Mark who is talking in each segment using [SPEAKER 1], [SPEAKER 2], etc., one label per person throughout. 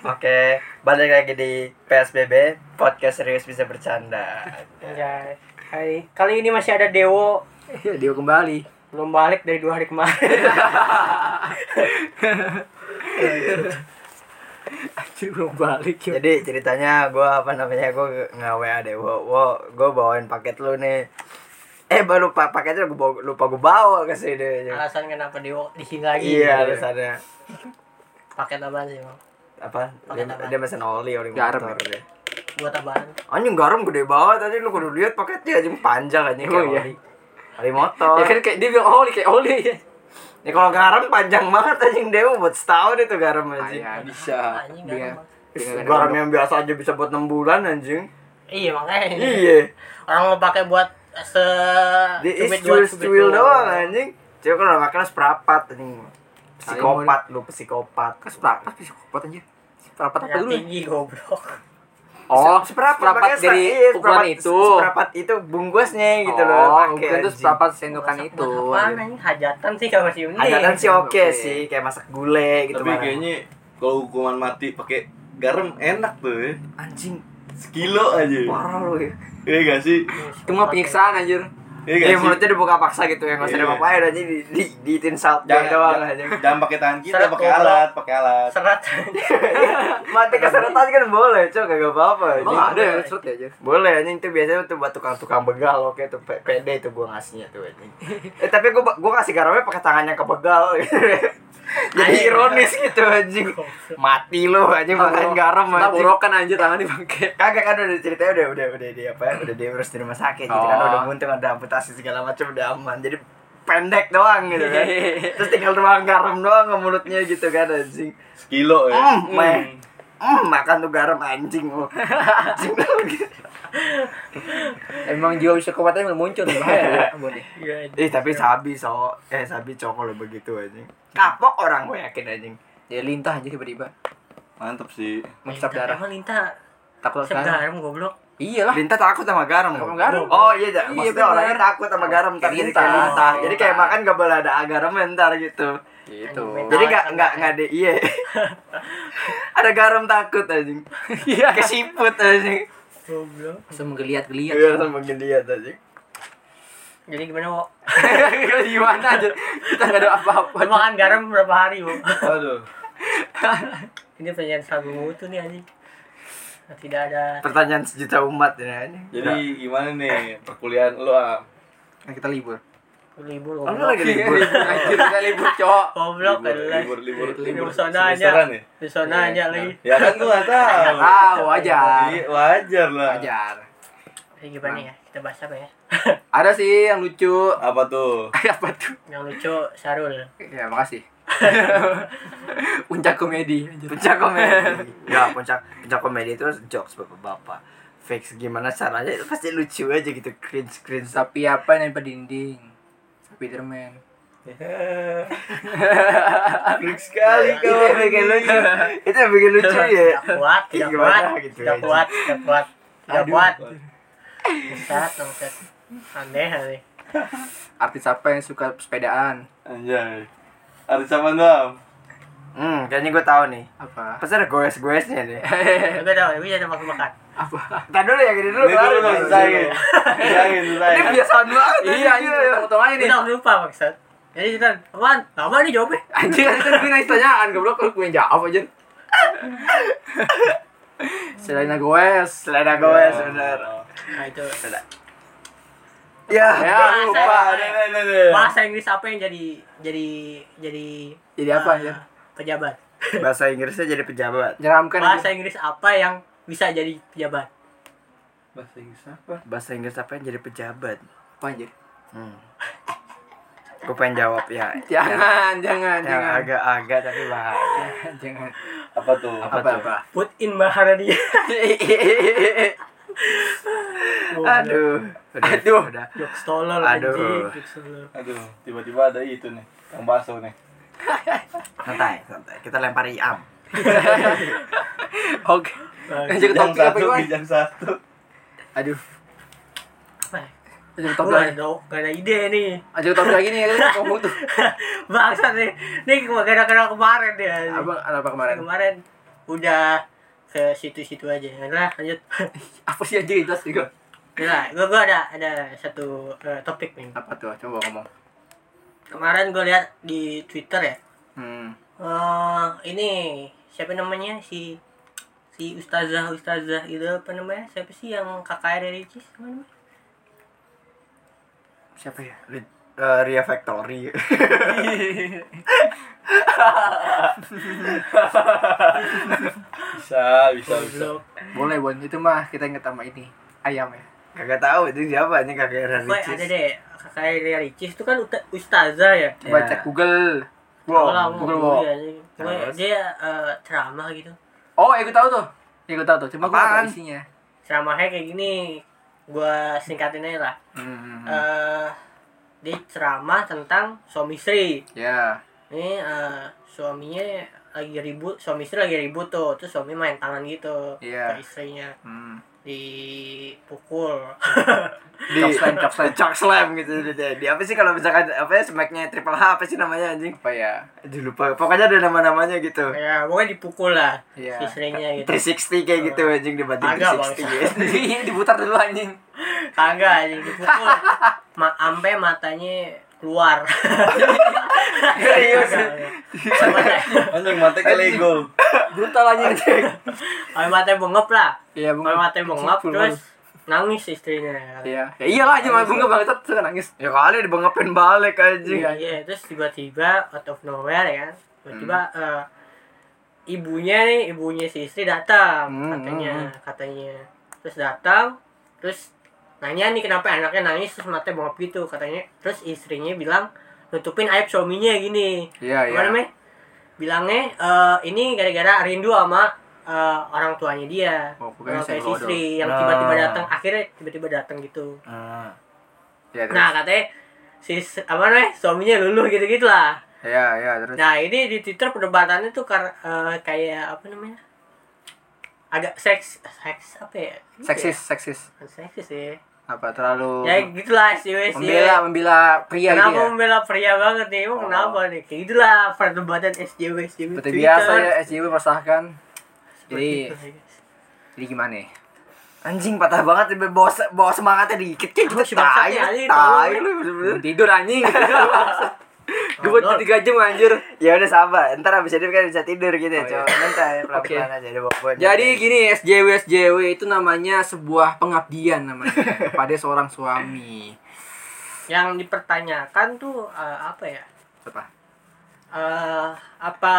[SPEAKER 1] Oke, balik lagi di PSBB Podcast Serius Bisa Bercanda.
[SPEAKER 2] Anjay. Hai. Kali ini masih ada Dewo
[SPEAKER 3] Dia kembali.
[SPEAKER 2] belum balik dari dua hari kemarin.
[SPEAKER 3] Anjir belum balik ya.
[SPEAKER 1] Jadi ceritanya gue apa namanya gue ngawe ada wo, wo gue bawain paket lu nih. Eh baru lupa paketnya gue bawa, lupa gue bawa ke sini.
[SPEAKER 2] Alasan kenapa Dewo dihinggahi?
[SPEAKER 1] Iya alasannya
[SPEAKER 2] Paket apaan sih, Bang?
[SPEAKER 1] apa? Dia,
[SPEAKER 2] Paket apa?
[SPEAKER 1] dia mesen oli oli
[SPEAKER 3] Garam.
[SPEAKER 1] motor deh.
[SPEAKER 2] Buat apaan?
[SPEAKER 1] Anjing garam gede banget tadi lu kudu lihat paketnya anjing panjang anjing kayak
[SPEAKER 3] Emang iya?
[SPEAKER 1] oli. Oli motor.
[SPEAKER 3] Ya kan kayak dia bilang oli kayak oli.
[SPEAKER 1] Ya kalau garam panjang banget anjing Dewa buat setahun itu garam anjing.
[SPEAKER 3] Ayah Iya, bisa.
[SPEAKER 2] Anjing,
[SPEAKER 3] Dia
[SPEAKER 2] garam.
[SPEAKER 3] dengan
[SPEAKER 1] Garam yang biasa aja bisa buat 6 bulan anjing.
[SPEAKER 2] Iya, makanya ini.
[SPEAKER 1] Iya.
[SPEAKER 2] Orang mau pakai buat se
[SPEAKER 1] Di is
[SPEAKER 2] cubit dua,
[SPEAKER 1] cuil
[SPEAKER 2] cubit
[SPEAKER 1] cuil
[SPEAKER 2] dua.
[SPEAKER 1] doang anjing. Cewek kalau makan seperapat anjing. Psikopat lu psikopat.
[SPEAKER 3] kan seperapat bisa kuat anjir. Seperapat apa
[SPEAKER 2] Yang
[SPEAKER 3] dulu? ya?
[SPEAKER 2] tinggi goblok.
[SPEAKER 3] Oh,
[SPEAKER 1] Se- seperapat
[SPEAKER 3] seperapat
[SPEAKER 1] makanya se-
[SPEAKER 3] dari
[SPEAKER 1] iya,
[SPEAKER 3] ukuran
[SPEAKER 1] seperapat-
[SPEAKER 3] itu.
[SPEAKER 1] Seperapat itu bungkusnya gitu loh.
[SPEAKER 3] Oh,
[SPEAKER 1] pakai,
[SPEAKER 3] ukuran itu
[SPEAKER 1] anjing.
[SPEAKER 3] seperapat sendokan itu.
[SPEAKER 2] Apaan anjing hajatan sih kalau masih ini.
[SPEAKER 1] Ajaran sih oke
[SPEAKER 3] Oke.
[SPEAKER 1] sih kayak masak gulai gitu
[SPEAKER 4] Tapi
[SPEAKER 1] barang.
[SPEAKER 4] kayaknya kalau hukuman mati pakai garam enak tuh ya.
[SPEAKER 1] anjing
[SPEAKER 4] Sekilo aja.
[SPEAKER 1] parah lu ya.
[SPEAKER 4] Iya gak sih?
[SPEAKER 3] Itu mah penyiksaan anjir.
[SPEAKER 4] Iya gak
[SPEAKER 1] Iya
[SPEAKER 4] sih?
[SPEAKER 1] mulutnya dibuka paksa gitu ya enggak usah
[SPEAKER 4] Iya.
[SPEAKER 1] diapa-apain anjing di di diitin salt
[SPEAKER 4] Jangan,
[SPEAKER 1] doang
[SPEAKER 4] jangan-
[SPEAKER 1] anjing.
[SPEAKER 4] jangan pakai tangan kita,
[SPEAKER 2] Seret
[SPEAKER 4] pakai
[SPEAKER 2] goblok.
[SPEAKER 4] alat, pakai alat.
[SPEAKER 2] Serat.
[SPEAKER 1] Mati keseretan kan boleh, cok, kagak apa-apa.
[SPEAKER 3] Emang
[SPEAKER 1] anjing.
[SPEAKER 3] ada ya seret ya anjir.
[SPEAKER 1] Boleh anjing itu biasanya tuh buat tukang-tukang begal oke tuh P- pede itu gua ngasihnya tuh anjing. Eh tapi gua gua kasih garamnya pakai tangannya ke begal. gitu. Jadi
[SPEAKER 2] Anjing.
[SPEAKER 1] ironis gitu anjing. Mati lu anjing makan garam
[SPEAKER 3] Entah
[SPEAKER 1] anjing.
[SPEAKER 3] borokan anjir tangan dipakai.
[SPEAKER 1] Kagak kan udah ceritanya udah udah udah dia apa ya, udah dia harus di rumah sakit gitu kan
[SPEAKER 3] Oh.
[SPEAKER 1] udah buntung ada amputasi segala macam udah aman. Jadi pendek doang gitu kan. Terus tinggal ruang garam doang ke mulutnya gitu kan anjing.
[SPEAKER 4] Sekilo ya.
[SPEAKER 1] Hmm, meh. Hmm, makan tuh garam anjing oh. lu. Anjing lu.
[SPEAKER 3] Emang jiwa bisa kuatnya muncul bahaya. ya, Ampun.
[SPEAKER 2] Iya.
[SPEAKER 1] Ih Eh, tapi sabi so eh sabi cowok kalau begitu anjing. Kapok orang gue yakin anjing.
[SPEAKER 3] Dia lintah anjir tiba-tiba.
[SPEAKER 4] Mantap sih.
[SPEAKER 3] Mengisap
[SPEAKER 2] Lintah,
[SPEAKER 3] darah.
[SPEAKER 2] Emang lintah
[SPEAKER 3] Takut
[SPEAKER 1] kan?
[SPEAKER 2] Isap
[SPEAKER 3] darah.
[SPEAKER 2] garam goblok.
[SPEAKER 3] Iyalah.
[SPEAKER 1] Linta takut sama garam.
[SPEAKER 3] Sama
[SPEAKER 1] Bu.
[SPEAKER 3] garam.
[SPEAKER 1] Oh iya, Cak.
[SPEAKER 3] Iya,
[SPEAKER 1] maksudnya
[SPEAKER 3] benar.
[SPEAKER 1] orangnya takut sama garam ntar jadi kayak
[SPEAKER 3] Linta.
[SPEAKER 1] lintah. Jadi kayak
[SPEAKER 3] Linta.
[SPEAKER 1] makan gak boleh ada garam ntar gitu.
[SPEAKER 3] Gitu.
[SPEAKER 1] Jadi nggak nggak nggak ada iya. ada garam takut anjing. Iya kesiput anjing.
[SPEAKER 2] Goblok.
[SPEAKER 3] Langsung menggeliat-geliat.
[SPEAKER 1] Iya sama geliat anjing.
[SPEAKER 2] Jadi gimana, Wo?
[SPEAKER 3] gimana aja kita nggak ada apa-apa
[SPEAKER 2] Lu makan garam berapa hari, Wo?
[SPEAKER 4] Aduh.
[SPEAKER 2] Ini penyanyi sagu mutu nih anjing. Tidak ada
[SPEAKER 1] Pertanyaan sejuta umat ya anjing.
[SPEAKER 4] Jadi gimana nih perkuliahan lu? Ah?
[SPEAKER 3] Nah, kita libur
[SPEAKER 2] libur
[SPEAKER 1] Nah, lu
[SPEAKER 2] goblok.
[SPEAKER 1] lagi libur.
[SPEAKER 3] Anjir, kita libur cowok
[SPEAKER 2] Goblok
[SPEAKER 4] Libur,
[SPEAKER 2] kelas.
[SPEAKER 4] libur, libur,
[SPEAKER 2] Libur
[SPEAKER 4] libur.
[SPEAKER 2] sonanya.
[SPEAKER 4] Semesteran ya?
[SPEAKER 2] Di sana
[SPEAKER 3] Iya,
[SPEAKER 2] aja lagi.
[SPEAKER 4] Ya kan gua gak tahu.
[SPEAKER 3] ah wajar
[SPEAKER 4] Iya, wajar lah.
[SPEAKER 3] wajar
[SPEAKER 2] Jadi gimana ya? Kita bahas apa ya?
[SPEAKER 3] ada sih yang lucu
[SPEAKER 4] Apa tuh?
[SPEAKER 3] apa tuh
[SPEAKER 2] Yang lucu Sarul.
[SPEAKER 3] ya makasih puncak komedi anjir.
[SPEAKER 1] puncak komedi ya puncak puncak komedi itu jokes bapak-bapak fix gimana caranya itu pasti lucu aja gitu cringe cringe
[SPEAKER 3] sapi apa yang nempel dinding Spiderman
[SPEAKER 4] Freak sekali
[SPEAKER 1] itu yang Eh, bikin lucu itu yang bikin lucu ya
[SPEAKER 2] Nah, Tidak kuat, tidak kuat,
[SPEAKER 1] Gimana gitu
[SPEAKER 2] tidak
[SPEAKER 1] aja.
[SPEAKER 2] kuat, tidak kuat, tidak
[SPEAKER 3] Aduh.
[SPEAKER 2] kuat. Bangsat, bangsat. Aneh aneh.
[SPEAKER 3] artis apa yang suka sepedaan
[SPEAKER 4] Anjay. Ada sama Nam.
[SPEAKER 1] hmm kayaknya gue tahu nih
[SPEAKER 3] apa
[SPEAKER 1] pasti ada goes goesnya nih
[SPEAKER 2] Gue tahu, gue ada makan makan.
[SPEAKER 3] apa
[SPEAKER 1] Tadi dulu yang ini dulu
[SPEAKER 4] Ini
[SPEAKER 1] baru
[SPEAKER 4] dulu dong,
[SPEAKER 1] nih.
[SPEAKER 4] susahin. Susahin,
[SPEAKER 1] ini
[SPEAKER 4] susahin.
[SPEAKER 1] kebiasaan banget
[SPEAKER 3] iya
[SPEAKER 1] anjing.
[SPEAKER 3] anjir potong aja
[SPEAKER 2] Gue
[SPEAKER 3] nih
[SPEAKER 2] tahu lupa bangsat. Jadi kita, apaan? Lama nih jawabnya.
[SPEAKER 3] Anjir, tadi kan gue nanya pertanyaan, goblok lu gue yang jawab aja. Selena Gomez.
[SPEAKER 1] selera goes bener
[SPEAKER 2] Nah itu.
[SPEAKER 1] ya
[SPEAKER 3] Ya,
[SPEAKER 2] lupa.
[SPEAKER 4] Nih, nih, nih.
[SPEAKER 2] Bahasa Inggris apa yang jadi jadi jadi
[SPEAKER 3] Jadi apa,
[SPEAKER 2] eh,
[SPEAKER 3] ya?
[SPEAKER 2] Pejabat.
[SPEAKER 1] bahasa Inggrisnya jadi pejabat
[SPEAKER 3] Jeramkan
[SPEAKER 2] bahasa
[SPEAKER 3] aja.
[SPEAKER 2] Inggris apa yang bisa jadi pejabat?
[SPEAKER 4] Bahasa Inggris apa?
[SPEAKER 1] bahasa Inggris apa yang jadi pejabat
[SPEAKER 3] Apa anjir?
[SPEAKER 1] hmm. gue pengen jawab ya
[SPEAKER 3] Jangan, jangan,
[SPEAKER 1] yang
[SPEAKER 3] jangan.
[SPEAKER 1] agak-agak tapi bahaya
[SPEAKER 3] Jangan.
[SPEAKER 4] Apa tuh?
[SPEAKER 3] Apa apa?
[SPEAKER 2] Put in Maharani.
[SPEAKER 1] Aduh. Udah,
[SPEAKER 3] Aduh.
[SPEAKER 1] Udah.
[SPEAKER 2] Jokes tolol
[SPEAKER 1] Aduh.
[SPEAKER 2] anjing, jokes tolol.
[SPEAKER 4] Aduh, tiba-tiba ada itu nih, yang bakso nih.
[SPEAKER 1] Santai, santai. Kita lempar iam.
[SPEAKER 3] Oke.
[SPEAKER 2] Bagus.
[SPEAKER 3] Lanjut ke
[SPEAKER 4] Bidang
[SPEAKER 3] topik apa
[SPEAKER 4] satu,
[SPEAKER 3] Iwan?
[SPEAKER 4] bidang satu.
[SPEAKER 3] Aduh.
[SPEAKER 2] Apa ya?
[SPEAKER 3] Lanjut ke topik
[SPEAKER 2] Gua
[SPEAKER 3] lagi.
[SPEAKER 2] ada, gak ada ide nih.
[SPEAKER 3] Lanjut ke topik lagi nih, tadi ngomong tuh.
[SPEAKER 2] Bangsat nih. Nih gua gara-gara kemarin deh. anjing.
[SPEAKER 3] Abang ada apa kemarin?
[SPEAKER 2] Kemarin udah ke situ-situ aja lah lanjut
[SPEAKER 3] Apa sih anjir jelas juga?
[SPEAKER 2] Gila, gue gua ada ada satu eh, topik nih
[SPEAKER 3] Apa tuh? Coba ngomong.
[SPEAKER 2] kemarin gue lihat di Twitter ya
[SPEAKER 3] Hmm.
[SPEAKER 2] eh ini siapa namanya si si ustazah ustazah itu apa namanya siapa sih yang kakak dari Cis apa namanya
[SPEAKER 3] Siapa ya?
[SPEAKER 1] Ri- eh, Ria Factory
[SPEAKER 4] Bisa, bisa, bisa.
[SPEAKER 2] Goblok.
[SPEAKER 3] Boleh, Bon. Itu mah kita inget sama ini. Ayam ya.
[SPEAKER 1] kagak tahu itu siapa ini kakek Ria
[SPEAKER 2] Gue
[SPEAKER 1] Ricis.
[SPEAKER 2] ada deh kakak dari Ricis itu kan uta- ustazah ya
[SPEAKER 3] Coba
[SPEAKER 1] Ya.
[SPEAKER 3] cek Google.
[SPEAKER 2] Kalau lah,
[SPEAKER 3] Google Wow.
[SPEAKER 2] mau dulu ya, ini. Gue
[SPEAKER 1] Terus?
[SPEAKER 2] dia eh, ceramah gitu
[SPEAKER 3] Oh, ya gue tahu tuh. Ya gue tahu tuh. Cuma gue nggak
[SPEAKER 1] Apaan?
[SPEAKER 3] tahu isinya.
[SPEAKER 2] ceramahnya kayak gini gue singkatin aja lah
[SPEAKER 3] Hmm.
[SPEAKER 2] eh dia ceramah tentang suami istri
[SPEAKER 3] ya.
[SPEAKER 2] ini eh, suaminya lagi ribut suami istri lagi ribut tuh terus suami main tangan gitu
[SPEAKER 3] Iya.
[SPEAKER 2] ke istrinya
[SPEAKER 3] Hmm.
[SPEAKER 2] dipukul
[SPEAKER 1] di
[SPEAKER 3] Chop slam, chop slam.
[SPEAKER 1] di chop slam gitu di, di- di- apa sih kalau misalkan apa ya smacknya triple H apa sih namanya anjing
[SPEAKER 3] Apa ya?
[SPEAKER 1] aduh lupa pokoknya ada nama-namanya gitu
[SPEAKER 2] ya pokoknya dipukul lah
[SPEAKER 3] Iya.
[SPEAKER 2] si istrinya gitu
[SPEAKER 1] 360 kayak gitu anjing dibanting
[SPEAKER 2] Agak,
[SPEAKER 1] 360
[SPEAKER 2] Bang.
[SPEAKER 1] gitu.
[SPEAKER 3] Ini diputar dulu anjing.
[SPEAKER 2] kagak jadi dipukul Ma ampe matanya keluar
[SPEAKER 1] serius
[SPEAKER 4] Anjing mati ke Lego.
[SPEAKER 3] Brutal anjing.
[SPEAKER 2] kalau matanya bengep lah
[SPEAKER 3] Iya,
[SPEAKER 2] kalau
[SPEAKER 3] bunga.
[SPEAKER 2] matanya bengep
[SPEAKER 3] Full
[SPEAKER 2] terus nangis istrinya
[SPEAKER 3] Iya. Ya iyalah anjing, bunga banget tuh nangis.
[SPEAKER 1] ya kali dibengepin balik anjing
[SPEAKER 2] Iya, iya. terus tiba-tiba out of nowhere ya kan. Tiba-tiba
[SPEAKER 3] Hmm.
[SPEAKER 2] eh, ibunya nih, ibunya si istri datang
[SPEAKER 3] Hmm,
[SPEAKER 2] katanya,
[SPEAKER 3] hmm,
[SPEAKER 2] katanya. Terus datang, terus nanya nih kenapa anaknya nangis terus matanya bengap gitu katanya. Terus istrinya bilang nutupin aib suaminya gini.
[SPEAKER 3] Iya,
[SPEAKER 2] Apa namanya? Bilangnya eh, ini gara-gara rindu sama eh, orang tuanya dia.
[SPEAKER 3] Oh,
[SPEAKER 2] Orang
[SPEAKER 3] pokoknya
[SPEAKER 2] tuanya
[SPEAKER 3] saya
[SPEAKER 2] si
[SPEAKER 3] bodoh.
[SPEAKER 2] istri yang
[SPEAKER 1] Nah.
[SPEAKER 2] tiba-tiba datang, akhirnya tiba-tiba datang gitu.
[SPEAKER 1] Ah.
[SPEAKER 3] Iya, Nah, terus.
[SPEAKER 2] Nah katanya si apa namanya suaminya luluh gitu gitulah.
[SPEAKER 3] Iya, iya, terus.
[SPEAKER 2] Nah ini di Twitter perdebatannya tuh kar- eh, kayak apa namanya agak seks seks apa ya? Gitu
[SPEAKER 3] Seksis, seksis.
[SPEAKER 2] ya? Seksis sih.
[SPEAKER 3] Apa terlalu
[SPEAKER 2] Ya gitulah sih wes
[SPEAKER 3] membela membela pria
[SPEAKER 2] Kenapa
[SPEAKER 3] gitu ya?
[SPEAKER 2] membela pria banget nih? Emang
[SPEAKER 3] Oh.
[SPEAKER 2] kenapa nih? Kayak gitulah perdebatan SJW SJW.
[SPEAKER 3] Seperti
[SPEAKER 2] Twitter.
[SPEAKER 3] biasa ya SJW persahkan.
[SPEAKER 2] Seperti
[SPEAKER 3] Jadi
[SPEAKER 2] itu, ya, guys.
[SPEAKER 3] jadi gimana? ya?
[SPEAKER 1] anjing patah banget tiba- bawa se- bawa semangatnya dikit kayak
[SPEAKER 2] Emang si
[SPEAKER 1] gitu
[SPEAKER 2] bangsat
[SPEAKER 1] tai
[SPEAKER 2] ya, Ali,
[SPEAKER 1] tai
[SPEAKER 2] tolong.
[SPEAKER 1] lu bener-bener.
[SPEAKER 3] Belum Tidur anjing. Gue buat
[SPEAKER 2] Tolol.
[SPEAKER 3] tiga jam anjir.
[SPEAKER 1] ya udah sabar ntar abis ini kan bisa tidur gitu ya
[SPEAKER 3] Oh,
[SPEAKER 1] coba
[SPEAKER 3] iya.
[SPEAKER 1] nanti pelan-pelan
[SPEAKER 3] Oke.
[SPEAKER 1] aja ada bawaan.
[SPEAKER 3] Jadi gini SJW SJW itu namanya sebuah pengabdian namanya kepada seorang suami.
[SPEAKER 2] Yang dipertanyakan tuh eh, apa ya?
[SPEAKER 3] Apa?
[SPEAKER 2] Eh, apa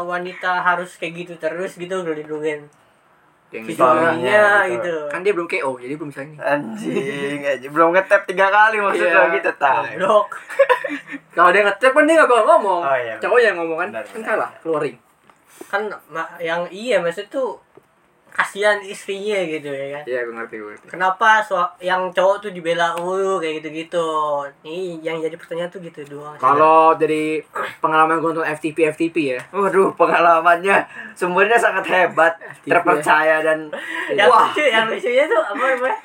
[SPEAKER 2] wanita harus kayak gitu terus gitu dilindungin
[SPEAKER 3] Yang
[SPEAKER 2] si
[SPEAKER 3] gitu.
[SPEAKER 2] suaminya
[SPEAKER 1] gitu.
[SPEAKER 2] gitu.
[SPEAKER 3] Kan dia belum KO jadi belum bisa ini.
[SPEAKER 1] anjing anjing belum ngetap tiga kali maksud
[SPEAKER 3] Oh, Iya.
[SPEAKER 1] lo gitu tai
[SPEAKER 2] Goblok.
[SPEAKER 3] Kalau dia ngetep kan dia nggak bakal ngomong.
[SPEAKER 1] Oh, iya,
[SPEAKER 3] Cowok yang ngomong kan,
[SPEAKER 1] Benar,
[SPEAKER 3] kan
[SPEAKER 1] benar.
[SPEAKER 3] kalah keluar ring.
[SPEAKER 2] kan ma- yang iya maksud tuh kasihan istrinya gitu ya kan
[SPEAKER 3] Iya gue ngerti gue. ngerti.
[SPEAKER 2] kenapa so yang cowok tuh dibela mulu kayak gitu gitu nih yang jadi pertanyaan tuh gitu doang sih.
[SPEAKER 3] Kalau dari pengalaman gue nonton FTP FTP ya.
[SPEAKER 1] Waduh, pengalamannya sumbernya sangat hebat, terpercaya dan
[SPEAKER 2] yang
[SPEAKER 1] wah.
[SPEAKER 2] lucu yang lucunya tuh apa namanya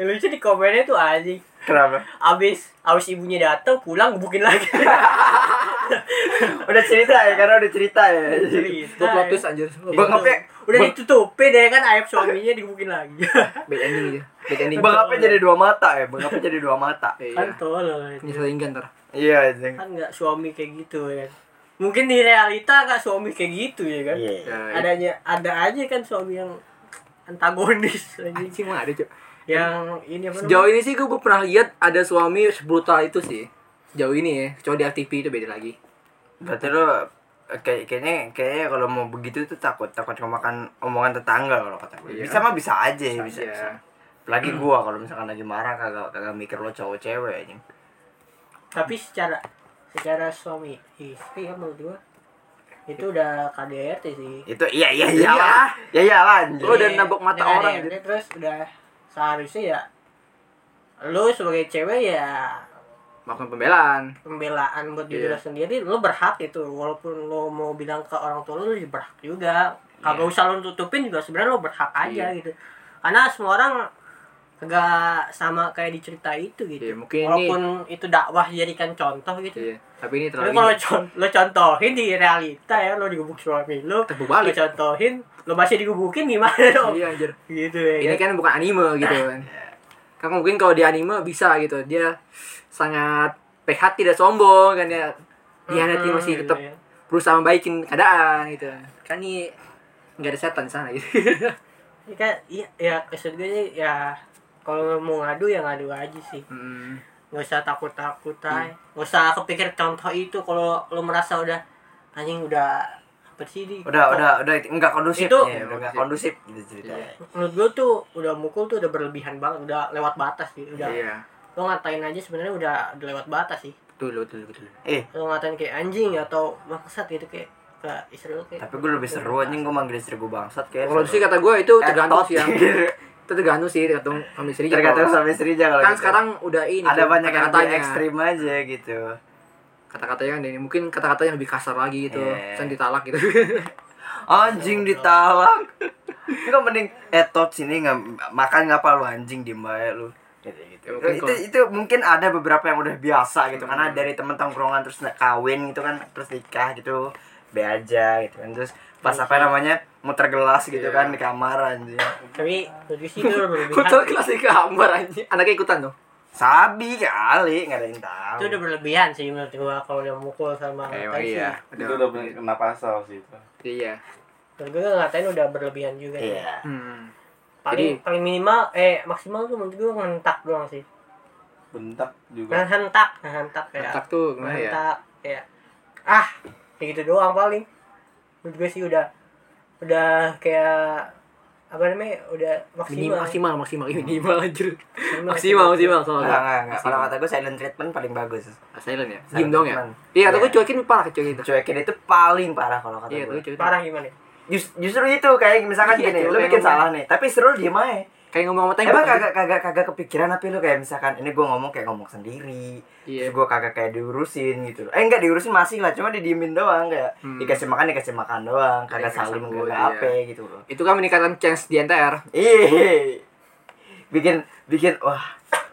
[SPEAKER 2] yang lucu di komennya tuh anjing
[SPEAKER 1] Kenapa?
[SPEAKER 2] abis abis ibunya datang pulang bukin lagi
[SPEAKER 1] Udah cerita ya, karena udah cerita ya.
[SPEAKER 2] Cerita,
[SPEAKER 3] Gue plot
[SPEAKER 2] ya.
[SPEAKER 3] twist anjir. Gue
[SPEAKER 1] Bang Ape-
[SPEAKER 2] udah
[SPEAKER 1] Bang-
[SPEAKER 2] ditutupin ya kan ayam suaminya dibukin lagi
[SPEAKER 3] bad ending aja. Bad ending.
[SPEAKER 1] Bang apa jadi dua mata ya? Bang apa jadi dua mata?
[SPEAKER 3] Eh,
[SPEAKER 2] kan
[SPEAKER 3] Iya.
[SPEAKER 2] tolol itu.
[SPEAKER 3] Nyeselin ntar.
[SPEAKER 1] Iya, anjing.
[SPEAKER 2] kan nggak suami kayak gitu ya kan mungkin di realita nggak suami kayak gitu ya kan
[SPEAKER 1] Iya.
[SPEAKER 3] Ada
[SPEAKER 2] adanya ada aja kan suami yang antagonis anjing.
[SPEAKER 3] anjing mah ada cuy.
[SPEAKER 2] yang ini apa
[SPEAKER 3] Sejauh ini sih gue pernah lihat ada suami brutal itu sih. Sejauh ini ya, cowok di FTP itu beda lagi.
[SPEAKER 1] Berarti lo eh, kayak kayaknya kayaknya kalau mau begitu tuh takut takut kemakan omongan tetangga kalau kata gue.
[SPEAKER 3] Iya.
[SPEAKER 1] Bisa mah bisa aja, bisa. bisa.
[SPEAKER 3] Iya.
[SPEAKER 1] Lagi gua kalau misalkan lagi marah kagak kagak mikir lo cowok cewek anjing.
[SPEAKER 2] tapi secara secara suami istri ya menurut gua itu udah KDRT sih
[SPEAKER 1] Itu iya iya iya. lah. Iya iya lah, anjing.
[SPEAKER 3] Ya, Lo Oh, udah
[SPEAKER 2] Jadi,
[SPEAKER 3] nabok mata
[SPEAKER 2] udah
[SPEAKER 3] orang, gitu.
[SPEAKER 2] KDRT, terus udah seharusnya ya lu sebagai cewek ya
[SPEAKER 3] Melakukan pembelaan.
[SPEAKER 2] pembelaan buat diri
[SPEAKER 3] Iya.
[SPEAKER 2] lu sendiri lu berhak itu walaupun lu mau bilang ke orang tua lu lu berhak
[SPEAKER 3] Iya.
[SPEAKER 2] juga kagak usah lu tutupin juga sebenarnya lu berhak aja gitu karena semua orang kagak sama kayak dicerita itu gitu
[SPEAKER 3] Iya, mungkin ini
[SPEAKER 2] walaupun itu dakwah jadikan contoh gitu
[SPEAKER 3] iya, tapi ini
[SPEAKER 2] tapi
[SPEAKER 3] terlalu
[SPEAKER 2] kalau con- lo contohin di realita ya lo digubuk suami lo
[SPEAKER 3] Tepuk
[SPEAKER 2] lo
[SPEAKER 3] balik.
[SPEAKER 2] contohin lo masih digubukin gimana dong
[SPEAKER 3] Iya, anjir.
[SPEAKER 2] gitu ya
[SPEAKER 3] Ini
[SPEAKER 2] kan?
[SPEAKER 3] kan bukan anime gitu
[SPEAKER 1] Eh,
[SPEAKER 3] kan. Kan mungkin kalau di anime bisa gitu. Dia sangat PH tidak sombong kan ya. Dihanati
[SPEAKER 2] Hmm,
[SPEAKER 3] masih
[SPEAKER 2] gitu
[SPEAKER 3] tetap
[SPEAKER 2] ya.
[SPEAKER 3] berusaha membaikin keadaan gitu. Kan ini nggak ada setan di sana gitu.
[SPEAKER 2] Ini kan iya ya maksud gue sih ya kalau mau ngadu ya ngadu aja sih
[SPEAKER 3] Hmm.
[SPEAKER 2] nggak usah takut
[SPEAKER 1] Hmm.
[SPEAKER 2] takut ay nggak usah kepikir contoh itu kalau lo merasa udah anjing udah apa sih di
[SPEAKER 1] udah udah udah enggak kondusif
[SPEAKER 2] Itu-
[SPEAKER 1] ya, udah enggak kondusif gitu ceritanya
[SPEAKER 2] menurut gue tuh udah mukul tuh udah berlebihan banget udah lewat batas sih udah
[SPEAKER 3] Iya.
[SPEAKER 2] lo ngatain aja sebenarnya udah, udah lewat batas sih
[SPEAKER 3] Betul, betul, betul.
[SPEAKER 1] eh
[SPEAKER 2] lo ngatain kayak anjing atau maksat gitu kayak ke istri lo kayak
[SPEAKER 1] tapi gue lebih seru anjing gue manggil istri gue bangsat kayak
[SPEAKER 3] Kalau kan sih kata gue itu
[SPEAKER 1] Eh,
[SPEAKER 3] tergantung sih yang itu tergantung sih tergantung sama istri.
[SPEAKER 1] tergantung sama istrinya kalau
[SPEAKER 3] kan
[SPEAKER 1] gitu.
[SPEAKER 3] sekarang udah ini
[SPEAKER 1] ada
[SPEAKER 3] tuh,
[SPEAKER 1] banyak yang lebih
[SPEAKER 3] kata-katanya.
[SPEAKER 1] ekstrim aja gitu
[SPEAKER 3] kata-katanya kan ini mungkin kata-kata yang lebih kasar lagi gitu
[SPEAKER 1] Iya.
[SPEAKER 3] Sen ditalak gitu
[SPEAKER 1] anjing ditalak enggak mending eh tot sini nggak makan ngapa lu anjing di mbak lu gitu, gitu.
[SPEAKER 3] Ya, mungkin
[SPEAKER 1] itu
[SPEAKER 3] kalau- Hmm.
[SPEAKER 1] itu mungkin ada beberapa yang udah biasa gitu karena dari temen tongkrongan terus na- kawin gitu kan terus nikah gitu be aja gitu kan terus pas
[SPEAKER 3] Hmm.
[SPEAKER 1] apa namanya muter gelas
[SPEAKER 3] Iya.
[SPEAKER 1] gitu kan di kamar anjing
[SPEAKER 2] tapi menurut gue sih itu udah berlebihan
[SPEAKER 1] Kan-
[SPEAKER 3] Kutu kelas di kamar aja anaknya ikutan tuh
[SPEAKER 1] sabi kali nggak ada yang tahu
[SPEAKER 2] itu udah berlebihan sih menurut gua kalau udah mukul sama
[SPEAKER 3] Emang
[SPEAKER 2] ngatain
[SPEAKER 3] iya
[SPEAKER 2] sih.
[SPEAKER 4] Itu udah bener kena pasal sih itu.
[SPEAKER 3] iya
[SPEAKER 2] menurut gue ngatain udah berlebihan juga sih.
[SPEAKER 1] iya
[SPEAKER 3] hmm.
[SPEAKER 2] paling
[SPEAKER 3] Jadi-
[SPEAKER 2] paling minimal eh maksimal tuh menurut gue ngentak doang sih
[SPEAKER 4] Bentak juga.
[SPEAKER 2] ngehentak ngehentak kayak
[SPEAKER 3] Kontak tuh gimana ya
[SPEAKER 2] ngehentak kayak ah kayak gitu doang paling menurut gue sih udah udah kayak apa namanya udah
[SPEAKER 3] minimal
[SPEAKER 2] maksimal ya.
[SPEAKER 3] maksimal maksimal Ih, minimal anjir
[SPEAKER 2] Maksimal,
[SPEAKER 3] maksimal maksimal
[SPEAKER 1] Enggak,
[SPEAKER 3] soalnya
[SPEAKER 1] enggak, enggak. Kalau kata gue silent treatment paling bagus.
[SPEAKER 3] silent ya
[SPEAKER 1] Silent
[SPEAKER 3] diem dong ya
[SPEAKER 1] treatment.
[SPEAKER 3] iya atau
[SPEAKER 1] Iya.
[SPEAKER 3] gue cuekin parah cuekin itu
[SPEAKER 1] Cuekin itu paling parah kalau kata
[SPEAKER 3] iya
[SPEAKER 1] gue.
[SPEAKER 3] tuh cuekin
[SPEAKER 2] parah gimana ya?
[SPEAKER 1] Jus- justru itu kayak misalkan
[SPEAKER 3] Iya,
[SPEAKER 1] gini,
[SPEAKER 3] coba
[SPEAKER 1] lu
[SPEAKER 3] yang
[SPEAKER 1] bikin
[SPEAKER 3] ngomong.
[SPEAKER 1] salah nih, tapi seru diem aja.
[SPEAKER 3] kayak ngomong sama tembok
[SPEAKER 1] Emang kagak kagak kagak kepikiran apa lu kayak misalkan ini gua ngomong kayak ngomong sendiri.
[SPEAKER 3] Iya.
[SPEAKER 1] Terus gua kagak kayak diurusin gitu. Eh enggak diurusin masih lah, cuma didiemin doang kayak
[SPEAKER 3] Hmm.
[SPEAKER 1] dikasih makan dikasih makan doang, kagak
[SPEAKER 3] Kayak
[SPEAKER 1] saling
[SPEAKER 3] sambut,
[SPEAKER 1] kagak
[SPEAKER 3] iya.
[SPEAKER 1] apa gitu loh.
[SPEAKER 3] itu kan meningkatkan chance di NTR
[SPEAKER 1] Ih. Bikin bikin wah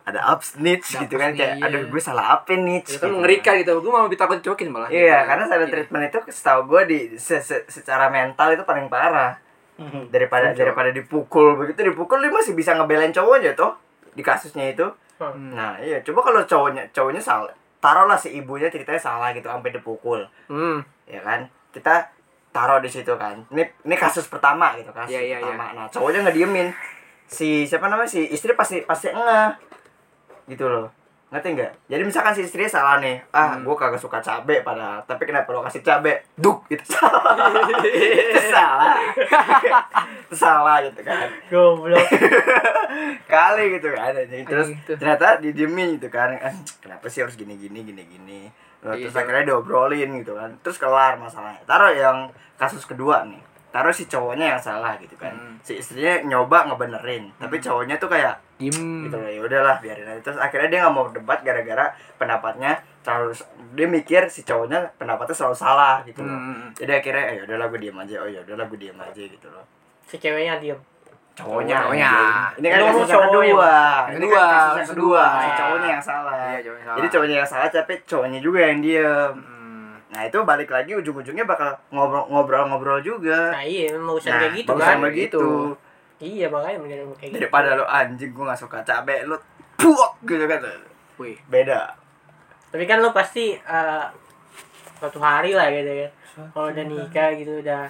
[SPEAKER 1] ada up snitch
[SPEAKER 3] Ada
[SPEAKER 1] gitu kan kayak
[SPEAKER 3] upsnitch,
[SPEAKER 1] aduh
[SPEAKER 3] iya.
[SPEAKER 1] gue salah apa nih
[SPEAKER 3] itu kan mengerikan gitu gue mau ditakut cuekin malah
[SPEAKER 1] Iya, karena silent
[SPEAKER 3] Iya.
[SPEAKER 1] treatment itu setahu gue di se- se- secara mental itu paling parah. Daripada
[SPEAKER 3] Mhm. Setuju.
[SPEAKER 1] daripada dipukul begitu dipukul dia masih bisa ngebelain cowoknya tuh di kasusnya itu.
[SPEAKER 2] Hmm.
[SPEAKER 1] Nah, iya, coba kalau cowoknya cowoknya salah, taruhlah si ibunya ceritanya salah gitu sampai dipukul,
[SPEAKER 3] hmm.
[SPEAKER 1] ya kan? Kita taruh di situ kan. Ini ini kasus pertama gitu, kasus
[SPEAKER 3] Iya, iya,
[SPEAKER 1] pertama. Nah, cowoknya ngediemin. Si siapa namanya si istri pasti pasti ngeh. Gitu loh. Ngerti nggak? Jadi misalkan si istrinya salah nih, ah
[SPEAKER 3] Hmm.
[SPEAKER 1] gua kagak suka cabe padahal, tapi kenapa lo kasih cabe? Duk, gitu. itu salah. itu salah. itu salah gitu kan
[SPEAKER 2] goblok
[SPEAKER 1] kali gitu kan anjing. terus
[SPEAKER 3] Anjing itu.
[SPEAKER 1] ternyata didiemin gitu kan Eh, kenapa sih harus gini gini gini gini Nah,
[SPEAKER 3] Iya,
[SPEAKER 1] terus
[SPEAKER 3] iya.
[SPEAKER 1] akhirnya diobrolin gitu kan terus kelar masalahnya taruh yang kasus kedua nih taruh si cowoknya yang salah gitu kan
[SPEAKER 3] Hmm.
[SPEAKER 1] si istrinya nyoba ngebenerin tapi cowoknya tuh kayak
[SPEAKER 3] diem
[SPEAKER 1] gitu loh ya udahlah biarin aja terus akhirnya dia nggak mau debat gara-gara pendapatnya terlalu dia mikir si cowoknya pendapatnya selalu salah gitu loh
[SPEAKER 3] Hmm.
[SPEAKER 1] jadi akhirnya eh udahlah gue diem aja oh ya udahlah gue diem aja gitu loh
[SPEAKER 2] si ceweknya diem
[SPEAKER 1] cowoknya
[SPEAKER 3] Cowoknya.
[SPEAKER 1] anjing. ini kan
[SPEAKER 2] Lu
[SPEAKER 1] kasus yang
[SPEAKER 2] cowoknya.
[SPEAKER 1] kedua
[SPEAKER 3] Yang
[SPEAKER 1] ini
[SPEAKER 3] kedua,
[SPEAKER 1] kan kasus yang kedua
[SPEAKER 3] kedua.
[SPEAKER 1] si cowoknya yang salah
[SPEAKER 3] Iya, cowoknya yang salah.
[SPEAKER 1] jadi cowoknya yang salah tapi cowoknya juga yang diem
[SPEAKER 3] Hmm.
[SPEAKER 1] nah itu balik lagi ujung-ujungnya bakal ngobrol- ngobrol-ngobrol juga
[SPEAKER 2] nah iya mau usah kayak gitu
[SPEAKER 1] bagusan
[SPEAKER 2] kan
[SPEAKER 3] bagus.
[SPEAKER 1] begitu
[SPEAKER 3] Gitu.
[SPEAKER 2] iya makanya mendingan kayak gitu
[SPEAKER 1] daripada lo anjing gue gak suka cabe lo puok gitu kan
[SPEAKER 3] Wih,
[SPEAKER 1] beda
[SPEAKER 2] tapi kan lo pasti eh, suatu hari lah gitu ya kalau udah nikah gitu udah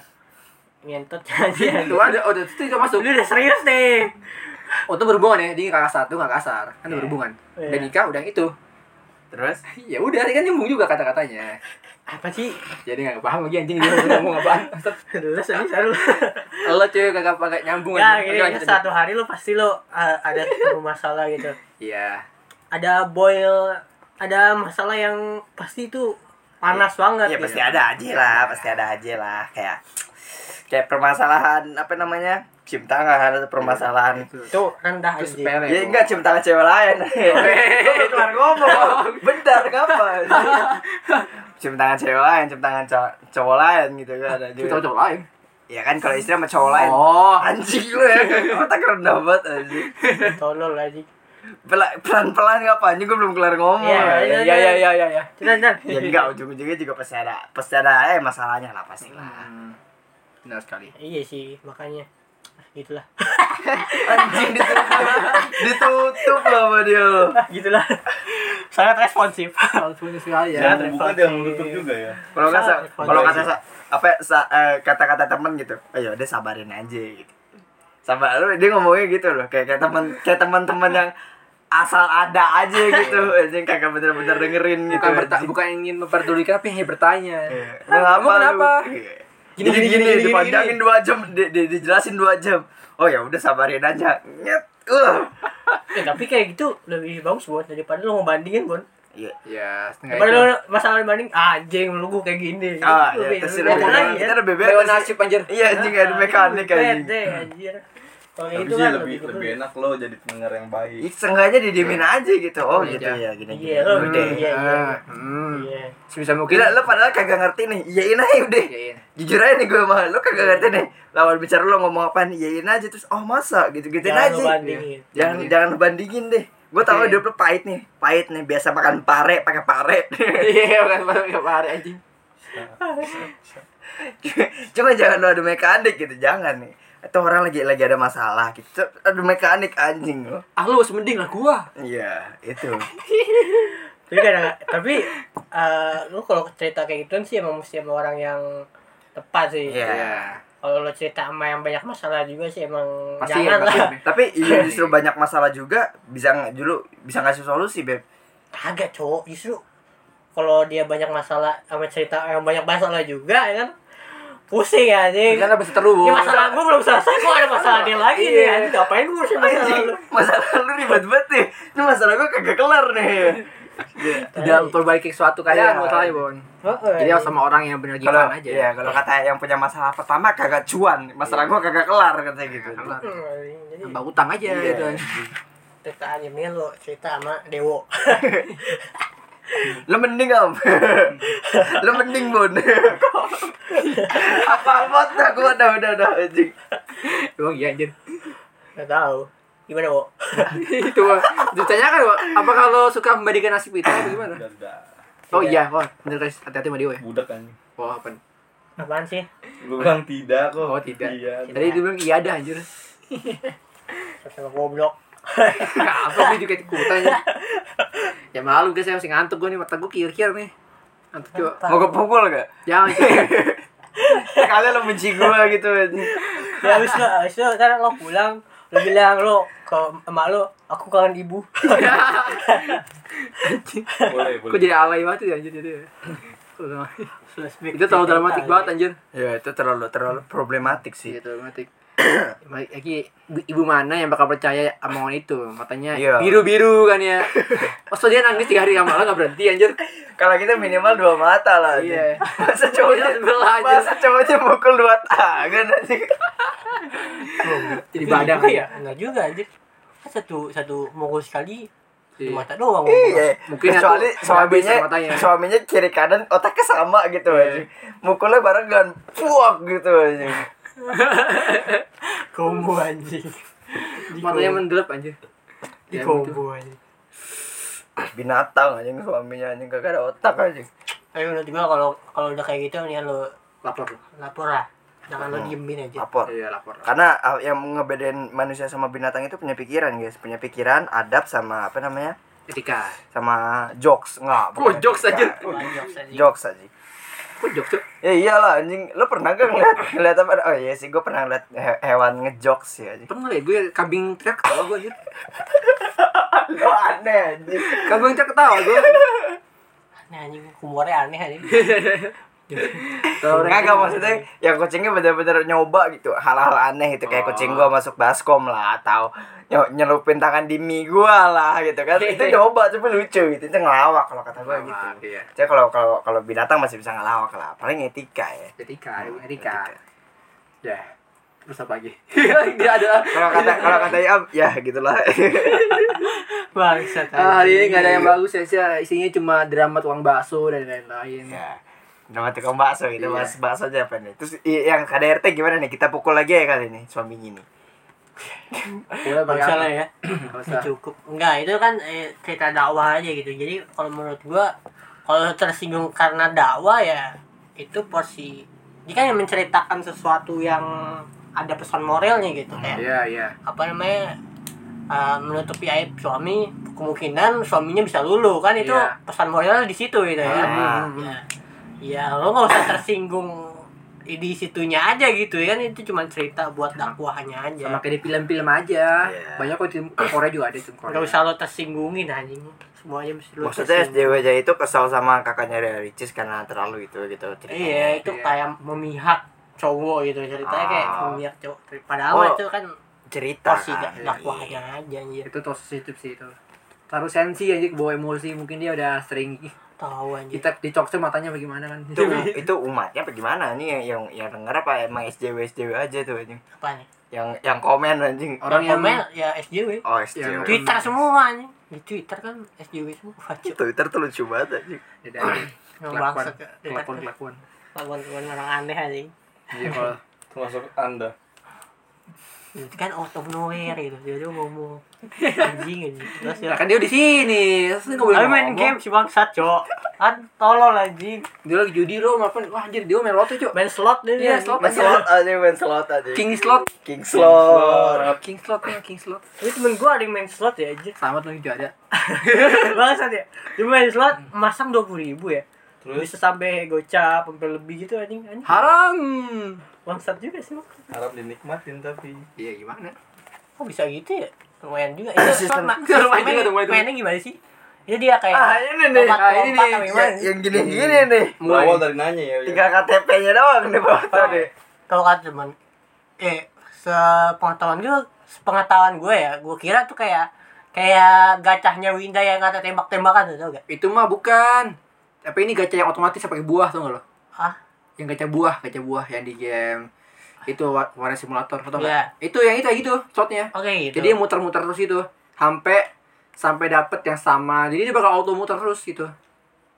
[SPEAKER 2] ngentot
[SPEAKER 1] Iya,
[SPEAKER 2] aja
[SPEAKER 3] itu ada, oh, itu itu masuk.
[SPEAKER 2] lu udah serius nih
[SPEAKER 3] Oh, itu berhubungan ya, dia kakak satu, kakak kasar. Kan
[SPEAKER 1] Iya.
[SPEAKER 3] berhubungan.
[SPEAKER 2] Iya.
[SPEAKER 3] Udah nikah, udah itu.
[SPEAKER 1] terus
[SPEAKER 3] Ya udah, ini kan nyambung juga kata-katanya.
[SPEAKER 2] apa sih
[SPEAKER 3] Jadi nggak paham lagi anjing dia mau ngomong apaan.
[SPEAKER 2] lu serius lu
[SPEAKER 3] Lo cuy kagak pakai nyambung
[SPEAKER 2] ya
[SPEAKER 3] anjing. Oke,
[SPEAKER 2] gini,
[SPEAKER 3] lanjut, lanjut.
[SPEAKER 2] satu hari lu pasti lu eh, ada satu masalah gitu
[SPEAKER 3] Iya.
[SPEAKER 2] ada boil ada masalah yang pasti itu panas
[SPEAKER 1] ya
[SPEAKER 2] banget gitu.
[SPEAKER 1] pasti ada aja lah pasti ada aja lah kayak kayak permasalahan apa namanya cium tangan atau permasalahan
[SPEAKER 2] itu
[SPEAKER 3] Itu
[SPEAKER 2] rendah aja
[SPEAKER 3] sepele.
[SPEAKER 1] Ya enggak cium tangan cewek lain. Gue belum kelar ngomong. Bentar kapan? cium tangan cewek lain, cium tangan cow- cowok lain gitu kan. ada
[SPEAKER 3] Itu
[SPEAKER 1] juga.
[SPEAKER 3] cowok lain.
[SPEAKER 1] ya kan kalau istri sama cowok lain
[SPEAKER 3] Oh,
[SPEAKER 1] anjing lu ya otak rendah banget anjing
[SPEAKER 2] Tolol aja.
[SPEAKER 1] pelan pelan ngapain gue belum kelar ngomong ya,
[SPEAKER 2] Iya,
[SPEAKER 3] ya ya ya ya ya.
[SPEAKER 2] Cepetan, cepetan.
[SPEAKER 1] ya enggak ujung ujungnya juga pasti ada pasti ada eh masalahnya lah pasti lah
[SPEAKER 3] Hmm, Benar sekali.
[SPEAKER 2] Iya sih, makanya. Ah, Gitulah.
[SPEAKER 1] anjing ditutup ditutup lah sama dia lo
[SPEAKER 2] gitulah. Sangat responsif.
[SPEAKER 3] Kalau punya sekali ya.
[SPEAKER 4] Jangan terbuka dia menutup juga ya.
[SPEAKER 1] kalau nggak sa-
[SPEAKER 2] Salah.
[SPEAKER 1] kalau kata sa- apa sa- eh, kata-kata teman gitu ayo deh sabarin aja gitu sabar lu dia ngomongnya gitu loh kayak kayak teman kayak teman-teman yang asal ada aja gitu anjing kagak bener-bener dengerin gitu
[SPEAKER 3] Bukan berta
[SPEAKER 1] anjing.
[SPEAKER 3] bukan ingin memperdulikan tapi hanya bertanya.
[SPEAKER 1] Iya.
[SPEAKER 3] Kamu kenapa?
[SPEAKER 1] lu? Iya.
[SPEAKER 3] Gini,
[SPEAKER 1] Gini gini
[SPEAKER 3] gini, gini,
[SPEAKER 1] gini,
[SPEAKER 3] gini,
[SPEAKER 1] dipanjangin dua jam, di, di- dijelasin dua jam. Oh ya udah sabarin aja. Nyet. Uh.
[SPEAKER 2] Eh, tapi kayak gitu lebih bagus buat daripada lu mau bandingin, Bon.
[SPEAKER 1] Iya.
[SPEAKER 3] Ya, setengah
[SPEAKER 2] Daripada
[SPEAKER 3] itu.
[SPEAKER 2] lu masalah banding, anjing lu gua kayak
[SPEAKER 1] gitu.
[SPEAKER 2] gini. Gitu,
[SPEAKER 1] Ah,
[SPEAKER 2] Lu
[SPEAKER 1] ya,
[SPEAKER 2] beda-
[SPEAKER 1] terus
[SPEAKER 2] beda
[SPEAKER 1] lebih
[SPEAKER 2] lagi,
[SPEAKER 1] kita
[SPEAKER 2] ya.
[SPEAKER 1] lebih
[SPEAKER 3] Lewat
[SPEAKER 1] bebas.
[SPEAKER 3] nasib anjir.
[SPEAKER 1] Iya, anjing ada mekanik
[SPEAKER 3] Eh,
[SPEAKER 1] anjing.
[SPEAKER 2] Bete, anjir. Kalau
[SPEAKER 4] Tapi
[SPEAKER 2] itu
[SPEAKER 4] sih
[SPEAKER 2] kan
[SPEAKER 4] lebih lebih enak lo jadi pendengar yang
[SPEAKER 1] Ih,
[SPEAKER 4] baik.
[SPEAKER 1] Seenggaknya didiemin aja gitu. Oh
[SPEAKER 3] Iya.
[SPEAKER 1] gitu ya, gini gini.
[SPEAKER 2] Iya, lo
[SPEAKER 1] Udah.
[SPEAKER 2] deh. Iya, iya.
[SPEAKER 3] Ah, hmm.
[SPEAKER 2] Iya.
[SPEAKER 3] Sebisa mungkin.
[SPEAKER 1] Gila, lo padahal kagak ngerti nih. Iyain aja udah.
[SPEAKER 3] Iya, iya.
[SPEAKER 1] Jujur aja nih gue mah, lo kagak ngerti nih. Lawan bicara lo ngomong apaan, iyain aja terus oh masa gitu-gituin
[SPEAKER 2] Jangan lu
[SPEAKER 1] aja. Iya.
[SPEAKER 2] bandingin. Iya.
[SPEAKER 1] Jangan jangan lu bandingin deh. Gue tau
[SPEAKER 3] Oke.
[SPEAKER 1] hidup lo pahit nih, pahit nih. Biasa makan pare, pakai pare.
[SPEAKER 3] Iya, bukan baru kemarin anjing.
[SPEAKER 1] Cuma jangan lu adu mekanik gitu, jangan nih. Atau orang lagi lagi ada masalah gitu, adu mekanik anjing lo.
[SPEAKER 3] Ah lu masih mending lah gua.
[SPEAKER 1] Iya, itu.
[SPEAKER 2] tapi kadang tapi eh, lu kalau cerita kayak gitu sih emang mesti sama orang yang tepat sih
[SPEAKER 1] Iya.
[SPEAKER 2] kalau lu cerita sama yang banyak masalah juga sih emang
[SPEAKER 3] Pasti ya,
[SPEAKER 2] jangan
[SPEAKER 3] pasti.
[SPEAKER 2] lah
[SPEAKER 1] Tapi iya justru banyak masalah juga bisa nggak dulu bisa ngasih solusi beb.
[SPEAKER 2] agak cowok justru kalau dia banyak masalah sama cerita yang banyak masalah juga ya kan pusing ya anjing
[SPEAKER 3] Kan
[SPEAKER 2] ini
[SPEAKER 3] habis terus.
[SPEAKER 2] masalah gue belum selesai kok ada masalah dia lagi nih
[SPEAKER 3] Iya.
[SPEAKER 2] anjing ngapain gue ngurusin masalah
[SPEAKER 1] Anjing,
[SPEAKER 2] lu
[SPEAKER 1] masalah lu ribet banget nih. Ini masalah gua kagak kelar nih.
[SPEAKER 2] Iya.
[SPEAKER 3] tidak memperbaiki suatu
[SPEAKER 1] Iya.
[SPEAKER 3] keadaan masalahnya, Bon.
[SPEAKER 2] Heeh,
[SPEAKER 3] Jadi harus
[SPEAKER 2] anjing.
[SPEAKER 3] sama orang yang benar
[SPEAKER 1] Kalau
[SPEAKER 3] gimana aja.
[SPEAKER 1] ya kalau kata yang punya masalah pertama kagak cuan, masalah gua kagak kelar katanya gitu.
[SPEAKER 3] Iya, Kelar.
[SPEAKER 2] Hmm, anjing. jadi
[SPEAKER 3] Nambah utang aja
[SPEAKER 1] Iya.
[SPEAKER 3] gitu.
[SPEAKER 2] cerita aja mendingan lu cerita sama dewo
[SPEAKER 1] Lu mending om Lu mending bun Apa apa dah gua udah udah udah anjing
[SPEAKER 3] Emang iya anjir.
[SPEAKER 2] nggak tahu gimana wo
[SPEAKER 3] itu Bon. ditanyakan Bon, apa kalau suka membandingkan nasib itu atau gimana?
[SPEAKER 4] Udah udah.
[SPEAKER 3] Oh iya, oh bener guys, hati-hati sama dia ya.
[SPEAKER 4] Budak kan.
[SPEAKER 3] Oh apa?
[SPEAKER 2] apaan sih
[SPEAKER 4] Gue bilang tidak kok.
[SPEAKER 3] Oh tidak.
[SPEAKER 4] Iya.
[SPEAKER 3] Tadi dia bilang iya ada anjir.
[SPEAKER 2] sama goblok
[SPEAKER 3] Apa gue juga ikutan ya. Ya malu guys, saya masih ngantuk gue nih, mata gue kir-kir nih. Ngantuk coba.
[SPEAKER 1] Mau gua pukul gak?
[SPEAKER 3] Jangan. Cok.
[SPEAKER 1] Kalian lu benci gua gitu anjing
[SPEAKER 2] ya abis lo abis lo ntar lo pulang lo bilang lo ke emak lo aku kangen ibu
[SPEAKER 3] Anjing.
[SPEAKER 4] Boleh
[SPEAKER 3] Gue
[SPEAKER 4] boleh.
[SPEAKER 3] jadi alay banget ya anjir jadi. ya. Itu
[SPEAKER 2] itu
[SPEAKER 3] terlalu dramatik banget anjir.
[SPEAKER 1] Ya itu terlalu terlalu problematik sih
[SPEAKER 3] Iya dramatik. Ma- Lagi ibu- ibu mana yang bakal percaya omongan itu? Matanya
[SPEAKER 1] Iya.
[SPEAKER 3] biru-biru kan ya. Masa dia nangis tiga hari yang malah nggak berhenti anjir.
[SPEAKER 1] Kalau kita minimal dua mata lah anjing.
[SPEAKER 3] Iya.
[SPEAKER 1] Masa cowoknya
[SPEAKER 3] Iya, sebelah aja.
[SPEAKER 1] Masa cowoknya mukul dua tangan anjing
[SPEAKER 3] Jadi badang ya.
[SPEAKER 2] ya enggak juga anjir Kan satu satu mongol sekali di
[SPEAKER 3] Iya.
[SPEAKER 2] mata doang
[SPEAKER 1] Iya
[SPEAKER 3] Mungkin aku
[SPEAKER 1] Kecuali
[SPEAKER 3] habis
[SPEAKER 1] suaminya
[SPEAKER 3] sama matanya.
[SPEAKER 1] Suaminya kiri kanan otaknya sama gitu anjing Mukulnya barengan Puak gitu anjing
[SPEAKER 2] kombo anjing Di
[SPEAKER 3] Matanya
[SPEAKER 2] kombo.
[SPEAKER 3] mendelep anjir.
[SPEAKER 2] di
[SPEAKER 3] Ya, gitu.
[SPEAKER 2] kombo anjing
[SPEAKER 1] Binatang anjing suaminya anjing Kagak ada otak anjing
[SPEAKER 2] tapi menurut gua kalau kalau udah kayak gitu mendingan lo
[SPEAKER 3] Lapor.
[SPEAKER 2] lapor lah jangan lo diemin aja
[SPEAKER 1] Lapor
[SPEAKER 3] Iya lapor.
[SPEAKER 1] karena uh, yang ngebedain manusia sama binatang itu punya pikiran guys punya pikiran adab sama apa namanya
[SPEAKER 3] Ketika.
[SPEAKER 1] sama jokes nggak
[SPEAKER 3] Gua
[SPEAKER 1] bukan
[SPEAKER 3] jokes
[SPEAKER 1] etika.
[SPEAKER 3] anjir.
[SPEAKER 2] Lanjut, anjing.
[SPEAKER 1] jokes aja
[SPEAKER 3] Kok jokes tuh?
[SPEAKER 1] ya iyalah anjing lo pernah gak ngeliat ngeliat apa oh iya sih gue pernah ngeliat he- hewan ngejokes sih anjing
[SPEAKER 3] Pernah ya gue kambing teriak ketawa gue anjir.
[SPEAKER 1] lo aneh anjing
[SPEAKER 3] Kambing teriak ketawa gue.
[SPEAKER 2] aneh Nah, anjing humornya aneh anjing
[SPEAKER 3] Ketawa orang.
[SPEAKER 1] Kagak maksudnya yang kucingnya bener-bener nyoba gitu hal-hal aneh gitu kayak
[SPEAKER 3] Oh.
[SPEAKER 1] kucing gua masuk baskom lah atau ny- nyelupin tangan di mie gua lah gitu kan itu nyoba tapi lucu gitu itu ngelawak kalau kata gua gitu
[SPEAKER 3] Ngelawak, iya.
[SPEAKER 1] Jadi kalau kalau kalau binatang masih bisa ngelawak lah paling etika ya
[SPEAKER 3] Ketika, ketika. Ya. Terus apa lagi? Dia ada
[SPEAKER 1] kalau kata kalau kata ya ya gitulah
[SPEAKER 2] bangsat
[SPEAKER 3] Ah, hari ini Ah,
[SPEAKER 2] anjing. Iya.
[SPEAKER 3] nggak ada yang bagus ya, Sia. isinya cuma drama tukang bakso dan lain-lain.
[SPEAKER 1] ya Nama tukang bakso itu
[SPEAKER 3] Iya.
[SPEAKER 1] mas bakso aja apa nih? Terus i- yang KDRT gimana nih? Kita pukul lagi ya kali ini suaminya nih.
[SPEAKER 3] Boleh
[SPEAKER 2] Nggak usah lah ya
[SPEAKER 3] Masalah.
[SPEAKER 2] cukup enggak itu kan eh, cerita dakwah aja gitu jadi kalau menurut gua kalau tersinggung karena dakwah ya itu porsi dia kan yang menceritakan sesuatu yang ada pesan moralnya gitu kayak
[SPEAKER 3] Iya, iya.
[SPEAKER 2] apa namanya uh, menutupi aib suami kemungkinan suaminya bisa lulu kan itu
[SPEAKER 3] Iya.
[SPEAKER 2] pesan moralnya di situ gitu ya
[SPEAKER 1] Ah.
[SPEAKER 2] ya, ya lo nggak usah tersinggung di situnya aja gitu ya kan itu cuma cerita buat dakwahannya aja
[SPEAKER 3] Iya. Sama kayak di film-film aja.
[SPEAKER 4] Iya.
[SPEAKER 3] Banyak kok di tim Korea juga ada tim Korea.
[SPEAKER 2] Gak usah lo tersinggungin anjing Semuanya mesti lo
[SPEAKER 1] Maksudnya
[SPEAKER 2] tersinggung.
[SPEAKER 1] SJWJ itu kesal sama kakaknya dari Ricis karena terlalu itu gitu. ceritanya.
[SPEAKER 2] Iya itu
[SPEAKER 3] Iya.
[SPEAKER 2] kayak memihak cowok gitu Ceritanya kayak
[SPEAKER 1] Ah.
[SPEAKER 2] memihak cowok Padahal
[SPEAKER 1] Oh.
[SPEAKER 2] itu kan
[SPEAKER 3] Nah,
[SPEAKER 1] Cerita.
[SPEAKER 2] porsi
[SPEAKER 1] kan?
[SPEAKER 3] iya,
[SPEAKER 2] dakwahnya aja anjir
[SPEAKER 3] Itu tuh sensitif sih itu. Taruh sensi aja kebawa emosi mungkin dia udah sering
[SPEAKER 2] Tahu anjir
[SPEAKER 3] kita dicokcer matanya bagaimana kan.
[SPEAKER 1] Itu, itu umatnya apa gimana nih yang- yang yang denger apa emang SJW SJW aja tuh anjing.
[SPEAKER 2] Apa nih?
[SPEAKER 1] Yang yang komen anjing.
[SPEAKER 3] orang yang
[SPEAKER 2] Komen ya SJW
[SPEAKER 1] Oh SJW.
[SPEAKER 3] Yang-
[SPEAKER 2] Twitter semua anjing Di Twitter kan SJW semua Wajib
[SPEAKER 1] Twitter tuh lucu banget anjing.
[SPEAKER 3] Beda aja.
[SPEAKER 2] Yang
[SPEAKER 3] Iya, Kelakuan,
[SPEAKER 2] bangsa ke Twitter
[SPEAKER 3] kelakuan, kelakuan.
[SPEAKER 2] Lakuan-lakuan orang aneh anjing
[SPEAKER 3] Iya kalau
[SPEAKER 4] termasuk anda
[SPEAKER 2] Itu kan out of nowhere gitu Dia dia ngomong Anjing anjing Terus
[SPEAKER 3] Ya
[SPEAKER 2] ya
[SPEAKER 3] kan dia di sini. Terus enggak boleh
[SPEAKER 2] Tapi main
[SPEAKER 3] ngomong.
[SPEAKER 2] game si bangsat cok Kan tolol anjing
[SPEAKER 3] Dia lagi judi lo maafin. Wah anjir dia main lotre, Cuk.
[SPEAKER 2] Main slot dia
[SPEAKER 3] Iya,
[SPEAKER 2] anjing.
[SPEAKER 3] slot.
[SPEAKER 1] Main slot anjing, main slot
[SPEAKER 2] Iya.
[SPEAKER 1] anjing.
[SPEAKER 3] King slot.
[SPEAKER 1] King slot.
[SPEAKER 3] King slot nih, King slot.
[SPEAKER 2] Ini temen gue ada yang main slot ya anjir
[SPEAKER 3] Selamat lo juga ada.
[SPEAKER 2] Bangsat ya Dia main slot masang 20 ribu ya
[SPEAKER 4] terus
[SPEAKER 2] Bisa sampai gocap sampai lebih gitu anjing anjing
[SPEAKER 3] Haram.
[SPEAKER 2] Bangsat juga sih lo
[SPEAKER 4] harap dinikmatin tapi
[SPEAKER 3] Iya gimana?
[SPEAKER 2] Kok bisa gitu ya? Lumayan juga Itu slot
[SPEAKER 1] Sistem-
[SPEAKER 2] mak
[SPEAKER 3] lumayan juga tuh, lumayan tuh.
[SPEAKER 2] Mainnya gimana sih? Itu dia kayak
[SPEAKER 3] Eh,
[SPEAKER 1] Ah ini nih,
[SPEAKER 2] lompat-
[SPEAKER 1] ah, ini
[SPEAKER 2] lompat
[SPEAKER 1] nih,
[SPEAKER 2] apa gimana
[SPEAKER 1] yang,
[SPEAKER 2] sih?
[SPEAKER 1] yang gini-gini nih.
[SPEAKER 4] berawal
[SPEAKER 3] Mulai.
[SPEAKER 4] dari nanya ya ya.
[SPEAKER 1] Tinggal KTP-nya doang di bawah tuh nih.
[SPEAKER 2] Kalau kata temen Eh sepengetahuan gue Sepengetahuan gue ya Gue kira tuh kayak Kayak gacahnya Winda yang kata tembak-tembakan tuh tau gak?
[SPEAKER 3] Itu mah bukan. Apa ini gacha yang otomatis pakai buah tau gak lo?
[SPEAKER 2] Hah?
[SPEAKER 3] Yang gacha buah, gacha buah yang di game itu wa- warna simulator atau
[SPEAKER 2] Iya.
[SPEAKER 3] Itu yang itu yang itu shotnya.
[SPEAKER 2] Oke gitu
[SPEAKER 3] Jadi muter-muter terus itu sampai sampai dapet yang sama. Jadi dia bakal auto muter terus gitu.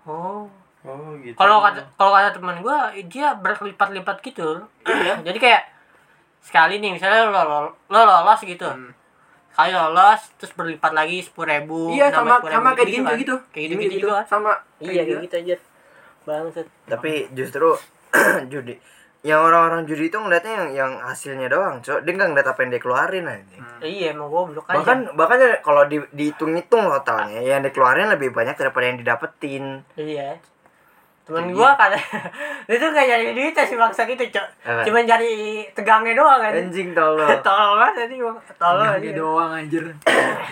[SPEAKER 2] Oh
[SPEAKER 4] oh gitu
[SPEAKER 2] kalau kata kalau kata teman gue dia berlipat-lipat gitu
[SPEAKER 3] Iya.
[SPEAKER 2] jadi kayak sekali nih misalnya lo lo, lo lolos gitu
[SPEAKER 3] Hmm.
[SPEAKER 2] sekali lolos terus berlipat lagi sepuluh ribu
[SPEAKER 3] Iya sama sama kayak game juga gitu.
[SPEAKER 2] kayak gitu
[SPEAKER 3] Game
[SPEAKER 2] gitu,
[SPEAKER 3] juga
[SPEAKER 2] juga kan
[SPEAKER 3] Sama. kayak
[SPEAKER 2] iya kayak
[SPEAKER 3] gitu. Hmm.
[SPEAKER 2] gitu aja bangset
[SPEAKER 1] Tapi justru judi yang orang-orang judi itu ngeliatnya yang yang hasilnya doang, cok. Dia nggak ngeliat apa yang dia keluarin aja.
[SPEAKER 2] iya emang goblok aja
[SPEAKER 1] Bahkan bahkan ya kalau di, dihitung-hitung totalnya, yang dikeluarin lebih banyak daripada yang didapetin.
[SPEAKER 2] iya temen
[SPEAKER 3] Iya.
[SPEAKER 2] gue kata dia tuh kayak nyari duit si bangsa gitu cok
[SPEAKER 1] Apa?
[SPEAKER 2] cuman cari tegangnya doang kan
[SPEAKER 1] Anjing tolong.
[SPEAKER 2] tolol banget tadi bang tolol
[SPEAKER 3] Yang dia
[SPEAKER 2] aja
[SPEAKER 3] doang anjir.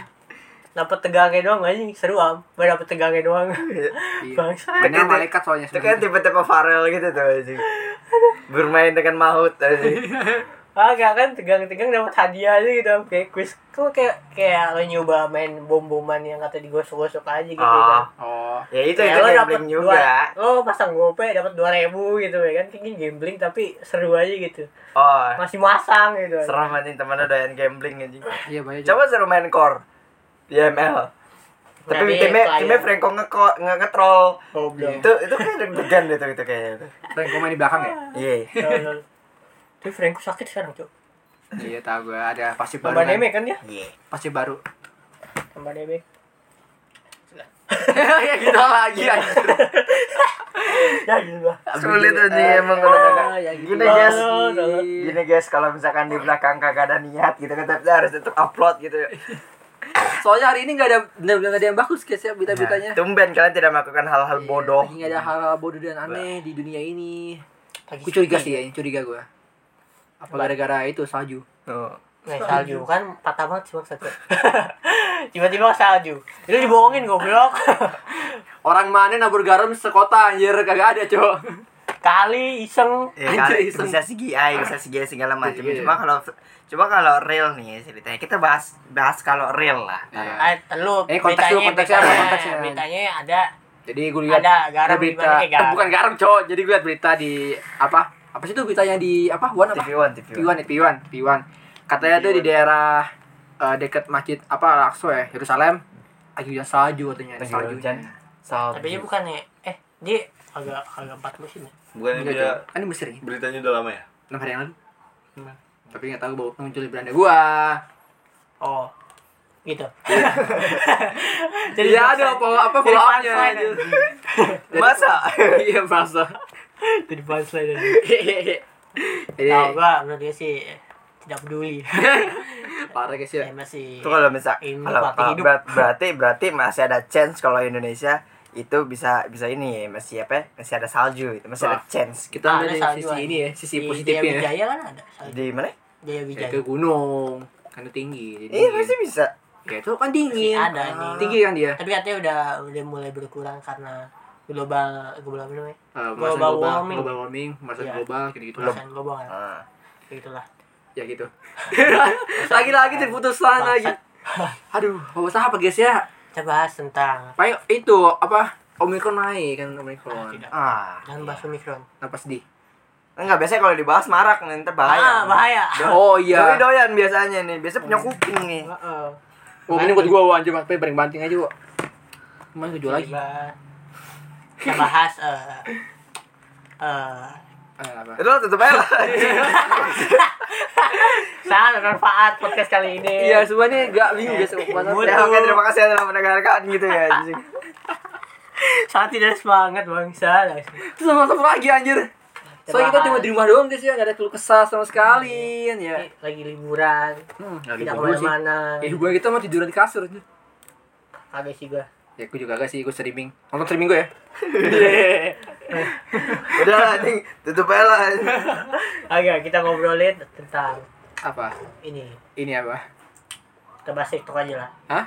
[SPEAKER 2] dapet tegangnya doang aja seru am Gua dapet tegangnya doang
[SPEAKER 1] Iya.
[SPEAKER 2] bangsa
[SPEAKER 3] Benar
[SPEAKER 1] Tekan-
[SPEAKER 3] malaikat soalnya
[SPEAKER 1] Itu kan
[SPEAKER 3] sebenarnya.
[SPEAKER 1] tipe-tipe Farel gitu tuh anjing. Bermain dengan maut anjing.
[SPEAKER 2] Agak kan tegang-tegang dapat hadiah aja gitu kayak quiz. Kok kayak kayak lo nyoba main bom-boman yang kata digosok-gosok aja gitu
[SPEAKER 1] Ah,
[SPEAKER 2] kan.
[SPEAKER 3] Oh.
[SPEAKER 1] ya itu
[SPEAKER 2] Ya,
[SPEAKER 1] itu
[SPEAKER 2] lo dapet
[SPEAKER 1] gambling juga.
[SPEAKER 2] Dua, lo pasang gope dapat 2000 gitu ya kan. Kayaknya gambling tapi seru aja gitu.
[SPEAKER 1] Oh,
[SPEAKER 2] Masih masang gitu.
[SPEAKER 1] serem anjing temannya doyan gambling anjing.
[SPEAKER 3] Iya banyak.
[SPEAKER 1] Coba seru main core di ML. Tapi
[SPEAKER 2] Tapi
[SPEAKER 1] timnya
[SPEAKER 2] klien.
[SPEAKER 1] timnya Franco ngeko nge ngetrol.
[SPEAKER 2] Goblok.
[SPEAKER 1] Itu itu kayak deg-degan deh tuh itu kayaknya.
[SPEAKER 3] Frank komen di belakang ya?
[SPEAKER 1] Iya.
[SPEAKER 2] Tolol. Tapi Franko sakit sekarang, Cuk.
[SPEAKER 3] Iya tahu gue ada pasti baru.
[SPEAKER 2] Tambah
[SPEAKER 3] kan?
[SPEAKER 2] nemek kan dia?
[SPEAKER 1] Iya.
[SPEAKER 3] Pasti baru.
[SPEAKER 2] Tambah nemek.
[SPEAKER 3] ya gitu lagi anjir.
[SPEAKER 2] Ya gitu lah.
[SPEAKER 1] Sulit
[SPEAKER 3] Abis-
[SPEAKER 1] aja
[SPEAKER 3] eh,
[SPEAKER 1] emang kalau kagak.
[SPEAKER 3] ah, ya gitu
[SPEAKER 1] Gini guys.
[SPEAKER 2] Tolol.
[SPEAKER 1] Gini guys kalau misalkan di belakang kagak ada niat gitu kan tapi harus tetap upload gitu.
[SPEAKER 3] Iya, Soalnya hari ini nggak ada benar-benar nggak ada yang bagus guys ya berita-beritanya.
[SPEAKER 1] Nah, tumben kalian tidak melakukan hal-hal
[SPEAKER 3] Iya,
[SPEAKER 1] bodoh.
[SPEAKER 3] Lagi nggak ada hal-hal bodoh dan aneh di dunia ini.
[SPEAKER 2] Lagi
[SPEAKER 3] Gue curiga sih ya, curiga gue. Apa gara-gara itu salju?
[SPEAKER 1] Tuh.
[SPEAKER 2] Nah, salju kan patah banget sih maksudnya. Tiba-tiba salju. Itu dibohongin goblok.
[SPEAKER 3] Orang mana nabur garam sekota anjir kagak ada cok.
[SPEAKER 2] Kali iseng
[SPEAKER 1] Ya, kali,
[SPEAKER 3] Anjay, iseng.
[SPEAKER 1] bisa CGI, bisa CGI segala macam.
[SPEAKER 3] Iya.
[SPEAKER 1] Cuma kalau cuma kalau real nih ceritanya kita bahas bahas kalau real lah.
[SPEAKER 2] Ah, lu
[SPEAKER 3] Eh, konteks
[SPEAKER 2] beritanya-
[SPEAKER 3] lu, konteksnya apa,
[SPEAKER 2] beritanya-
[SPEAKER 3] konteksnya?
[SPEAKER 2] beritanya ada
[SPEAKER 3] Jadi gue lihat
[SPEAKER 2] Ada garam
[SPEAKER 3] berita,
[SPEAKER 2] di mana, eh, garam.
[SPEAKER 3] Eh, bukan garam cok. Jadi gue lihat berita di apa? Apa sih itu beritanya di apa? One apa?
[SPEAKER 1] TV One, TV One.
[SPEAKER 3] Piwan ya Piwan, Piwan. Katanya tuh di daerah eh, dekat masjid apa Al-Aqsa ya, Yerusalem. Lagi hujan salju katanya, ada
[SPEAKER 1] Lagi hujan.
[SPEAKER 3] saljunya.
[SPEAKER 1] Salju.
[SPEAKER 2] tapi dia bukan ya eh Dia agak agak empat musim ya.
[SPEAKER 4] Bukannya
[SPEAKER 3] Enggak,
[SPEAKER 4] dia
[SPEAKER 3] Cok. kan di Mesir ya
[SPEAKER 4] beritanya udah lama ya?
[SPEAKER 3] enam hari yang lalu
[SPEAKER 2] Emang.
[SPEAKER 3] tapi nggak tahu bau muncul di Belanda gua
[SPEAKER 2] Oh. Gitu.
[SPEAKER 3] jadi ya ada apa apa
[SPEAKER 2] Jadi
[SPEAKER 3] follow upnya
[SPEAKER 2] punchline,
[SPEAKER 3] gitu.
[SPEAKER 2] anjing.
[SPEAKER 1] Masa?
[SPEAKER 3] iya masa
[SPEAKER 2] Jadi punchline aja. Tahu
[SPEAKER 3] jadi
[SPEAKER 2] gua menurut dia sih tidak peduli.
[SPEAKER 3] Iya. parah guys ya
[SPEAKER 2] Ya masih
[SPEAKER 1] Itu kalau misal
[SPEAKER 2] Ilmu
[SPEAKER 1] kalau,
[SPEAKER 2] pelatih
[SPEAKER 1] kalau
[SPEAKER 2] hidup.
[SPEAKER 1] berat- berarti berarti masih ada chance kalau Indonesia itu bisa bisa ini ya, masih apa? ya, Masih ada salju itu, masih ada
[SPEAKER 3] Wah.
[SPEAKER 1] chance gitu.
[SPEAKER 3] kita
[SPEAKER 2] Ah,
[SPEAKER 3] ada
[SPEAKER 2] ada
[SPEAKER 3] dari
[SPEAKER 2] salju
[SPEAKER 3] sisi
[SPEAKER 2] aja. Iya,
[SPEAKER 3] ini ya sisi
[SPEAKER 2] Di Jaya
[SPEAKER 3] positifnya
[SPEAKER 2] Wijaya kan ada. salju.
[SPEAKER 1] di mana?
[SPEAKER 2] Jaya
[SPEAKER 3] ya
[SPEAKER 2] Wijaya.
[SPEAKER 3] ke gunung karena tinggi jadi
[SPEAKER 1] Iya,
[SPEAKER 3] dingin.
[SPEAKER 1] pasti bisa.
[SPEAKER 3] ya itu kan dingin
[SPEAKER 2] Masih ada nih.
[SPEAKER 3] tinggi kan dia
[SPEAKER 2] Tapi katanya udah udah mulai berkurang karena global global apa namanya?
[SPEAKER 3] Eh, pemanasan
[SPEAKER 2] Global
[SPEAKER 3] global
[SPEAKER 2] warming.
[SPEAKER 3] global warming pemanasan
[SPEAKER 2] Iya.
[SPEAKER 3] global gitu gitu
[SPEAKER 2] Perasaan global kan.
[SPEAKER 1] Ah.
[SPEAKER 2] Gitulah.
[SPEAKER 3] ya gitu lagi-lagi diputuskan lagi
[SPEAKER 2] Bangsat.
[SPEAKER 3] aduh bahasa apa guys ya
[SPEAKER 2] Kita bahas tentang
[SPEAKER 3] paling itu apa omikron naik kan
[SPEAKER 2] ah,
[SPEAKER 3] omikron Nah,
[SPEAKER 2] tidak.
[SPEAKER 1] Ah.
[SPEAKER 2] Jangan bahas Omikron.
[SPEAKER 3] kenapa sedih
[SPEAKER 1] Enggak biasanya kalau dibahas marak nanti bahaya.
[SPEAKER 2] Ah, bahaya.
[SPEAKER 3] oh
[SPEAKER 1] Doi
[SPEAKER 3] iya
[SPEAKER 1] doyan biasanya nih, biasa punya kuping nih.
[SPEAKER 2] Heeh.
[SPEAKER 3] oh ini buat gua anjir mas paling banting aja gua kemarin gua jual lagi
[SPEAKER 2] Tiba- Kita bahas eh eh
[SPEAKER 3] Eh, apa
[SPEAKER 1] Itu lah tutup aja lah.
[SPEAKER 2] Iya. sangat bermanfaat podcast kali ini.
[SPEAKER 3] iya semuanya gak bingung guys mau
[SPEAKER 1] ya,
[SPEAKER 3] bahas apa
[SPEAKER 1] oke terima kasih telah mendengarkan gitu ya anjing.
[SPEAKER 2] Sangat tidak semangat bangsa.
[SPEAKER 3] terus sama satu lagi anjir soalnya kita
[SPEAKER 2] Bahas.
[SPEAKER 3] cuma di rumah doang guys ya gak ada keluh kesah sama sekali kan ya
[SPEAKER 2] Lagi liburan,
[SPEAKER 3] hmm,
[SPEAKER 2] tidak kemana-mana.
[SPEAKER 3] ya gua kita mah tiduran di kasur anjir.
[SPEAKER 2] Kagak sih gua.
[SPEAKER 3] ya gua juga gak sih gua streaming nonton streaming gua ya
[SPEAKER 1] Iya, Udah lah anjing, tutup aja lah. anjing.
[SPEAKER 2] Agak kita ngobrolin tentang
[SPEAKER 3] apa
[SPEAKER 2] ini.
[SPEAKER 3] ini apa
[SPEAKER 2] Kita bahas TikTok aja lah.
[SPEAKER 3] Hah?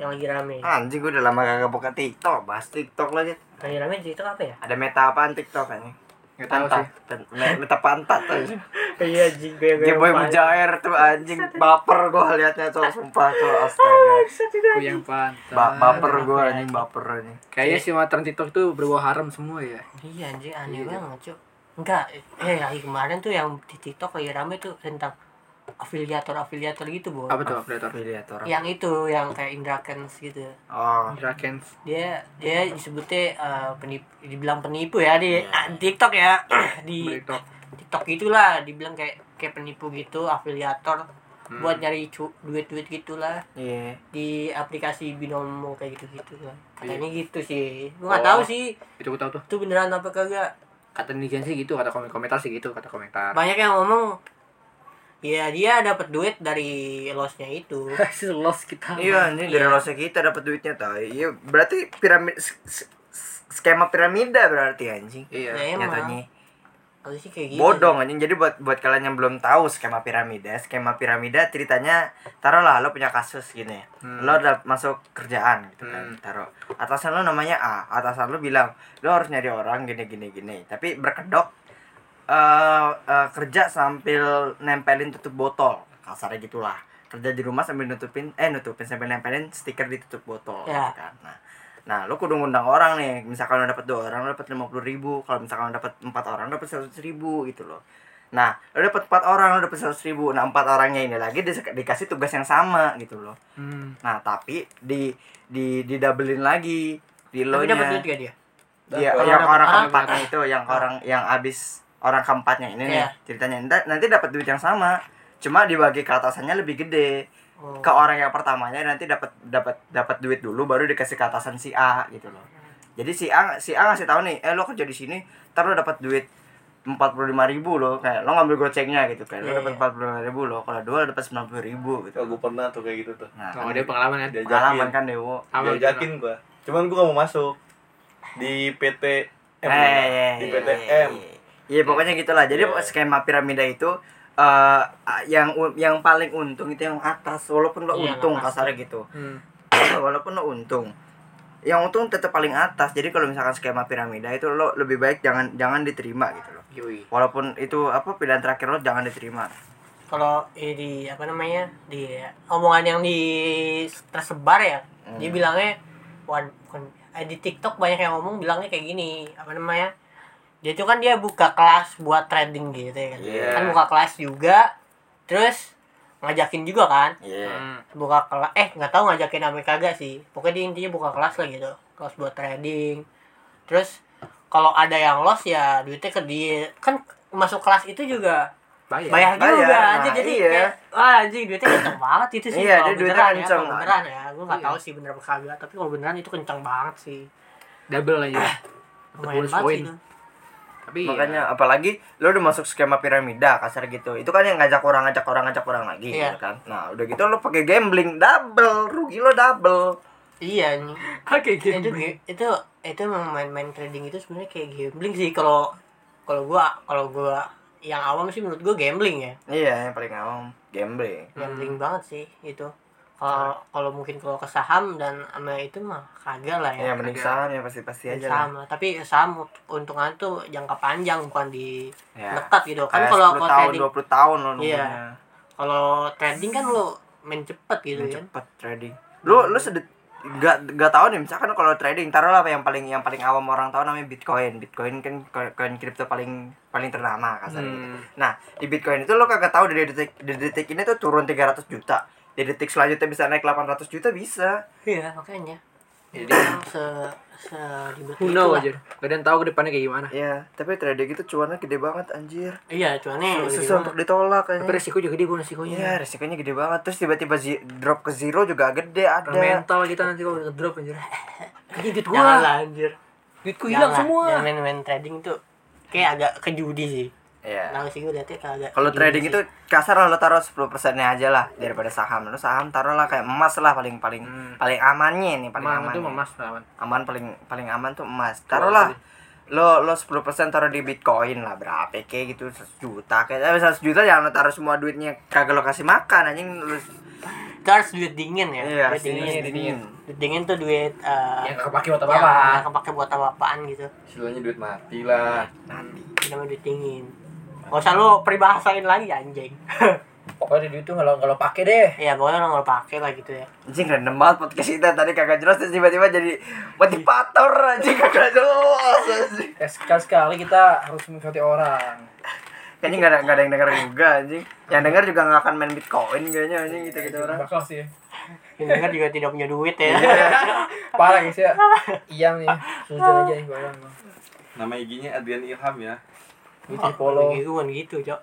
[SPEAKER 2] Yang lagi rame.
[SPEAKER 1] Anjing gua udah lama kagak buka TikTok, bahas TikTok lagi.
[SPEAKER 2] Lagi rame di TikTok apa ya?
[SPEAKER 1] Ada meta apaan TikTok anjing?
[SPEAKER 3] Gak tahu sih.
[SPEAKER 1] Pantat. Pen- me- Meta pantat anjing.
[SPEAKER 2] Iya, jing gue
[SPEAKER 1] Dia boy mujair tuh anjing baper gua liatnya tuh sumpah tuh astaga.
[SPEAKER 3] Aku yang pantas.
[SPEAKER 1] Ba- baper gua anjing baper anjing.
[SPEAKER 3] Kayaknya si Matan TikTok tuh berbau haram semua ya.
[SPEAKER 2] Iya anjing aneh banget cuk Enggak, eh lagi kemarin tuh yang di TikTok lagi rame tuh tentang afiliator-afiliator gitu boh
[SPEAKER 3] Apa tuh operator?
[SPEAKER 1] Lihat orang.
[SPEAKER 2] Yang itu, yang kayak Indra Kens gitu
[SPEAKER 1] Oh.
[SPEAKER 3] Rakens.
[SPEAKER 2] Dia dia disebutnya eh, penipu, dibilang penipu ya di ah, TikTok ya Di
[SPEAKER 1] Iya.
[SPEAKER 3] TikTok.
[SPEAKER 2] TikTok itulah dibilang kayak kayak penipu gitu, afiliator Buat nyari cu- duit-duit gitulah
[SPEAKER 1] Iya.
[SPEAKER 2] di aplikasi binomo kayak gitu-gitu kan Katanya gitu sih, gue
[SPEAKER 3] Oh.
[SPEAKER 2] gak tahu sih
[SPEAKER 3] Itu gue tau tuh.
[SPEAKER 2] itu beneran apa kagak
[SPEAKER 3] Kata netizen sih gitu, kata komen komentar sih gitu, kata komentar.
[SPEAKER 2] banyak yang ngomong ya dia dapat duit dari lossnya itu
[SPEAKER 3] Si los kita.
[SPEAKER 1] Iya anjing dari rasa kita dapat duitnya tai. Iya berarti piramid s- s- s- skema piramida berarti anjing.
[SPEAKER 2] ya
[SPEAKER 3] Iya.
[SPEAKER 2] emang
[SPEAKER 1] Nyatanya
[SPEAKER 2] Kalau sih kayak gitu
[SPEAKER 1] bodong anjing. Jadi buat buat kalian yang belum tahu skema piramida, skema piramida ceritanya taruhlah lo punya kasus gini.
[SPEAKER 3] Hmm.
[SPEAKER 1] Lo udah masuk kerjaan gitu kan.
[SPEAKER 3] Hmm.
[SPEAKER 1] Taruh atasan lo namanya A, atasan lo bilang lo harus nyari orang gini gini gini. Tapi berkedok eh eh, kerja sambil nempelin tutup botol. Kasarnya gitulah. Kerja di rumah sambil nutupin eh nutupin sambil nempelin stiker di tutup botol
[SPEAKER 2] Ya.
[SPEAKER 1] kan. Nah, Nah, lu kudu ngundang orang nih. Misalkan lu dapat dua orang, lu dapat lima puluh ribu. Kalau misalkan lu dapat empat orang, lu dapat seratus ribu gitu loh. Nah, lu dapat empat orang, lu dapat seratus ribu. Nah, empat orangnya ini lagi dis- dikasih tugas yang sama gitu loh.
[SPEAKER 3] Hmm.
[SPEAKER 1] Nah, tapi di di didoublein lagi di lo
[SPEAKER 2] tapi dapat
[SPEAKER 1] nya
[SPEAKER 2] duit gak dia
[SPEAKER 1] dia
[SPEAKER 3] Dapet.
[SPEAKER 1] yang
[SPEAKER 3] Dapet.
[SPEAKER 1] orang
[SPEAKER 3] Dapet.
[SPEAKER 1] keempatnya itu yang orang yang abis orang keempatnya ini nih
[SPEAKER 2] Iya.
[SPEAKER 1] ceritanya Ntar- nanti dapat duit yang sama cuma dibagi ke atasannya lebih gede
[SPEAKER 2] Oh.
[SPEAKER 1] ke orang yang pertamanya nanti dapat dapat dapat duit dulu baru dikasih ke atasan si A gitu loh jadi si A si A ngasih tahu nih eh lo kerja di sini ntar lo dapat duit empat puluh lima ribu lo kayak lo ngambil gocengnya gitu kan lo
[SPEAKER 2] Iya,
[SPEAKER 1] dapat
[SPEAKER 2] iya.
[SPEAKER 1] empat puluh lima ribu lo kalau dua lo dapat sembilan puluh ribu gitu
[SPEAKER 4] Oh, gue pernah tuh kayak gitu tuh.
[SPEAKER 1] nah
[SPEAKER 3] Oh,
[SPEAKER 1] kan,
[SPEAKER 3] dia pengalaman ya.
[SPEAKER 1] pengalaman
[SPEAKER 4] Diajakin,
[SPEAKER 1] kan Dewo
[SPEAKER 3] Apa gitu?
[SPEAKER 4] diajakin gue. Cuman gue gak mau masuk di PT
[SPEAKER 1] Eh,
[SPEAKER 4] M, ya. di PTM.
[SPEAKER 1] Iya pokoknya gitulah. Jadi
[SPEAKER 4] Iya.
[SPEAKER 1] skema piramida itu eh yang un- yang paling untung itu yang atas walaupun lo
[SPEAKER 2] Iya,
[SPEAKER 1] untung
[SPEAKER 2] lah, pasti.
[SPEAKER 1] kasarnya gitu.
[SPEAKER 3] Hmm.
[SPEAKER 1] walaupun lo untung. Yang untung tetap paling atas. Jadi kalau misalkan skema piramida itu lo lebih baik jangan jangan diterima gitu loh.
[SPEAKER 3] Yoi.
[SPEAKER 1] Walaupun itu apa pilihan terakhir lo jangan diterima.
[SPEAKER 2] kalau eh, di apa namanya di omongan yang di tersebar ya
[SPEAKER 1] Hmm.
[SPEAKER 2] dia bilangnya bukan, bukan eh, di TikTok banyak yang ngomong bilangnya kayak gini apa namanya dia itu kan dia buka kelas buat trading gitu ya kan
[SPEAKER 1] Iya.
[SPEAKER 2] kan buka kelas juga terus ngajakin juga kan
[SPEAKER 1] Iya.
[SPEAKER 3] Hmm.
[SPEAKER 2] buka kelas eh nggak tahu ngajakin apa kagak sih pokoknya dia intinya buka kelas lah gitu kelas buat trading terus kalau ada yang los ya duitnya ke dia kan masuk kelas itu juga
[SPEAKER 3] Bayar.
[SPEAKER 2] bayar
[SPEAKER 1] Bayar,
[SPEAKER 2] juga
[SPEAKER 1] nah,
[SPEAKER 2] anjing jadi
[SPEAKER 1] iya.
[SPEAKER 2] kayak wah anjing duitnya kenceng banget itu sih
[SPEAKER 1] Iya,
[SPEAKER 2] kalau
[SPEAKER 1] dia duitnya
[SPEAKER 2] beneran ya
[SPEAKER 1] kenceng.
[SPEAKER 2] kalau beneran ya gue nggak
[SPEAKER 3] Iya.
[SPEAKER 2] tahu sih bener apa kagak tapi kalau beneran itu kenceng banget sih
[SPEAKER 3] Double aja.
[SPEAKER 2] lumayan
[SPEAKER 3] bonus
[SPEAKER 2] banget
[SPEAKER 3] poin.
[SPEAKER 2] sih itu.
[SPEAKER 3] Tapi ya,
[SPEAKER 1] Ah. makanya apalagi lo udah masuk skema piramida kasar gitu itu kan yang ngajak orang ngajak orang ngajak orang lagi
[SPEAKER 2] Iya.
[SPEAKER 1] gitu kan nah udah gitu lo pakai gambling double rugi lo double
[SPEAKER 2] iya nih
[SPEAKER 3] Oke,
[SPEAKER 2] itu
[SPEAKER 3] gitu.
[SPEAKER 2] ga- itu itu emang main-main trading itu sebenarnya kayak gambling sih kalau kalau gua kalau gua yang awam sih menurut gua gambling ya
[SPEAKER 1] iya yang paling awam gambling
[SPEAKER 2] gambling
[SPEAKER 1] Hmm.
[SPEAKER 2] banget sih itu kalau kalau mungkin kalau ke saham dan sama itu mah kagak lah
[SPEAKER 1] ya
[SPEAKER 2] ya,
[SPEAKER 1] mending
[SPEAKER 3] ada.
[SPEAKER 1] saham ya pasti pasti aja lah
[SPEAKER 2] sama tapi saham untungan tuh jangka panjang bukan di
[SPEAKER 1] ya
[SPEAKER 2] dekat gitu kan
[SPEAKER 1] Kayak
[SPEAKER 2] kalau
[SPEAKER 1] 10
[SPEAKER 2] kalau
[SPEAKER 1] tahun
[SPEAKER 2] trading
[SPEAKER 1] 20 tahun lo
[SPEAKER 2] Iya.
[SPEAKER 1] nunggunya
[SPEAKER 2] kalau trading kan lo main cepet gitu
[SPEAKER 1] Ini
[SPEAKER 2] kan
[SPEAKER 1] cepet trading lo lo sedet gak, gak tau nih misalkan kalau trading taruhlah apa yang paling yang paling awam orang tahu namanya bitcoin bitcoin kan ko- koin kripto paling paling ternama kasarnya gitu.
[SPEAKER 3] Hmm.
[SPEAKER 1] Nah, di Bitcoin itu lo kagak tahu dari detik dari detik ini tuh turun 300 juta. Di detik selanjutnya bisa naik 800 juta bisa.
[SPEAKER 2] iya makanya
[SPEAKER 3] Jadi,
[SPEAKER 2] Emang se se ribet
[SPEAKER 3] who
[SPEAKER 2] itu
[SPEAKER 3] know
[SPEAKER 2] lah.
[SPEAKER 3] aja. Gak ada yang tahu ke depannya kayak gimana.
[SPEAKER 1] Ya, tapi trading itu cuannya gede banget anjir.
[SPEAKER 2] iya cuman
[SPEAKER 1] Susah untuk ditolak
[SPEAKER 3] Tapi
[SPEAKER 1] kayaknya.
[SPEAKER 3] resiko juga dia bukan resikonya.
[SPEAKER 1] Iya, resikonya gede banget. Terus tiba-tiba zi- drop ke zero juga gede ada.
[SPEAKER 3] mental kita nanti kalau udah drop anjir. Ini duit gua.
[SPEAKER 2] jangan lah anjir
[SPEAKER 3] Duitku
[SPEAKER 2] Jangan
[SPEAKER 3] hilang
[SPEAKER 2] lah,
[SPEAKER 3] semua.
[SPEAKER 2] jangan main-main trading tuh kayak agak ke judi sih
[SPEAKER 1] Iya.
[SPEAKER 2] Nah, sih gue liatnya kayak agak
[SPEAKER 1] Kalau
[SPEAKER 2] judi
[SPEAKER 1] trading
[SPEAKER 2] sih.
[SPEAKER 1] itu kasar lah, lo taruh 10 persennya aja lah daripada saham. Lo saham taruh lah kayak emas lah paling paling
[SPEAKER 3] Hmm.
[SPEAKER 1] paling amannya nih paling
[SPEAKER 3] Emang
[SPEAKER 1] aman.
[SPEAKER 3] itu emas lawan.
[SPEAKER 1] aman paling paling aman tuh emas taruhlah lo lo 10% taruh di bitcoin lah berapa kayak gitu 100 juta kayak tapi 100 juta jangan lo taruh semua duitnya kagak lo kasih makan anjing lo
[SPEAKER 2] Itu harus duit dingin ya
[SPEAKER 1] iya
[SPEAKER 2] duit dingin,
[SPEAKER 1] dingin, dingin.
[SPEAKER 2] Duit dingin tuh duit eh,
[SPEAKER 5] Yang gak Ya, Iya, kepake buat
[SPEAKER 2] yang
[SPEAKER 3] Ya,
[SPEAKER 5] apa-apa.
[SPEAKER 2] nggak kepake buat apa-apaan gitu
[SPEAKER 5] Istilahnya duit mati lah.
[SPEAKER 2] Itu namanya duit dingin Gak usah lo peribahasain lagi anjing
[SPEAKER 5] Pokoknya duit itu kalau kalau pakai deh.
[SPEAKER 2] Iya pokoknya lo nggak pake lah gitu ya
[SPEAKER 1] anjing random banget podcast kita tadi kagak jelas terus tiba-tiba jadi motivator anjing kagak jelas anjing
[SPEAKER 5] Ya, sekali sekali kita harus mengikuti orang.
[SPEAKER 1] kayaknya nggak ada nggak ada yang denger juga anjing yang denger juga nggak akan main bitcoin kayaknya anjing gitu
[SPEAKER 3] Iya,
[SPEAKER 1] gitu orang
[SPEAKER 5] Bakal sih.
[SPEAKER 2] Yang denger juga tidak punya duit ya
[SPEAKER 5] Iya, Parah guys ya. Iya nih. Sujud aja nih barang.
[SPEAKER 4] Nama IG-nya Adrian Ilham ya.
[SPEAKER 5] Gue
[SPEAKER 2] Oh,
[SPEAKER 5] di follow.
[SPEAKER 2] bagi gue gitu cok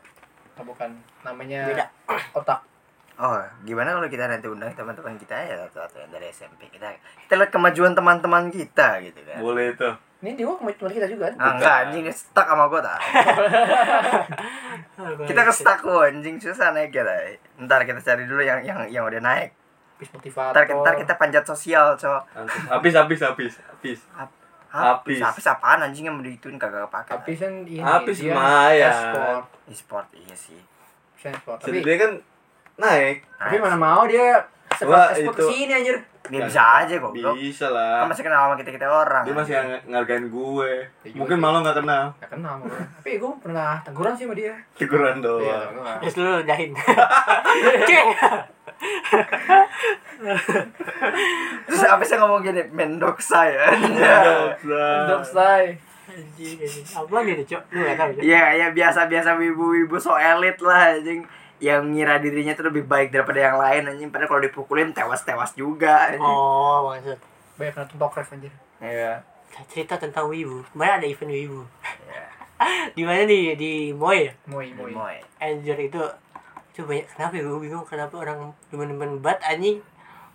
[SPEAKER 5] Oh, bukan. Namanya
[SPEAKER 2] Beda.
[SPEAKER 5] otak.
[SPEAKER 1] oh gimana kalau kita nanti undang teman-teman kita ya satu-satu yang dari SMP kita kita lihat kemajuan teman-teman kita gitu kan
[SPEAKER 4] Boleh tuh.
[SPEAKER 5] Ini dia kemajuan teman kita juga kan.
[SPEAKER 1] Ah, enggak anjing dia stuck sama gua tak kita
[SPEAKER 2] iya.
[SPEAKER 1] ke stuck lu, anjing susah naik ya Tai. ntar kita cari dulu yang yang yang udah naik
[SPEAKER 5] Habis motivator.
[SPEAKER 1] ntar ntar kita panjat sosial co
[SPEAKER 4] Langsung. Habis habis habis habis.
[SPEAKER 1] habis
[SPEAKER 4] Habis.
[SPEAKER 1] habis apaan anjing yang mau diituin kagak kepake
[SPEAKER 5] Habis kan ini.
[SPEAKER 4] Habis
[SPEAKER 5] dia
[SPEAKER 4] lumayan.
[SPEAKER 5] Esport.
[SPEAKER 1] e-sport iya sih
[SPEAKER 5] Bisa esport.
[SPEAKER 4] Jadi
[SPEAKER 5] Tapi
[SPEAKER 4] dia kan naik.
[SPEAKER 5] tapi mana mau dia
[SPEAKER 4] Wah,
[SPEAKER 5] sekelas esport
[SPEAKER 4] itu-
[SPEAKER 5] kesini anjir.
[SPEAKER 1] dia bisa aja kok bro
[SPEAKER 4] Bisa
[SPEAKER 1] kan
[SPEAKER 4] lah.
[SPEAKER 1] masih Iya, kenal sama kita kita orang
[SPEAKER 4] Dia masih ng- ngargain gue.
[SPEAKER 5] Ya juga
[SPEAKER 4] Mungkin
[SPEAKER 5] sih.
[SPEAKER 4] malah nggak kenal.
[SPEAKER 5] Gak kenal sama gue. Tapi gue pernah teguran sih sama dia.
[SPEAKER 4] Teguran
[SPEAKER 5] Iya,
[SPEAKER 4] doang.
[SPEAKER 5] gue gak-
[SPEAKER 2] Terus lu udahin Cek
[SPEAKER 1] terus abisnya ngomong gini mendok saya
[SPEAKER 4] Dosa.
[SPEAKER 5] Dogsai.
[SPEAKER 2] Anjing gitu. anjing. Apaan itu cok Lu gak tau
[SPEAKER 5] Iya.
[SPEAKER 2] cok
[SPEAKER 1] ya ya biasa biasa wibu-wibu so elit lah anjing yang ngira dirinya tuh lebih baik daripada yang lain anjing padahal kalau dipukulin tewas-tewas juga anjing.
[SPEAKER 2] Oh maksud
[SPEAKER 5] Banyak kena tumpok ref anjir.
[SPEAKER 1] Iya.
[SPEAKER 2] cerita tentang Wibu. Kemarin ada event Wibu.
[SPEAKER 5] Iya.
[SPEAKER 2] di mana di di Moy ya?
[SPEAKER 5] Moi, Iya, moi.
[SPEAKER 1] Moy.
[SPEAKER 2] Anjir itu itu banyak kenapa ya gue bingung kenapa orang teman-teman bat anjing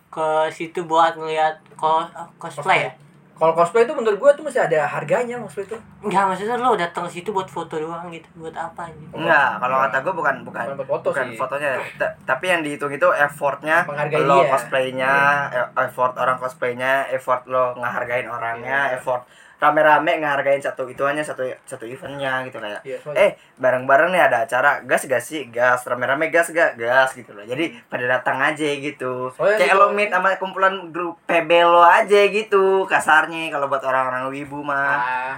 [SPEAKER 2] ke situ buat ngeliat ko- cosplay ya?
[SPEAKER 5] Kalau cosplay itu menurut gue tuh masih ada harganya maksud itu.
[SPEAKER 2] Enggak maksudnya lo datang ke situ buat foto doang gitu buat apa anjing?
[SPEAKER 1] Enggak, kalau
[SPEAKER 5] Enggak.
[SPEAKER 1] kata gue bukan bukan
[SPEAKER 5] Bukan buat foto
[SPEAKER 1] bukan
[SPEAKER 5] sih.
[SPEAKER 1] fotonya, ta- tapi yang dihitung itu effortnya
[SPEAKER 5] Menghargai dia.
[SPEAKER 1] lo
[SPEAKER 5] Iya.
[SPEAKER 1] cosplaynya, e- effort orang cosplaynya, effort lo ngehargain orangnya,
[SPEAKER 5] Iya.
[SPEAKER 1] effort rame-rame ngehargain satu ituannya satu satu eventnya gitu kayak.
[SPEAKER 5] Iya, soalnya.
[SPEAKER 1] Eh, bareng-bareng nih ada acara, gas gak sih? Gas, rame-rame gas gak? Gas gitu loh. Jadi pada datang aja gitu.
[SPEAKER 5] Hmm. Soalnya
[SPEAKER 1] Kayak
[SPEAKER 5] juga-
[SPEAKER 1] lo meet sama kumpulan grup PB lo aja gitu, kasarnya kalau buat orang-orang wibu mah.
[SPEAKER 5] Ah.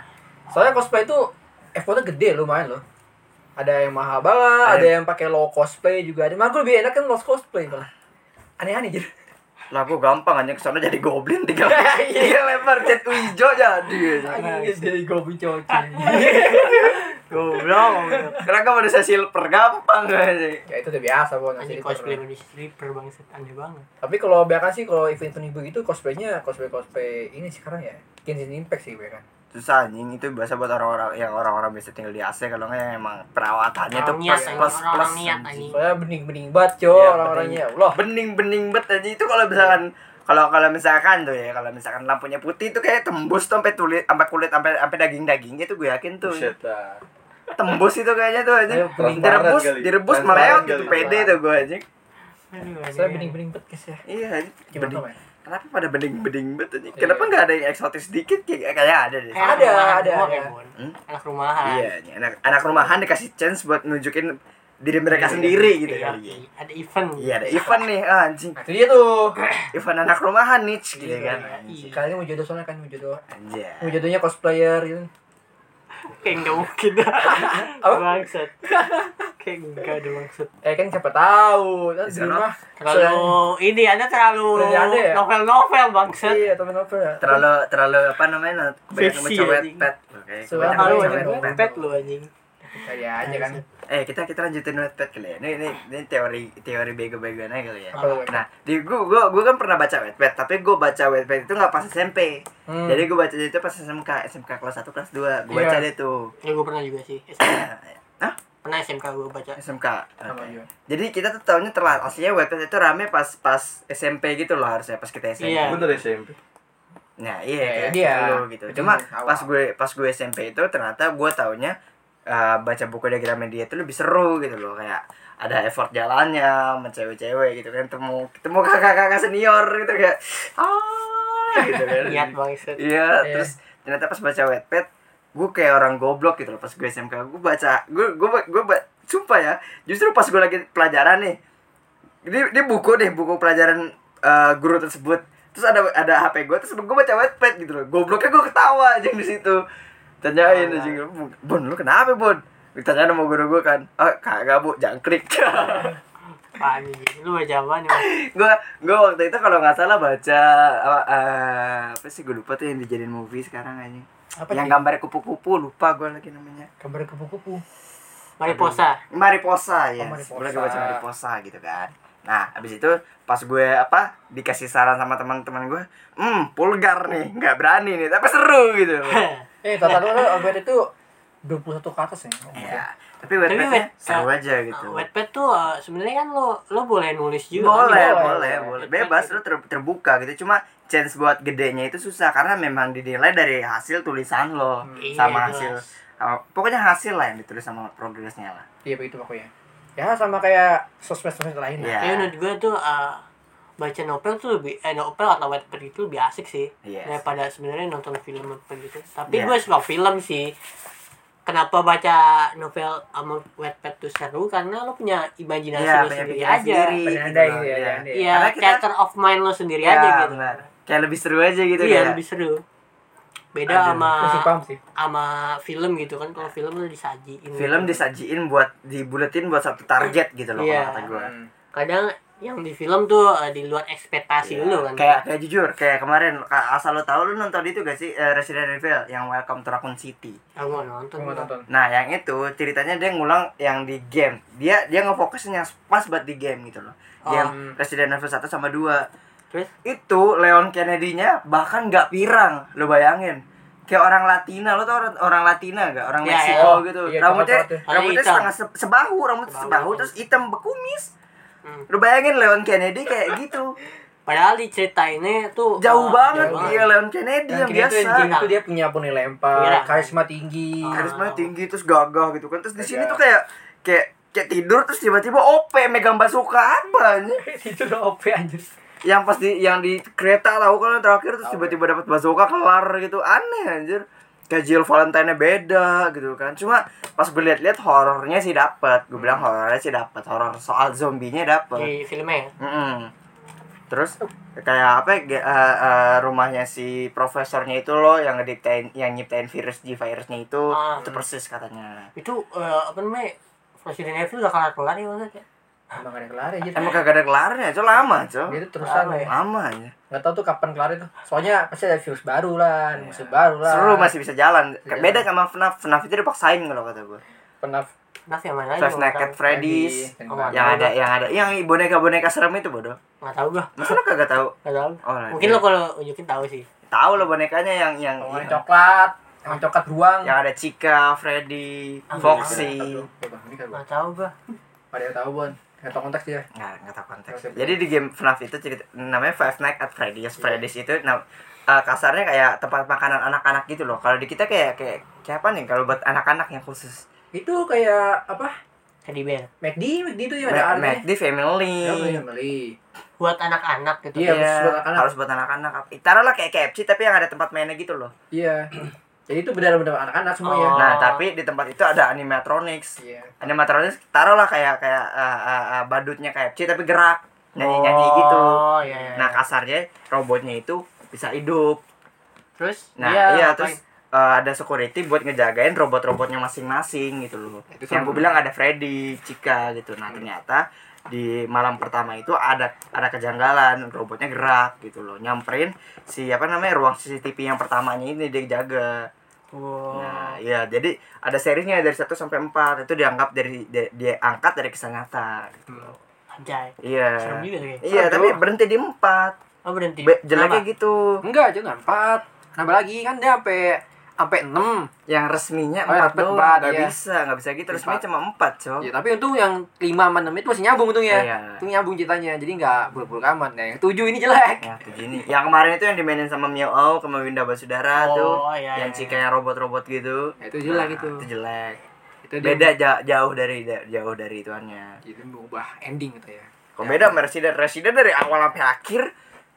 [SPEAKER 5] Soalnya cosplay itu effortnya gede lumayan loh. Ada yang mahal banget, ada yang pakai low cosplay juga. Ada mah gue lebih enak kan low cosplay malah. Aneh-aneh jadi.
[SPEAKER 1] Lah gua gampang anjing kesana jadi goblin tinggal
[SPEAKER 5] Iya.
[SPEAKER 1] tinggal lempar cat hijau jadi. anjing.
[SPEAKER 5] Anjir Iya, jadi gobi cocok.
[SPEAKER 2] Goblok.
[SPEAKER 1] Kenapa pada saya silver gampang aja.
[SPEAKER 5] ya itu udah biasa bon
[SPEAKER 2] anjing cosplay manusia stripper bangsat aneh banget.
[SPEAKER 5] Tapi kalau biarkan sih kalau event event ibu itu cosplaynya cosplay cosplay ini sekarang ya. Genshin Impact sih biarkan.
[SPEAKER 1] susah anjing itu biasa buat orang-orang yang orang-orang biasa tinggal di AC kalau nggak yang emang perawatannya tuh
[SPEAKER 2] Orang niat,
[SPEAKER 1] plus
[SPEAKER 2] anjing.
[SPEAKER 1] plus
[SPEAKER 2] Orang
[SPEAKER 1] plus
[SPEAKER 2] niat, anjing.
[SPEAKER 5] Soalnya bening-bening banget, coy,
[SPEAKER 1] Iya,
[SPEAKER 5] orang-orangnya. Loh,
[SPEAKER 1] bening bening bet anjing itu kalau misalkan kalau kalau misalkan tuh ya kalau misalkan lampunya putih itu kayak tembus tuh sampai tulit sampai kulit sampai sampai daging dagingnya tuh gue yakin tuh
[SPEAKER 4] Buset dah.
[SPEAKER 1] tembus itu kayaknya tuh
[SPEAKER 5] Ayo,
[SPEAKER 1] anjing
[SPEAKER 5] bening
[SPEAKER 1] direbus
[SPEAKER 4] banget kali.
[SPEAKER 1] direbus
[SPEAKER 4] Transparan
[SPEAKER 1] meleot
[SPEAKER 4] kali.
[SPEAKER 1] gitu pede tuh gue anjing
[SPEAKER 2] Aduh,
[SPEAKER 5] saya
[SPEAKER 2] anjing.
[SPEAKER 5] bening-bening banget, guys ya.
[SPEAKER 1] iya anjing.
[SPEAKER 5] Gimana,
[SPEAKER 1] Bening.
[SPEAKER 5] Tom, ya?
[SPEAKER 1] kenapa pada bening bening bet anjing
[SPEAKER 5] Iya.
[SPEAKER 1] kenapa nggak ada yang eksotis dikit kayak kayak ada deh
[SPEAKER 2] Kayak anak
[SPEAKER 5] Ada,
[SPEAKER 2] rumahan
[SPEAKER 5] ada, ada.
[SPEAKER 2] semua kayak, Bon.
[SPEAKER 1] Hmm?
[SPEAKER 2] Anak rumahan.
[SPEAKER 1] iya anjing. anak anak rumahan dikasih chance buat nunjukin diri mereka sendiri gitu
[SPEAKER 2] Iya,
[SPEAKER 1] kali ya.
[SPEAKER 2] iya. Ada event.
[SPEAKER 1] iya ada event nih ah, anjing
[SPEAKER 5] Nah, itu dia tuh.
[SPEAKER 1] event anak rumahan nih gitu
[SPEAKER 5] Iya,
[SPEAKER 1] Iya, kan Iya.
[SPEAKER 2] Iya.
[SPEAKER 5] Kali ini mau jodoh soalnya kan mau jodoh.
[SPEAKER 1] anjing
[SPEAKER 5] Mau jodohnya cosplayer gitu.
[SPEAKER 2] Kayak nggak mungkin.
[SPEAKER 5] Apa?
[SPEAKER 2] Bangsat. Kayak nggak ada maksud.
[SPEAKER 5] Eh kan siapa tahu. Kan di
[SPEAKER 1] Bisa,
[SPEAKER 5] rumah.
[SPEAKER 2] Terlalu ini ada terlalu
[SPEAKER 5] Terlalu ada ya?
[SPEAKER 2] novel-novel bangsat.
[SPEAKER 5] Iya, temen apa ya?
[SPEAKER 1] terlalu terlalu apa namanya nah, kebanyakan
[SPEAKER 2] Seksi,
[SPEAKER 1] mencowet
[SPEAKER 2] anjing.
[SPEAKER 1] pet oke
[SPEAKER 5] Soalnya Iya, iya,
[SPEAKER 1] kebanyakan
[SPEAKER 2] Terlalu anjing
[SPEAKER 5] iya.
[SPEAKER 1] mencowet pet
[SPEAKER 2] pet lu anjing.
[SPEAKER 5] Kayak aja kan.
[SPEAKER 1] eh kita kita lanjutin wet pet kali ya ini ini, ini teori teori bego-begoan aja kali ya
[SPEAKER 5] Apa lu?
[SPEAKER 1] nah di gua gua, gua kan pernah baca wet pet tapi gua baca wet pet itu nggak pas SMP
[SPEAKER 5] Hmm.
[SPEAKER 1] jadi gua baca itu pas SMK SMK kelas 1 kelas 2 gua baca
[SPEAKER 5] Iya.
[SPEAKER 1] deh tuh
[SPEAKER 2] Ya gue pernah juga sih. SMK.
[SPEAKER 1] Hah?
[SPEAKER 2] Pernah SMK gue baca.
[SPEAKER 1] SMK
[SPEAKER 5] Sama
[SPEAKER 1] Oke.
[SPEAKER 5] juga.
[SPEAKER 1] jadi kita tuh tahunya telat aslinya wet pet itu rame pas pas SMP gitu loh harusnya pas kita SMP
[SPEAKER 2] Iya.
[SPEAKER 4] Gue dari SMP.
[SPEAKER 1] Nah,
[SPEAKER 5] Eh,
[SPEAKER 1] iya kayak
[SPEAKER 5] dia.
[SPEAKER 1] gitu dulu gitu.
[SPEAKER 5] Itu
[SPEAKER 1] Cuma
[SPEAKER 5] awal.
[SPEAKER 1] pas gue pas gue SMP itu ternyata gue taunya eh, baca buku diagram media itu lebih seru gitu loh kayak ada effort jalannya sama cewek-cewek gitu kan ketemu ketemu kakak-kakak senior gitu kayak ah gitu kan.
[SPEAKER 2] Niat bangsat.
[SPEAKER 1] Iya,
[SPEAKER 5] Iya.
[SPEAKER 1] terus ternyata pas baca Wattpad gue kayak orang goblok gitu loh pas gue SMK gue baca gue gue ba- gue ba- sumpah ya justru pas gue lagi pelajaran nih ini ini buku deh buku pelajaran eh, guru tersebut terus ada ada HP gue terus gue baca Wattpad gitu loh gobloknya gue ketawa aja di situ tanyain aja bon lu kenapa bon ditanya sama guru gue kan ah kagak bu jangkrik
[SPEAKER 2] Anjing. Lu baca apa nih? Bang?
[SPEAKER 1] gue gue waktu itu kalau nggak salah baca apa, eh, apa sih gue lupa tuh yang dijadiin movie sekarang aja
[SPEAKER 5] Apa
[SPEAKER 1] yang
[SPEAKER 5] sih?
[SPEAKER 1] gambar kupu-kupu lupa gue lagi namanya
[SPEAKER 5] Gambar kupu-kupu.
[SPEAKER 2] Mariposa.
[SPEAKER 1] Mariposa ya
[SPEAKER 5] Oh, Mariposa.
[SPEAKER 1] gue lagi baca Mariposa gitu kan nah abis itu pas gue apa dikasih saran sama teman-teman gue hmm vulgar nih nggak berani nih tapi seru gitu
[SPEAKER 5] Eh, tata lu kan obat itu 21 ke atas ya.
[SPEAKER 1] ya tapi wet
[SPEAKER 2] Tapi wet-
[SPEAKER 1] seru aja gitu
[SPEAKER 2] Uh, Wattpad tuh uh, sebenarnya kan lo lo boleh nulis juga. kan?
[SPEAKER 1] boleh,
[SPEAKER 5] boleh,
[SPEAKER 1] boleh, boleh.
[SPEAKER 2] boleh.
[SPEAKER 1] Bebas lu ter- terbuka gitu. Cuma chance buat gedenya itu susah karena memang dinilai dari hasil tulisan lo
[SPEAKER 2] Iya,
[SPEAKER 1] sama
[SPEAKER 2] jelas.
[SPEAKER 1] hasil uh, pokoknya hasil lah yang ditulis sama progresnya lah.
[SPEAKER 5] Iya, begitu pokoknya. Ya, sama kayak sosmed-sosmed lain.
[SPEAKER 1] Iya.
[SPEAKER 2] Tapi menurut gue tuh uh, baca novel tuh lebih eh, novel atau Wattpad itu lebih asik sih
[SPEAKER 1] Yes.
[SPEAKER 2] daripada sebenarnya nonton film apa gitu. Tapi
[SPEAKER 1] Iya.
[SPEAKER 2] gue suka film sih. Kenapa baca novel sama Wattpad tuh seru? Karena lo punya imajinasi
[SPEAKER 1] Iya,
[SPEAKER 2] lo
[SPEAKER 1] punya
[SPEAKER 2] sendiri
[SPEAKER 1] pikiran
[SPEAKER 2] aja.
[SPEAKER 1] sendiri.
[SPEAKER 5] Penyandai
[SPEAKER 1] gitu,
[SPEAKER 5] gitu ya.
[SPEAKER 1] iya.
[SPEAKER 5] penyandai.
[SPEAKER 2] Iya,
[SPEAKER 1] Karena kita-
[SPEAKER 2] theater of mind lo sendiri
[SPEAKER 1] Iya,
[SPEAKER 2] aja gitu.
[SPEAKER 1] benar. Kayak lebih seru aja gitu
[SPEAKER 2] iya,
[SPEAKER 1] ya.
[SPEAKER 2] lebih seru. Beda
[SPEAKER 1] Aduh.
[SPEAKER 2] sama
[SPEAKER 5] Masih paham sih.
[SPEAKER 2] sama film gitu kan kalau film lo disajiin.
[SPEAKER 1] Film
[SPEAKER 2] gitu.
[SPEAKER 1] disajiin buat dibuletin buat satu target gitu loh kalau
[SPEAKER 2] Iya.
[SPEAKER 1] kata gue.
[SPEAKER 5] Hmm.
[SPEAKER 2] kadang yang di film tuh eh, di luar ekspektasi
[SPEAKER 1] Iya.
[SPEAKER 2] dulu kan
[SPEAKER 1] Kayak kayak jujur, kayak kemarin ka- asal lo tahu lu nonton itu gak sih eh, Resident Evil yang Welcome to Raccoon City.
[SPEAKER 2] aku mau nonton
[SPEAKER 5] Gua mau nonton.
[SPEAKER 1] Nah, yang itu ceritanya dia ngulang yang di game. Dia dia ngefokusin yang pas buat di game gitu loh. Dia
[SPEAKER 5] Oh.
[SPEAKER 1] Resident Evil 1 sama 2.
[SPEAKER 2] terus
[SPEAKER 1] Itu Leon Kennedy-nya bahkan nggak pirang, lo bayangin. Kayak orang Latina, lo tau orang, orang Latina gak? Orang
[SPEAKER 2] Iya,
[SPEAKER 1] Meksiko
[SPEAKER 5] iya.
[SPEAKER 1] gitu.
[SPEAKER 5] Iya,
[SPEAKER 1] rambutnya
[SPEAKER 5] coklat-coklat
[SPEAKER 2] ya.
[SPEAKER 1] rambutnya
[SPEAKER 2] Hitam.
[SPEAKER 1] setengah se- sebahu, rambut
[SPEAKER 2] Sebahu,
[SPEAKER 1] sebahu,
[SPEAKER 2] hitam.
[SPEAKER 1] terus hitam bekumis.
[SPEAKER 2] Hmm.
[SPEAKER 1] Lo bayangin Leon Kennedy kayak gitu.
[SPEAKER 2] padahal di cerita ini tuh
[SPEAKER 1] Jauh
[SPEAKER 2] eh,
[SPEAKER 1] banget
[SPEAKER 2] jauh
[SPEAKER 1] dia Leon Kennedy
[SPEAKER 5] Dan
[SPEAKER 1] yang
[SPEAKER 5] kini tuh
[SPEAKER 1] Iya, biasa.
[SPEAKER 5] yang gini tuh dia punya poni
[SPEAKER 2] Iya.
[SPEAKER 5] lempar, karisma tinggi.
[SPEAKER 2] Ah.
[SPEAKER 1] karisma tinggi terus gagah gitu kan terus di sini
[SPEAKER 5] Gagah.
[SPEAKER 1] tuh kayak kayak kayak tidur terus tiba-tiba OP megang bazooka apa anjing?
[SPEAKER 5] itu udah OP anjir.
[SPEAKER 1] yang pas di yang di kereta tahu kan terakhir terus tiba-tiba dapat bazooka kelar gitu aneh anjir kayak Jill Valentine beda gitu kan cuma pas gue lihat-lihat horornya sih dapat gue bilang horornya sih dapat horor soal zombinya dapat
[SPEAKER 2] di filmnya ya
[SPEAKER 1] Mm-mm. terus kayak apa ya, ge- eh, eh, rumahnya si profesornya itu loh yang ngediptain yang nyiptain virus G virusnya itu
[SPEAKER 2] Ah.
[SPEAKER 1] itu persis katanya
[SPEAKER 2] itu eh, apa namanya Resident Evil udah kelar kelar ya maksudnya
[SPEAKER 5] Emang ada kelar aja.
[SPEAKER 1] Emang kagak ada kelarnya, cok lama, cok.
[SPEAKER 3] Iya.
[SPEAKER 5] Dia tuh terusan
[SPEAKER 2] Lama ya.
[SPEAKER 1] Lama ya.
[SPEAKER 5] nggak tahu tuh kapan kelar itu soalnya pasti ada virus baru lah ada musuh baru lah
[SPEAKER 1] Iya. Seru masih bisa jalan.
[SPEAKER 5] Bisa
[SPEAKER 1] Beda sama FNAF. FNAF itu dipaksain kalau kata gue.
[SPEAKER 5] pernah
[SPEAKER 2] Naf yang mana
[SPEAKER 1] Five Nights at Freddy's. Oh, Yang ada yang ada yang boneka-boneka serem itu bodoh.
[SPEAKER 2] nggak tahu gua
[SPEAKER 1] Masa lo kagak tahu?
[SPEAKER 2] nggak tahu
[SPEAKER 1] Oh, lah,
[SPEAKER 2] mungkin
[SPEAKER 1] iya.
[SPEAKER 2] lo kalau unjukin tahu sih
[SPEAKER 1] Tahu lo bonekanya yang yang
[SPEAKER 5] warna
[SPEAKER 1] yang-
[SPEAKER 5] coklat yang coklat ruang
[SPEAKER 1] yang ada Cika, Freddy,
[SPEAKER 2] Ah,
[SPEAKER 3] iya,
[SPEAKER 1] Foxy.
[SPEAKER 5] ini kan
[SPEAKER 2] nggak tahu gua
[SPEAKER 5] pada tahu bon nggak tahu konteks dia
[SPEAKER 1] Nggak, nggak tahu konteks. Jadi di game FNAF itu cerita namanya Five Nights at Freddy's. Freddy's itu nah, eh, kasarnya kayak tempat makanan anak-anak gitu loh. Kalau di kita kayak kayak kayak apa nih kalau buat anak-anak yang khusus?
[SPEAKER 5] itu kayak apa
[SPEAKER 2] teddy bear
[SPEAKER 5] McD McD itu yang Iya, ada
[SPEAKER 1] Ma-
[SPEAKER 5] artinya
[SPEAKER 1] McD Family.
[SPEAKER 5] ya beli
[SPEAKER 2] buat anak-anak gitu
[SPEAKER 5] Iya,
[SPEAKER 1] Iya,
[SPEAKER 5] harus buat anak-anak.
[SPEAKER 1] harus buat anak-anak. Taruhlah kayak KFC tapi yang ada tempat mainnya gitu loh.
[SPEAKER 5] iya jadi itu benar-benar anak-anak semuanya
[SPEAKER 2] Oh.
[SPEAKER 1] Nah, tapi di tempat itu ada animatronics.
[SPEAKER 5] iya
[SPEAKER 1] Animatronics taruhlah kayak kayak eh, eh, eh, badutnya KFC tapi gerak nyanyi-nyanyi gitu.
[SPEAKER 2] oh iya, iya.
[SPEAKER 1] Nah kasarnya robotnya itu bisa hidup.
[SPEAKER 2] terus
[SPEAKER 1] Nah
[SPEAKER 2] dia
[SPEAKER 1] iya
[SPEAKER 2] ngapain?
[SPEAKER 1] terus eh, ada security buat ngejagain robot-robotnya masing-masing gitu loh.
[SPEAKER 3] Itu
[SPEAKER 1] Yang
[SPEAKER 3] sama.
[SPEAKER 1] gue bilang ada Freddy, Chica gitu.
[SPEAKER 2] Iya.
[SPEAKER 1] Nah ternyata di malam pertama itu ada ada kejanggalan robotnya gerak gitu loh nyamperin si apa namanya ruang CCTV yang pertamanya ini dia jaga
[SPEAKER 2] Wow.
[SPEAKER 1] nah iya jadi ada serinya dari 1 sampai 4 itu dianggap dari dia, dia angkat dari kisah nyata gitu loh.
[SPEAKER 2] anjay
[SPEAKER 1] iya
[SPEAKER 2] serem juga tuh ya
[SPEAKER 1] iya
[SPEAKER 5] Aduh.
[SPEAKER 1] tapi berhenti di 4
[SPEAKER 2] oh berhenti
[SPEAKER 1] jeleknya
[SPEAKER 2] Kenapa?
[SPEAKER 1] gitu
[SPEAKER 3] Enggak, jangan empat. Nambah lagi kan dia sampai sampai enam.
[SPEAKER 1] yang resminya
[SPEAKER 3] Oh, yang
[SPEAKER 1] empat
[SPEAKER 3] resmi
[SPEAKER 1] doang
[SPEAKER 3] empat,
[SPEAKER 1] nggak
[SPEAKER 3] iya.
[SPEAKER 1] bisa nggak bisa gitu resminya
[SPEAKER 3] Empat.
[SPEAKER 1] cuma empat cok
[SPEAKER 3] Ya, tapi untung yang lima sama enam itu masih nyambung untungnya.
[SPEAKER 1] Iya.
[SPEAKER 3] Itu nyambung ceritanya, jadi nggak buruk-buruk aman. Nah, yang tujuh ini jelek.
[SPEAKER 1] ya begini yang kemarin itu yang dimainin sama Mio Au sama Winda Basudara
[SPEAKER 2] Oh,
[SPEAKER 1] tuh
[SPEAKER 2] iya,
[SPEAKER 1] yang
[SPEAKER 2] iya.
[SPEAKER 1] si kayak robot-robot gitu
[SPEAKER 3] Ya, itu jelek itu.
[SPEAKER 1] itu jelek
[SPEAKER 3] Itu dia-
[SPEAKER 1] beda ja- jauh dari da- jauh dari ituannya
[SPEAKER 3] Jadi mengubah ending gitu ya.
[SPEAKER 1] kok beda sama Resident Resident dari awal sampai akhir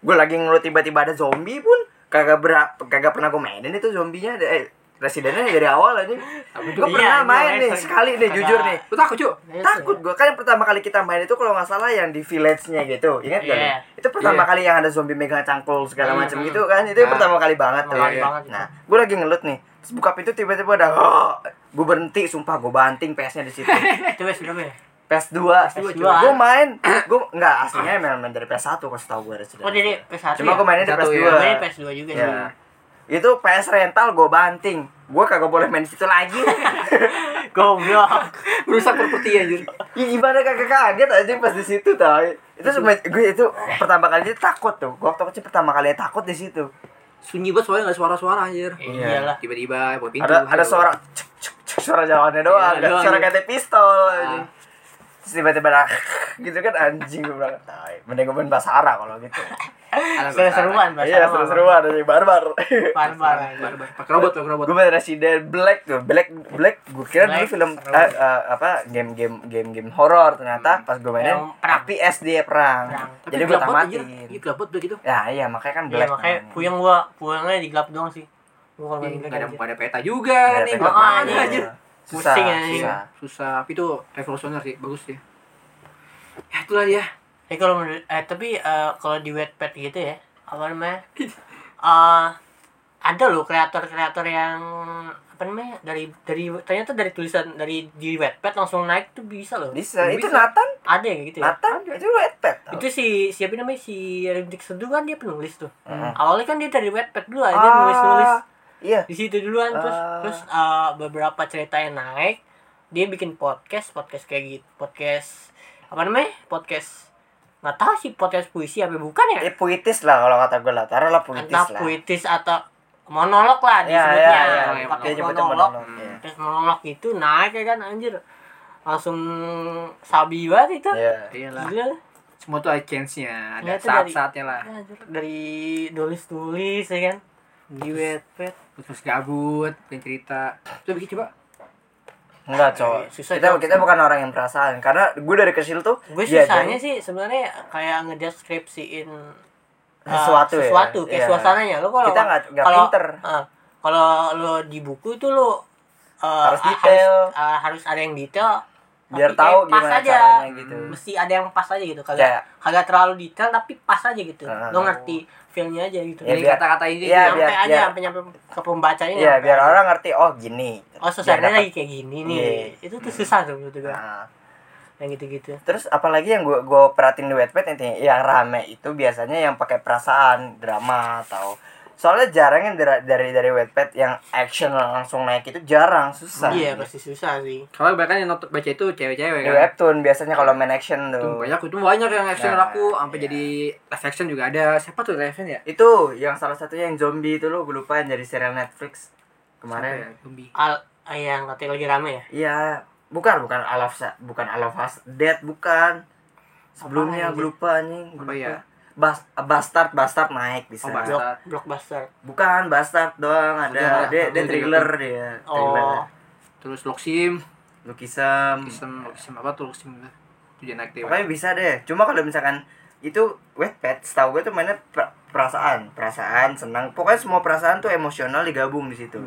[SPEAKER 1] gue lagi ngeluh tiba-tiba ada zombie pun kagak ber kagak pernah gue mainin itu zombinya eh Residennya dari awal aja gue
[SPEAKER 2] Iya,
[SPEAKER 1] pernah
[SPEAKER 2] iya,
[SPEAKER 1] main nih
[SPEAKER 2] iya.
[SPEAKER 1] sekali nih
[SPEAKER 2] Kagak-
[SPEAKER 1] jujur nih
[SPEAKER 3] Lu takut, Cuk?
[SPEAKER 2] Iya,
[SPEAKER 1] takut gue kan yang pertama kali kita main itu kalau nggak salah yang di village-nya gitu ingat nggak
[SPEAKER 2] Iya.
[SPEAKER 1] lu? itu pertama
[SPEAKER 3] Iya.
[SPEAKER 1] kali yang ada zombie megang cangkul segala
[SPEAKER 3] Hmm,
[SPEAKER 1] macam
[SPEAKER 3] hmm.
[SPEAKER 1] gitu kan itu yang
[SPEAKER 3] Nah.
[SPEAKER 1] pertama kali banget tuh
[SPEAKER 2] Pertama kali banget itu.
[SPEAKER 1] nah gue lagi ngelut nih terus buka pintu tiba-tiba ada oh, gue berhenti sumpah gue banting PS-nya di situ
[SPEAKER 2] ya. coba berapa ya
[SPEAKER 1] PS2
[SPEAKER 2] PS2.
[SPEAKER 1] gue main gue nggak aslinya memang main dari PS1 kasih tau gue
[SPEAKER 2] oh jadi PS1
[SPEAKER 1] cuma gue mainnya di PS2
[SPEAKER 3] Satu, ya.
[SPEAKER 2] iya. mainnya PS2 juga
[SPEAKER 1] Ya.
[SPEAKER 2] sih
[SPEAKER 1] itu PS rental gue banting gue kagak boleh main di situ lagi
[SPEAKER 2] goblok
[SPEAKER 3] Merusak properti anjir.
[SPEAKER 1] Ya gimana kagak kaget aja pas di situ tay. Itu semen- gue itu pertama kali aja takut tuh. Gue waktu kecil pertama kali aja takut di situ.
[SPEAKER 3] Sunyi banget soalnya nggak suara-suara anjir.
[SPEAKER 1] Iya.
[SPEAKER 2] Eh, iyalah
[SPEAKER 3] Tiba-tiba buat pintu.
[SPEAKER 1] Ada ada
[SPEAKER 3] halo.
[SPEAKER 1] suara cek cek cek suara jalannya doang,
[SPEAKER 3] Iya,
[SPEAKER 1] nggak
[SPEAKER 3] doang.
[SPEAKER 1] suara kata pistol.
[SPEAKER 3] Ah.
[SPEAKER 1] Terus tiba-tiba ada gitu kan anjing gue bilang, "Tai, mending gue main basara kalau gitu."
[SPEAKER 3] Ada
[SPEAKER 2] seru-seruan bahasa
[SPEAKER 1] Iya,
[SPEAKER 2] apa?
[SPEAKER 1] seru-seruan ada yang barbar.
[SPEAKER 2] barbar
[SPEAKER 1] iya.
[SPEAKER 3] Barbar. Pakai robot, pakai robot.
[SPEAKER 1] gue main Resident Black tuh Black Black gue kira dulu
[SPEAKER 2] Black,
[SPEAKER 1] film
[SPEAKER 2] seru.
[SPEAKER 1] eh, eh, apa game game game game horor ternyata pas gue mainin
[SPEAKER 2] Yang perang.
[SPEAKER 1] FPS dia perang,
[SPEAKER 2] Perang.
[SPEAKER 3] Tapi
[SPEAKER 1] jadi gue
[SPEAKER 3] gelap banget, anjir.
[SPEAKER 1] tamatin
[SPEAKER 3] Iya, gelapot udah gitu.
[SPEAKER 1] Ya iya makanya kan
[SPEAKER 2] iya
[SPEAKER 1] black.
[SPEAKER 2] makanya
[SPEAKER 1] namanya.
[SPEAKER 2] puyeng gua puyengnya di gelap doang sih gua
[SPEAKER 1] Iya,
[SPEAKER 2] kalau main
[SPEAKER 3] Nggak
[SPEAKER 2] gelap gitu.
[SPEAKER 3] ada
[SPEAKER 2] aja.
[SPEAKER 3] nggak ada peta juga
[SPEAKER 1] Nggak
[SPEAKER 3] nih.
[SPEAKER 1] ada
[SPEAKER 3] gelap
[SPEAKER 1] peta.
[SPEAKER 3] banget,
[SPEAKER 2] Makanya.
[SPEAKER 3] anjir.
[SPEAKER 1] Susah,
[SPEAKER 2] Pusing ya,
[SPEAKER 1] susah.
[SPEAKER 3] Susah, tapi itu revolusioner sih, bagus sih. Ya itulah dia.
[SPEAKER 2] Eh kalau menurut eh tapi eh, kalau di Wattpad gitu ya, apa namanya? Eh ada loh kreator-kreator yang apa namanya? dari dari ternyata dari tulisan dari di Wattpad langsung naik tuh bisa loh.
[SPEAKER 1] Bisa. Itu
[SPEAKER 3] Bisa.
[SPEAKER 1] Nathan,
[SPEAKER 2] Ada ya kayak gitu ya.
[SPEAKER 1] Nathan itu Wattpad. tau.
[SPEAKER 2] Itu si siapa namanya si Rintik Seduh kan dia penulis tuh.
[SPEAKER 1] Heeh.
[SPEAKER 2] Awalnya kan dia dari Wattpad dulu, dia
[SPEAKER 1] Ah,
[SPEAKER 2] nulis-nulis
[SPEAKER 1] Iya.
[SPEAKER 2] di situ duluan terus
[SPEAKER 1] Ah.
[SPEAKER 2] terus eh, beberapa cerita yang naik, dia bikin podcast, podcast kayak gitu, podcast apa namanya? Podcast nggak tahu sih podcast puisi apa bukan ya?
[SPEAKER 1] Eh, puitis lah kalau kata gue lah. Taruh lah puitis
[SPEAKER 2] entah
[SPEAKER 1] lah.
[SPEAKER 2] puitis atau monolog lah
[SPEAKER 1] Ya
[SPEAKER 2] disebutnya
[SPEAKER 1] ya ya.
[SPEAKER 3] yang
[SPEAKER 2] pakai
[SPEAKER 1] Dia nyebutnya
[SPEAKER 2] monolog Hmm.
[SPEAKER 1] monolog. Iya.
[SPEAKER 2] terus monolog itu naik ya kan anjir langsung sabi banget itu
[SPEAKER 1] Iya.
[SPEAKER 3] Iyalah.
[SPEAKER 2] gila
[SPEAKER 3] Semua tuh ada chance-nya,
[SPEAKER 2] Ya,
[SPEAKER 3] ada
[SPEAKER 2] itu dari-
[SPEAKER 3] saat-saatnya lah.
[SPEAKER 2] Ya, anjir. dari tulis tulis ya kan di wetpad
[SPEAKER 3] Terus gabut, bikin cerita. Coba bikin coba.
[SPEAKER 1] Enggak, cowok.
[SPEAKER 2] Iya, Susah,
[SPEAKER 1] Kita
[SPEAKER 2] Cok.
[SPEAKER 1] kita bukan orang yang perasaan karena gue dari kecil tuh
[SPEAKER 2] gue
[SPEAKER 1] diajarin
[SPEAKER 2] susahnya sih sebenarnya kayak ngedeskripsiin uh,
[SPEAKER 1] Sesuatu ya?
[SPEAKER 2] sesuatu kayak
[SPEAKER 1] Iya.
[SPEAKER 2] suasananya lo kalau
[SPEAKER 1] Kita nggak- nggak
[SPEAKER 2] kalau-
[SPEAKER 1] pinter.
[SPEAKER 2] uh, kalau lo di buku itu lo uh,
[SPEAKER 1] Harus detail.
[SPEAKER 2] harus, uh, harus ada yang detail
[SPEAKER 1] biar
[SPEAKER 2] tapi
[SPEAKER 1] tahu
[SPEAKER 2] kayak pas
[SPEAKER 1] gimana
[SPEAKER 2] aja. Hmm,
[SPEAKER 1] caranya gitu.
[SPEAKER 2] mesti ada yang pas aja gitu kagak
[SPEAKER 1] Kayak-
[SPEAKER 2] kagak terlalu detail tapi pas aja gitu
[SPEAKER 1] Ah.
[SPEAKER 2] lo ngerti feelnya aja gitu
[SPEAKER 1] Ya,
[SPEAKER 3] Ini
[SPEAKER 1] biar-
[SPEAKER 3] kata-kata ini
[SPEAKER 1] Iya,
[SPEAKER 2] sampai
[SPEAKER 1] biar-
[SPEAKER 2] aja
[SPEAKER 1] biar-
[SPEAKER 2] sampai nyampe ke pembacanya
[SPEAKER 1] Iya,
[SPEAKER 2] nyampe
[SPEAKER 1] biar
[SPEAKER 2] aja.
[SPEAKER 1] orang ngerti oh gini.
[SPEAKER 2] oh
[SPEAKER 1] Biar
[SPEAKER 2] suasananya
[SPEAKER 1] dapat-
[SPEAKER 2] lagi kayak gini nih
[SPEAKER 1] Iya.
[SPEAKER 2] itu tuh susah tuh menurut gue
[SPEAKER 1] Nah.
[SPEAKER 2] yang gitu-gitu
[SPEAKER 1] Terus apalagi yang gue gue perhatiin di Wattpad intinya yang rame itu biasanya yang pakai perasaan drama atau soalnya jarang yang dari dari, dari Wattpad yang action langsung naik itu jarang susah.
[SPEAKER 2] iya pasti susah sih
[SPEAKER 3] Kalau bahkan kan yang not- baca itu cewek-cewek
[SPEAKER 1] Di
[SPEAKER 3] kan.
[SPEAKER 1] webtoon biasanya kalau main action
[SPEAKER 3] Itu
[SPEAKER 1] tuh.
[SPEAKER 3] banyak itu banyak yang action
[SPEAKER 1] Nah,
[SPEAKER 3] aku sampai
[SPEAKER 1] iya.
[SPEAKER 3] jadi live action juga ada. Siapa tuh live action ya?
[SPEAKER 1] Itu yang salah satunya yang zombie itu lo gue lupa yang dari serial Netflix. kemarin
[SPEAKER 3] ya? Zombie.
[SPEAKER 2] Al eh, yang katanya lagi rame ya
[SPEAKER 1] Iya, bukan bukan Alaf Sa- bukan Alaf Has Dead bukan. Sebelumnya
[SPEAKER 2] Apaan,
[SPEAKER 1] gue lupa anjing, gue
[SPEAKER 3] Apa
[SPEAKER 1] lupa.
[SPEAKER 3] ya?
[SPEAKER 1] Bas Bastard Bastard naik bisa.
[SPEAKER 3] Oh, Bastard.
[SPEAKER 2] Block, blockbuster
[SPEAKER 1] Bukan Bastard doang ada
[SPEAKER 3] Udah,
[SPEAKER 1] dia, dia
[SPEAKER 3] udah,
[SPEAKER 1] thriller dia. Thriller.
[SPEAKER 2] Iya, oh
[SPEAKER 3] Terus Loksim,
[SPEAKER 1] Lukisem.
[SPEAKER 3] Loksim, Loksim apa tuh Loksim itu? Itu dia naik
[SPEAKER 2] iya.
[SPEAKER 3] dewa.
[SPEAKER 1] Pokoknya bisa deh. Cuma kalau misalkan itu Wattpad, setahu gue tuh mainnya per- perasaan, perasaan senang. Pokoknya semua perasaan tuh emosional digabung di situ.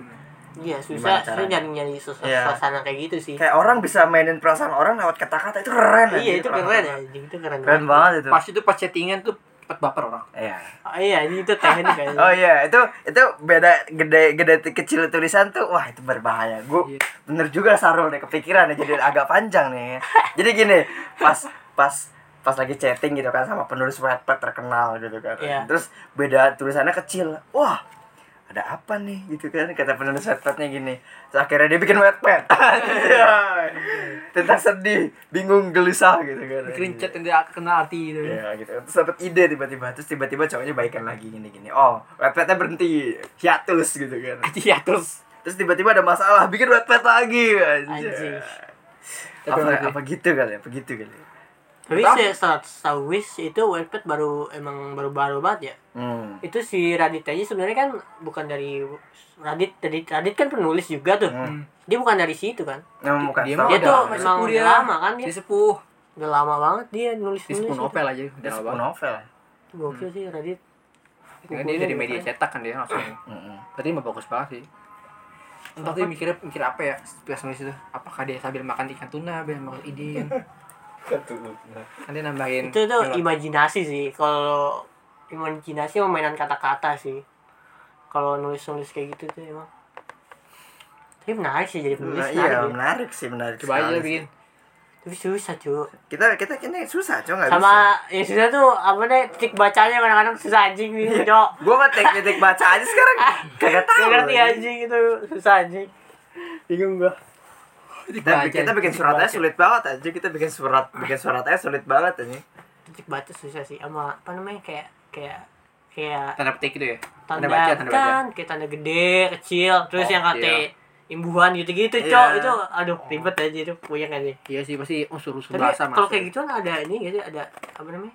[SPEAKER 2] iya
[SPEAKER 1] Gimana
[SPEAKER 2] susah
[SPEAKER 1] cara?
[SPEAKER 2] susah nyari nyari suas-
[SPEAKER 1] Iya.
[SPEAKER 2] suasana kayak gitu sih
[SPEAKER 1] Kayak orang bisa mainin perasaan orang lewat kata-kata itu keren. anjing.
[SPEAKER 2] iya itu keren ya anjing, itu keren
[SPEAKER 1] Keren banget itu.
[SPEAKER 3] Pas itu pas chattingan tuh cepet baper orang.
[SPEAKER 1] Iya.
[SPEAKER 2] Oh, iya ini itu teknik kan
[SPEAKER 1] Oh iya, itu itu beda gede gede t- kecil tulisan tuh. Wah, itu berbahaya. Gue
[SPEAKER 3] Iya.
[SPEAKER 1] bener juga Sarul nih kepikiran nih jadi agak panjang nih. Jadi gini, pas pas pas lagi chatting gitu kan sama penulis Wattpad terkenal gitu kan.
[SPEAKER 2] Iya.
[SPEAKER 1] Terus beda tulisannya kecil. Wah, ada apa nih gitu kan kata penulis Wattpadnya gini. Terus akhirnya dia bikin Wattpad. Anjay. Tentang sedih, bingung, gelisah gitu kan.
[SPEAKER 3] Bikin chat yang dia kenal arti gitu.
[SPEAKER 1] Iya gitu. Terus dapat ide tiba-tiba, terus tiba-tiba cowoknya baikan lagi gini-gini. Oh, wetpetnya berhenti, hiatus gitu kan.
[SPEAKER 3] Iya terus
[SPEAKER 1] Terus tiba-tiba ada masalah, bikin wetpet lagi.
[SPEAKER 2] Anjing.
[SPEAKER 1] Anjir. Apa, apa gitu kali, ya? apa gitu kali. ya?
[SPEAKER 2] tapi se- se- setahu wis itu Wattpad baru emang baru baru banget ya
[SPEAKER 1] Hmm.
[SPEAKER 2] itu si Radit aja sebenarnya kan bukan dari Radit Radit Radit kan penulis juga tuh
[SPEAKER 1] Hmm.
[SPEAKER 2] dia bukan dari situ kan
[SPEAKER 1] Emang bukan
[SPEAKER 3] Dia
[SPEAKER 1] tahu
[SPEAKER 3] mah
[SPEAKER 2] dia
[SPEAKER 1] ada.
[SPEAKER 2] tuh
[SPEAKER 3] masih
[SPEAKER 2] memang udah
[SPEAKER 3] kuliah.
[SPEAKER 2] lama kan dia
[SPEAKER 1] Iya.
[SPEAKER 3] dia sepuh.
[SPEAKER 2] udah lama banget dia nulis
[SPEAKER 3] Dia sepuh
[SPEAKER 2] nulis
[SPEAKER 3] novel aja.
[SPEAKER 1] Dia
[SPEAKER 3] Udah lama
[SPEAKER 1] sebuah
[SPEAKER 3] banget.
[SPEAKER 1] novel.
[SPEAKER 2] gokil sih Radit
[SPEAKER 3] Karena Nah, dia dari media cetak kan dia langsung.
[SPEAKER 1] Mm-mm.
[SPEAKER 3] Berarti mah bagus banget sih. Entah dia mikirnya mikir apa ya pas nulis itu. Apakah dia sambil makan ikan tuna, sambil makan idin. Kan dia nambahin.
[SPEAKER 2] itu tuh imajinasi sih kalau imajinasi sama mainan kata-kata sih kalau nulis-nulis kayak gitu tuh emang tapi menarik sih jadi penulis
[SPEAKER 1] Nah,
[SPEAKER 2] menarik
[SPEAKER 1] iya,
[SPEAKER 2] ya.
[SPEAKER 1] menarik sih, menarik.
[SPEAKER 3] Coba aja
[SPEAKER 1] sekali sih.
[SPEAKER 3] bikin.
[SPEAKER 2] tapi susah cuy
[SPEAKER 1] Kita kita kayaknya Nah, susah, coba enggak bisa.
[SPEAKER 2] sama yang susah tuh apa deh titik bacanya kadang-kadang susah anjing gitu cok
[SPEAKER 1] Gua mah teknik baca aja sekarang. Kagak tahu.
[SPEAKER 2] Gak ngerti anjing itu susah anjing bingung gua
[SPEAKER 1] Kita, kita bikin surat ya, aja sulit banget aja. Kita bikin surat, bikin surat aja sulit banget anjing.
[SPEAKER 2] titik batu susah sih sama apa namanya kayak kayak kayak
[SPEAKER 3] Tanda petik gitu ya.
[SPEAKER 2] tanda,
[SPEAKER 3] baca, tanda baca.
[SPEAKER 2] kan kayak tanda gede kecil
[SPEAKER 3] Oh,
[SPEAKER 2] terus yang kata
[SPEAKER 3] iya.
[SPEAKER 2] imbuhan gitu-gitu
[SPEAKER 1] Iya.
[SPEAKER 2] cok itu aduh ribet aja itu puyeng aja
[SPEAKER 3] Iya sih pasti unsur-unsur
[SPEAKER 2] tapi
[SPEAKER 3] bahasa masuk.
[SPEAKER 2] kalau kayak gituan ada ini gitu ada apa namanya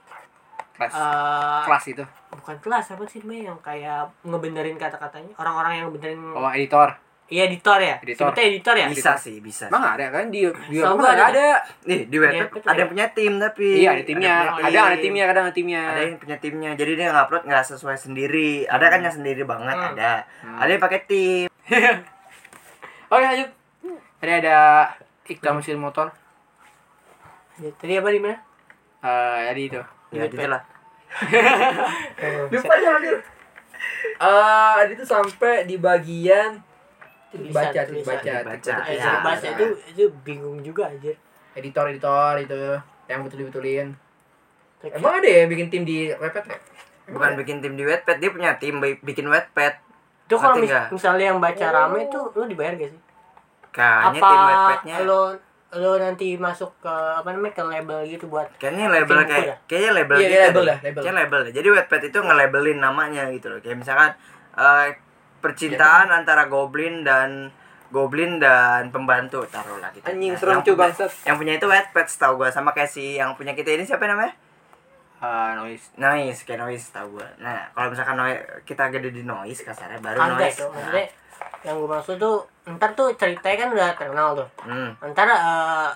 [SPEAKER 3] kelas.
[SPEAKER 2] Eh,
[SPEAKER 3] kelas itu.
[SPEAKER 2] bukan kelas apa sih namanya yang kayak ngebenerin kata-katanya orang-orang yang benerin
[SPEAKER 3] Oh, editor.
[SPEAKER 2] iya editor ya
[SPEAKER 3] Editor.
[SPEAKER 2] sebetulnya editor ya
[SPEAKER 1] Bisa sih, bisa.
[SPEAKER 3] Emang ada kan di di
[SPEAKER 2] Setahu
[SPEAKER 3] orang
[SPEAKER 2] gua
[SPEAKER 3] kan ada.
[SPEAKER 2] ada.
[SPEAKER 1] Nih di
[SPEAKER 2] Punya
[SPEAKER 1] web
[SPEAKER 2] tim
[SPEAKER 1] ada
[SPEAKER 2] ya?
[SPEAKER 1] yang punya tim tapi
[SPEAKER 3] Iya, ada timnya.
[SPEAKER 1] ada, punya
[SPEAKER 3] Ada ada
[SPEAKER 1] tim.
[SPEAKER 3] timnya, kadang ada timnya.
[SPEAKER 1] Ada yang punya timnya jadi dia ngupload nggak sesuai sendiri ada kan yang sendiri banget
[SPEAKER 2] Hmm.
[SPEAKER 1] ada ada yang pakai tim
[SPEAKER 3] Oke, lanjut. Tadi ada iklan mesin motor.
[SPEAKER 2] Ya, tadi apa di mana
[SPEAKER 3] Eh, tadi itu.
[SPEAKER 1] ya gitu lah
[SPEAKER 5] Lupa dia hadir. Ah, tadi tuh sampai di bagian titik
[SPEAKER 2] Tulisan,
[SPEAKER 5] baca, titik
[SPEAKER 2] tulisan.
[SPEAKER 5] baca, titik
[SPEAKER 1] Titik baca,
[SPEAKER 5] baca,
[SPEAKER 2] Eh,
[SPEAKER 1] Iya.
[SPEAKER 2] titik baca itu itu bingung juga aja
[SPEAKER 5] editor, editor itu yang betul-betulin.
[SPEAKER 2] Kayak- gitu.
[SPEAKER 5] Emang ada ya yang bikin tim di webpad ya?
[SPEAKER 1] bukan bikin tim di Wattpad dia punya tim bi- bikin Wattpad
[SPEAKER 2] Itu kalau
[SPEAKER 1] Ngerti
[SPEAKER 2] mis-
[SPEAKER 1] nggak?
[SPEAKER 2] misalnya yang baca rame itu lu dibayar gak sih?
[SPEAKER 1] kayaknya
[SPEAKER 2] Oh. apa
[SPEAKER 1] tim Wattpadnya
[SPEAKER 2] lo lo nanti masuk ke apa namanya ke label gitu buat
[SPEAKER 1] kayaknya label
[SPEAKER 2] Tim buku
[SPEAKER 1] kayak
[SPEAKER 2] ya?
[SPEAKER 1] kayaknya label
[SPEAKER 5] Iya,
[SPEAKER 1] gitu
[SPEAKER 5] label
[SPEAKER 1] deh.
[SPEAKER 5] lah, label.
[SPEAKER 1] Kayaknya label deh. jadi Wattpad itu nge-labelin namanya gitu loh kayak misalkan eh, percintaan antara Goblin dan Goblin dan pembantu taruh lah gitu. Nah,
[SPEAKER 3] Anjing, serem
[SPEAKER 1] yang
[SPEAKER 3] cuy,
[SPEAKER 1] punya-
[SPEAKER 3] bangsat.
[SPEAKER 1] Yang punya itu Wattpad setahu gua sama kayak si yang punya kita ini siapa namanya?
[SPEAKER 3] Eh, noise.
[SPEAKER 1] Ah, noise kayak noise tau gue nah kalau misalkan noi- kita gede di noise kasarnya baru
[SPEAKER 2] harga
[SPEAKER 1] noise
[SPEAKER 2] tuh
[SPEAKER 1] Nah,
[SPEAKER 2] maksudnya yang gue maksud tuh ntar tuh ceritanya kan udah terkenal tuh
[SPEAKER 1] hmm.
[SPEAKER 2] ntar eh,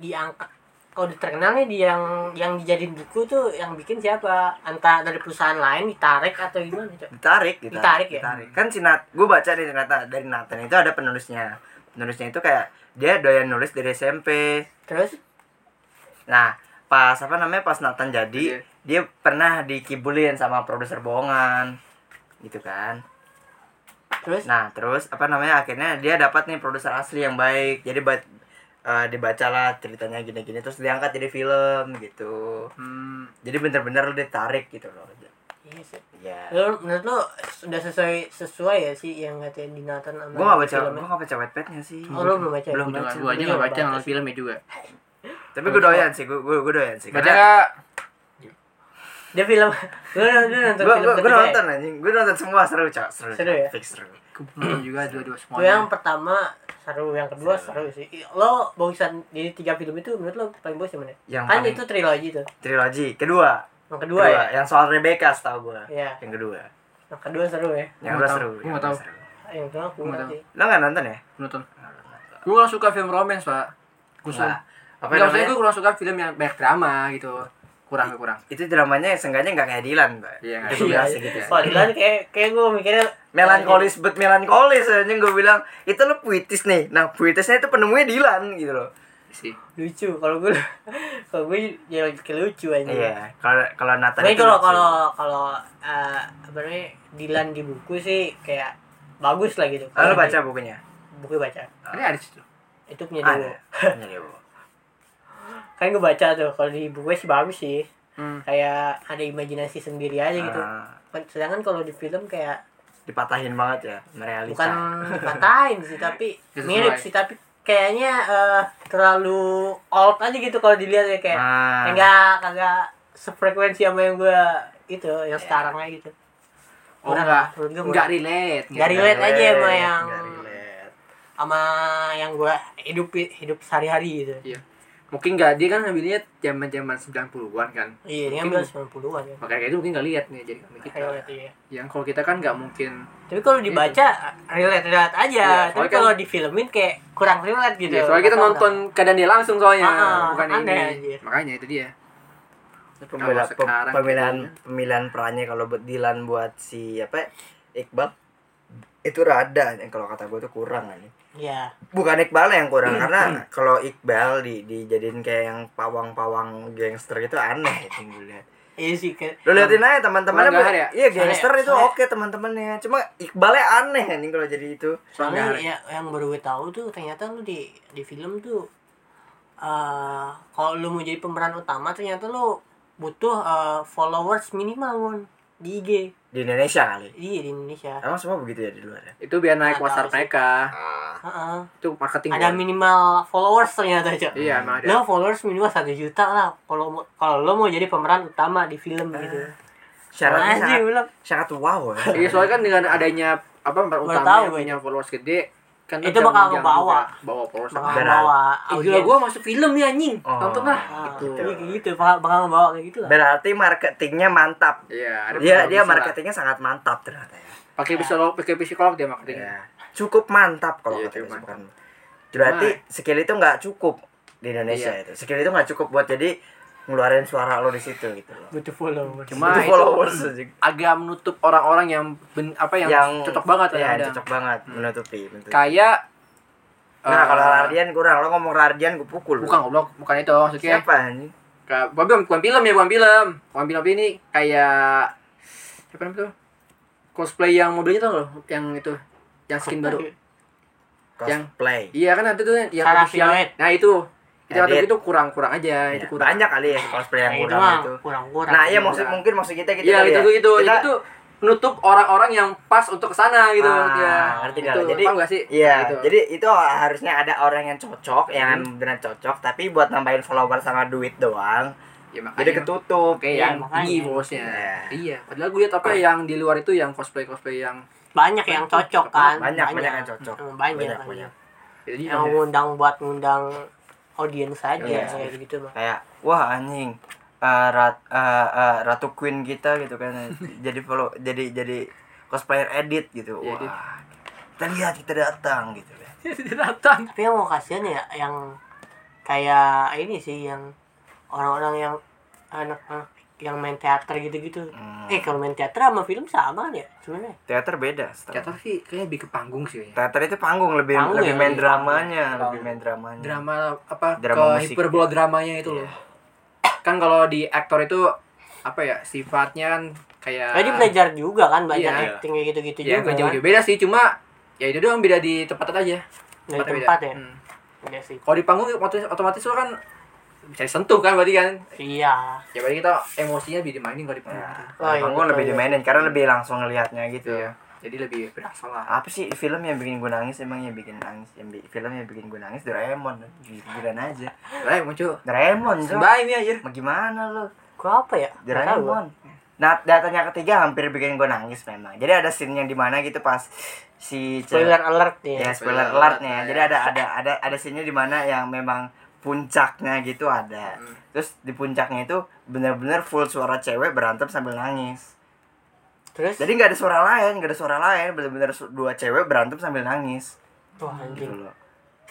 [SPEAKER 2] diangkat kalau udah terkenal nih di yang yang dijadiin buku tuh yang bikin siapa entah dari perusahaan lain ditarik atau gimana Cok?
[SPEAKER 1] ditarik gitu
[SPEAKER 2] Ditarik ya?
[SPEAKER 1] kan si Nat gue baca dari Nata dari Nathan itu ada penulisnya penulisnya itu kayak dia doyan nulis dari SMP
[SPEAKER 2] terus
[SPEAKER 1] nah pas apa namanya pas Nathan jadi dia pernah dikibulin sama produser bohongan gitu kan
[SPEAKER 2] terus
[SPEAKER 1] Nah, terus apa namanya? Akhirnya dia dapat nih produser asli yang baik. Jadi buat dibacalah ceritanya gini-gini terus diangkat jadi film gitu.
[SPEAKER 3] Hmm.
[SPEAKER 1] Jadi bener-bener lu ditarik gitu loh.
[SPEAKER 2] Iya sih.
[SPEAKER 1] Ya.
[SPEAKER 2] Lo- menurut lo sudah sesuai sesuai ya sih yang ngatain di Nathan sama
[SPEAKER 1] Gua gak baca,
[SPEAKER 2] filmnya?
[SPEAKER 1] gua gak baca wetpadnya sih.
[SPEAKER 2] Oh, lo belum baca ya?
[SPEAKER 1] Belum
[SPEAKER 3] Gua
[SPEAKER 1] baca.
[SPEAKER 3] juga- gua aja
[SPEAKER 2] Gua
[SPEAKER 3] nggak baca
[SPEAKER 2] baca
[SPEAKER 3] nonton filmnya juga.
[SPEAKER 1] Tapi gua doyan sih, gua gua, gua doyan sih.
[SPEAKER 3] Baca
[SPEAKER 1] Karena
[SPEAKER 3] nggak?
[SPEAKER 2] Dia film. Lu lu nonton
[SPEAKER 1] Gue
[SPEAKER 2] film
[SPEAKER 1] gue
[SPEAKER 2] ketiga. ya?
[SPEAKER 1] nonton anjing. Gue nonton semua seru, Cok. Seru.
[SPEAKER 2] Seru
[SPEAKER 1] Cok.
[SPEAKER 2] ya?
[SPEAKER 1] Fix seru.
[SPEAKER 3] Kebetulan juga dua-dua
[SPEAKER 2] Tuh
[SPEAKER 3] semuanya.
[SPEAKER 2] yang pertama seru, yang kedua seru sih. Lo bagusan jadi tiga film itu menurut lo paling bagus yang mana?
[SPEAKER 1] Yang
[SPEAKER 2] kan
[SPEAKER 1] paling-
[SPEAKER 2] itu trilogi tuh.
[SPEAKER 1] Trilogi kedua.
[SPEAKER 2] Yang kedua, ya.
[SPEAKER 1] Yang soal Rebecca setahu gue.
[SPEAKER 2] Iya.
[SPEAKER 1] Yang kedua.
[SPEAKER 2] Yang kedua seru ya.
[SPEAKER 1] Yang
[SPEAKER 3] Gua
[SPEAKER 1] kedua
[SPEAKER 3] tahu,
[SPEAKER 1] seru.
[SPEAKER 3] gua
[SPEAKER 1] yang
[SPEAKER 3] nggak
[SPEAKER 1] kedua
[SPEAKER 3] tahu.
[SPEAKER 1] seru.
[SPEAKER 2] Yang kedua aku
[SPEAKER 3] Gua
[SPEAKER 2] nanti.
[SPEAKER 1] Lo nggak nonton ya?
[SPEAKER 3] Nonton. Gue kurang suka film romance, Pak. Gue
[SPEAKER 1] Nah,
[SPEAKER 3] suka.
[SPEAKER 1] apa
[SPEAKER 3] Enggak, maksudnya
[SPEAKER 1] namanya?
[SPEAKER 3] gue kurang suka film yang banyak drama gitu. Kurang, kurang.
[SPEAKER 1] Itu dramanya seenggaknya nggak kayak Dilan, Mbak.
[SPEAKER 3] Iya, nggak
[SPEAKER 1] Itu
[SPEAKER 3] kayak
[SPEAKER 1] biasa
[SPEAKER 3] Dilan.
[SPEAKER 1] gitu.
[SPEAKER 3] Iya.
[SPEAKER 2] Wah, Dilan kayak kayak gue mikirnya
[SPEAKER 1] Melankolis but melankolis anjing gue bilang itu lo puitis nih. Nah, puitisnya itu penemunya Dilan gitu loh.
[SPEAKER 3] Sih.
[SPEAKER 2] lucu kalau gue kalau gue ya kayak lucu aja.
[SPEAKER 1] Iya, kalau kalau Nathan
[SPEAKER 2] Tapi
[SPEAKER 1] itu
[SPEAKER 2] kalau
[SPEAKER 1] lucu.
[SPEAKER 2] kalau kalau eh, apa namanya Dilan di buku sih kayak bagus lah gitu.
[SPEAKER 1] Ah, lo
[SPEAKER 2] Kalau
[SPEAKER 1] baca Ah, bukunya?
[SPEAKER 2] buku baca.
[SPEAKER 3] Ini ada di situ.
[SPEAKER 2] Itu punya
[SPEAKER 1] Ada.
[SPEAKER 2] dulu.
[SPEAKER 1] Punya Dewo.
[SPEAKER 2] Kan gue baca tuh kalau di buku sih bagus sih.
[SPEAKER 3] Hmm.
[SPEAKER 2] Kayak ada imajinasi sendiri aja gitu.
[SPEAKER 1] Ah,
[SPEAKER 2] Sedangkan kalau di film kayak
[SPEAKER 1] dipatahin banget ya, merealisa.
[SPEAKER 2] bukan dipatahin sih tapi
[SPEAKER 3] Sesuai.
[SPEAKER 2] mirip sih tapi kayaknya eh, terlalu old aja gitu kalau dilihat ya kayak
[SPEAKER 1] Ah.
[SPEAKER 3] Nah.
[SPEAKER 2] enggak kagak sefrekuensi sama yang gue itu yang
[SPEAKER 3] Iya.
[SPEAKER 2] sekarang aja gitu
[SPEAKER 3] Oh,
[SPEAKER 2] Kurang,
[SPEAKER 3] enggak.
[SPEAKER 2] menurut gua
[SPEAKER 3] Enggak
[SPEAKER 2] kurang.
[SPEAKER 3] relate.
[SPEAKER 2] Nggak
[SPEAKER 3] gitu.
[SPEAKER 2] relate aja sama
[SPEAKER 1] Relate,
[SPEAKER 2] yang-
[SPEAKER 1] nggak relate.
[SPEAKER 2] sama yang gue hidup hidup sehari-hari gitu
[SPEAKER 3] Iya. Mungkin enggak dia kan ngambilnya zaman-zaman 90-an an kan.
[SPEAKER 2] iya ini
[SPEAKER 3] Mungkin-
[SPEAKER 2] ambil 90-an ya
[SPEAKER 3] Makanya itu mungkin enggak lihat nih jadi kami kita.
[SPEAKER 2] Relate, iya.
[SPEAKER 3] Yang kalau kita kan enggak mungkin
[SPEAKER 2] tapi kalau dibaca relate relate aja
[SPEAKER 3] Iya,
[SPEAKER 2] tapi
[SPEAKER 3] soalnya kan-
[SPEAKER 2] kalau difilmin kayak kurang relate gitu
[SPEAKER 3] Iya, soalnya kita
[SPEAKER 2] Nggak tahu
[SPEAKER 3] nonton keadaan dia langsung soalnya,
[SPEAKER 2] Ah,
[SPEAKER 3] bukan
[SPEAKER 2] aneh
[SPEAKER 3] ini.
[SPEAKER 2] anjir.
[SPEAKER 3] Makanya itu dia.
[SPEAKER 1] Pemila-
[SPEAKER 3] Kalau sekarang
[SPEAKER 1] pemilihan
[SPEAKER 3] gitu
[SPEAKER 1] pemilihan perannya kalau buat Dilan buat si apa Iqbal itu rada yang kalau kata gue tuh kurang nih
[SPEAKER 2] kenapa. iya
[SPEAKER 1] bukan Iqbal yang kurang
[SPEAKER 3] Hmm.
[SPEAKER 1] karena kalau Iqbal di dijadiin kayak yang pawang-pawang gangster itu aneh itu gue lihat
[SPEAKER 2] iya sih kayak
[SPEAKER 1] lo liatin aja teman-temannya
[SPEAKER 3] Pelanggaran
[SPEAKER 1] bu-
[SPEAKER 3] ya?
[SPEAKER 1] iya gangster
[SPEAKER 2] Soalnya-
[SPEAKER 1] itu
[SPEAKER 2] soalnya-
[SPEAKER 1] oke teman-temannya cuma Iqbalnya aneh anjing kalau jadi itu
[SPEAKER 2] soalnya
[SPEAKER 3] Pelanggaran.
[SPEAKER 2] ya, yang baru gue tahu tuh ternyata lu di di film tuh eh kalau lu mau jadi pemeran utama ternyata lu butuh eh, followers minimal Won di IG
[SPEAKER 1] di Indonesia kali
[SPEAKER 2] iya di Indonesia
[SPEAKER 1] emang semua begitu ya di luar ya
[SPEAKER 3] Itu biar naik
[SPEAKER 2] Nggak
[SPEAKER 3] pasar
[SPEAKER 2] tahu sih.
[SPEAKER 3] mereka.
[SPEAKER 2] Heeh.
[SPEAKER 3] Itu marketing.
[SPEAKER 2] ada
[SPEAKER 3] Won.
[SPEAKER 2] minimal followers ternyata aja
[SPEAKER 3] Iya, emang ada.
[SPEAKER 2] lo followers minimal satu juta lah kalau mau- kalau lo mau jadi pemeran utama di film gitu
[SPEAKER 1] syaratnya
[SPEAKER 2] Anjing,
[SPEAKER 1] Ah, sangat,
[SPEAKER 2] bilang.
[SPEAKER 1] syarat wow ya
[SPEAKER 3] Iya, soalnya kan dengan adanya apa pemeran
[SPEAKER 2] Baru
[SPEAKER 3] utama
[SPEAKER 2] tahu
[SPEAKER 3] yang
[SPEAKER 2] gue.
[SPEAKER 3] punya followers gede kan
[SPEAKER 2] Itu
[SPEAKER 3] jam-
[SPEAKER 2] bakal
[SPEAKER 3] jam
[SPEAKER 2] kebawa.
[SPEAKER 3] juga. bawa followers.
[SPEAKER 2] bakal
[SPEAKER 1] Berat.
[SPEAKER 2] bawa
[SPEAKER 3] Eh, gila
[SPEAKER 2] audiens.
[SPEAKER 3] gue masuk film ya anjing.
[SPEAKER 1] Oh.
[SPEAKER 3] Nonton lah.
[SPEAKER 2] Ah,
[SPEAKER 1] gitu.
[SPEAKER 2] iya, kayak gitu bakal, bakal bawa kayak gitu lah
[SPEAKER 1] berarti marketingnya mantap
[SPEAKER 3] Iya, ada
[SPEAKER 1] dia
[SPEAKER 3] psikolog
[SPEAKER 1] dia
[SPEAKER 3] bisa lah.
[SPEAKER 1] marketingnya sangat mantap ternyata ya.
[SPEAKER 3] Pakai psikolog, pakai psikolog dia marketing.
[SPEAKER 1] Iya. Cukup mantap kalau
[SPEAKER 3] Iya,
[SPEAKER 1] kata
[SPEAKER 3] cukup
[SPEAKER 1] Yusuf kan. Berarti skill itu nggak cukup di Indonesia
[SPEAKER 3] Iya.
[SPEAKER 1] itu. Skill itu nggak cukup buat jadi ngeluarin suara lo di situ gitu loh.
[SPEAKER 2] butuh followers
[SPEAKER 3] Cuma
[SPEAKER 1] Itu
[SPEAKER 3] itu
[SPEAKER 1] followers aja.
[SPEAKER 3] agak menutup orang-orang yang ben- apa yang, cocok banget
[SPEAKER 1] ya, yang
[SPEAKER 3] kadang-kadang.
[SPEAKER 1] cocok banget menutupi. menutupi.
[SPEAKER 3] Kayak
[SPEAKER 1] Nah,
[SPEAKER 3] eh,
[SPEAKER 1] kalau Rardian kurang, lo ngomong Rardian gue pukul. lo.
[SPEAKER 3] bukan goblok, bukan itu maksudnya.
[SPEAKER 1] Siapa anjing?
[SPEAKER 3] Kayak bukan, bukan film ya, bukan film. Bukan film ini kayak apa namanya tuh? Cosplay yang modelnya tuh loh, yang itu yang skin baru. Yang-
[SPEAKER 1] Cosplay.
[SPEAKER 3] Iya kan nanti tuh yang
[SPEAKER 2] Sarah
[SPEAKER 3] official.
[SPEAKER 2] Silhouette.
[SPEAKER 3] Nah itu itu
[SPEAKER 1] Edit.
[SPEAKER 3] waktu itu kurang-kurang aja,
[SPEAKER 1] Ya,
[SPEAKER 3] itu kurang.
[SPEAKER 1] banyak kali ya cosplay yang
[SPEAKER 2] Kayak gitu
[SPEAKER 1] kurang
[SPEAKER 2] mah
[SPEAKER 1] itu.
[SPEAKER 2] kurang-kurang
[SPEAKER 1] Nah, iya
[SPEAKER 3] kurang.
[SPEAKER 1] maksud mungkin maksud kita gitu
[SPEAKER 3] Iya
[SPEAKER 1] kali
[SPEAKER 3] gitu
[SPEAKER 1] ya.
[SPEAKER 3] gitu.
[SPEAKER 1] Kita-
[SPEAKER 3] Jadi tuh menutup orang-orang yang pas untuk kesana gitu.
[SPEAKER 1] Ah,
[SPEAKER 3] ya.
[SPEAKER 1] ngerti
[SPEAKER 3] Gitu.
[SPEAKER 1] nggak lo? Jadi-
[SPEAKER 3] paham nggak sih?
[SPEAKER 1] Iya,
[SPEAKER 3] Gitu.
[SPEAKER 1] jadi itu harusnya ada orang yang cocok, yang
[SPEAKER 2] Hmm.
[SPEAKER 1] benar cocok, tapi buat nambahin follower sama duit doang,
[SPEAKER 3] ya, makanya,
[SPEAKER 1] jadi ketutup.
[SPEAKER 3] Kayak
[SPEAKER 2] Iya,
[SPEAKER 3] yang
[SPEAKER 2] makanya.
[SPEAKER 3] tinggi bosnya.
[SPEAKER 1] Iya.
[SPEAKER 3] Iya. Padahal gue liat apa yang di luar itu yang cosplay cosplay yang
[SPEAKER 2] banyak yang cocok kan
[SPEAKER 1] Banyak, banyak yang cocok.
[SPEAKER 2] Emang banyak
[SPEAKER 1] Banyak,
[SPEAKER 2] banyak,
[SPEAKER 1] banyak.
[SPEAKER 3] jadi
[SPEAKER 2] yang ngundang buat ngundang audiens aja
[SPEAKER 1] Iya.
[SPEAKER 2] kayak gitu mah
[SPEAKER 1] Kayak wah anjing. eh, rat, eh, eh, ratu queen kita gitu kan jadi follow jadi jadi cosplayer edit gitu
[SPEAKER 3] Iya, edit.
[SPEAKER 1] wah kita lihat kita datang gitu ya
[SPEAKER 3] datang.
[SPEAKER 2] tapi yang mau kasihan ya yang kayak ini sih yang orang-orang yang anak-anak yang main teater gitu-gitu
[SPEAKER 1] Hmm.
[SPEAKER 2] eh kalau main teater sama film sama kan ya sebenarnya
[SPEAKER 1] teater beda setahu.
[SPEAKER 3] Teater sih kayaknya lebih ke panggung sih. kayaknya.
[SPEAKER 1] teater itu panggung lebih
[SPEAKER 2] Panggung
[SPEAKER 1] lebih
[SPEAKER 2] ya,
[SPEAKER 1] main
[SPEAKER 2] lebih
[SPEAKER 1] dramanya
[SPEAKER 3] panggung.
[SPEAKER 1] lebih main dramanya
[SPEAKER 3] Drama apa
[SPEAKER 1] Drama
[SPEAKER 3] ke
[SPEAKER 1] musik.
[SPEAKER 3] hiperbola dramanya itu loh. Kan kalau di aktor itu apa ya sifatnya kan kayak
[SPEAKER 1] Ah.
[SPEAKER 2] tadi belajar juga kan banyak
[SPEAKER 3] Iya.
[SPEAKER 2] acting kayak gitu-gitu
[SPEAKER 3] ya
[SPEAKER 2] juga
[SPEAKER 3] nggak
[SPEAKER 2] kan
[SPEAKER 3] jauh-jauh beda sih cuma ya itu doang beda di tempat aja
[SPEAKER 2] dari
[SPEAKER 3] Tempatnya beda.
[SPEAKER 2] tempat ya
[SPEAKER 3] Hmm.
[SPEAKER 2] Iya sih
[SPEAKER 3] kalau di panggung otomatis, otomatis lo kan bisa disentuh kan berarti kan
[SPEAKER 2] iya
[SPEAKER 3] ya berarti kita emosinya lebih dimainin kalau di panggung
[SPEAKER 1] Ya,
[SPEAKER 3] gitu.
[SPEAKER 2] Oh, iya,
[SPEAKER 1] panggung lebih
[SPEAKER 2] betul, iya.
[SPEAKER 1] dimainin karena lebih langsung ngelihatnya gitu
[SPEAKER 3] Iya. jadi lebih berasa lah
[SPEAKER 1] apa sih film yang bikin gue nangis emang yang bikin nangis yang bi- film yang bikin gue nangis Doraemon giliran aja
[SPEAKER 3] lah muncul
[SPEAKER 1] Doraemon coba
[SPEAKER 3] Sembah ini anjir
[SPEAKER 1] mau gimana lu
[SPEAKER 2] gua apa ya Nggak tahu gua.
[SPEAKER 1] Doraemon Nah, datanya ketiga hampir bikin gue nangis memang. Jadi ada scene yang dimana gitu pas si cewek-
[SPEAKER 2] Spoiler alert nih.
[SPEAKER 1] ya spoiler
[SPEAKER 2] Ya.
[SPEAKER 3] Spoiler
[SPEAKER 1] alert
[SPEAKER 3] alert,
[SPEAKER 1] nih ya.
[SPEAKER 3] ya.
[SPEAKER 1] Jadi ada ada ada ada scene-nya di mana yang memang puncaknya gitu ada. Terus di puncaknya itu benar-benar full suara cewek berantem sambil nangis.
[SPEAKER 2] Terus
[SPEAKER 1] Jadi nggak ada suara lain, nggak ada suara lain, benar-benar su- dua cewek berantem sambil nangis
[SPEAKER 2] wah
[SPEAKER 1] gitu
[SPEAKER 2] anjing.
[SPEAKER 1] loh.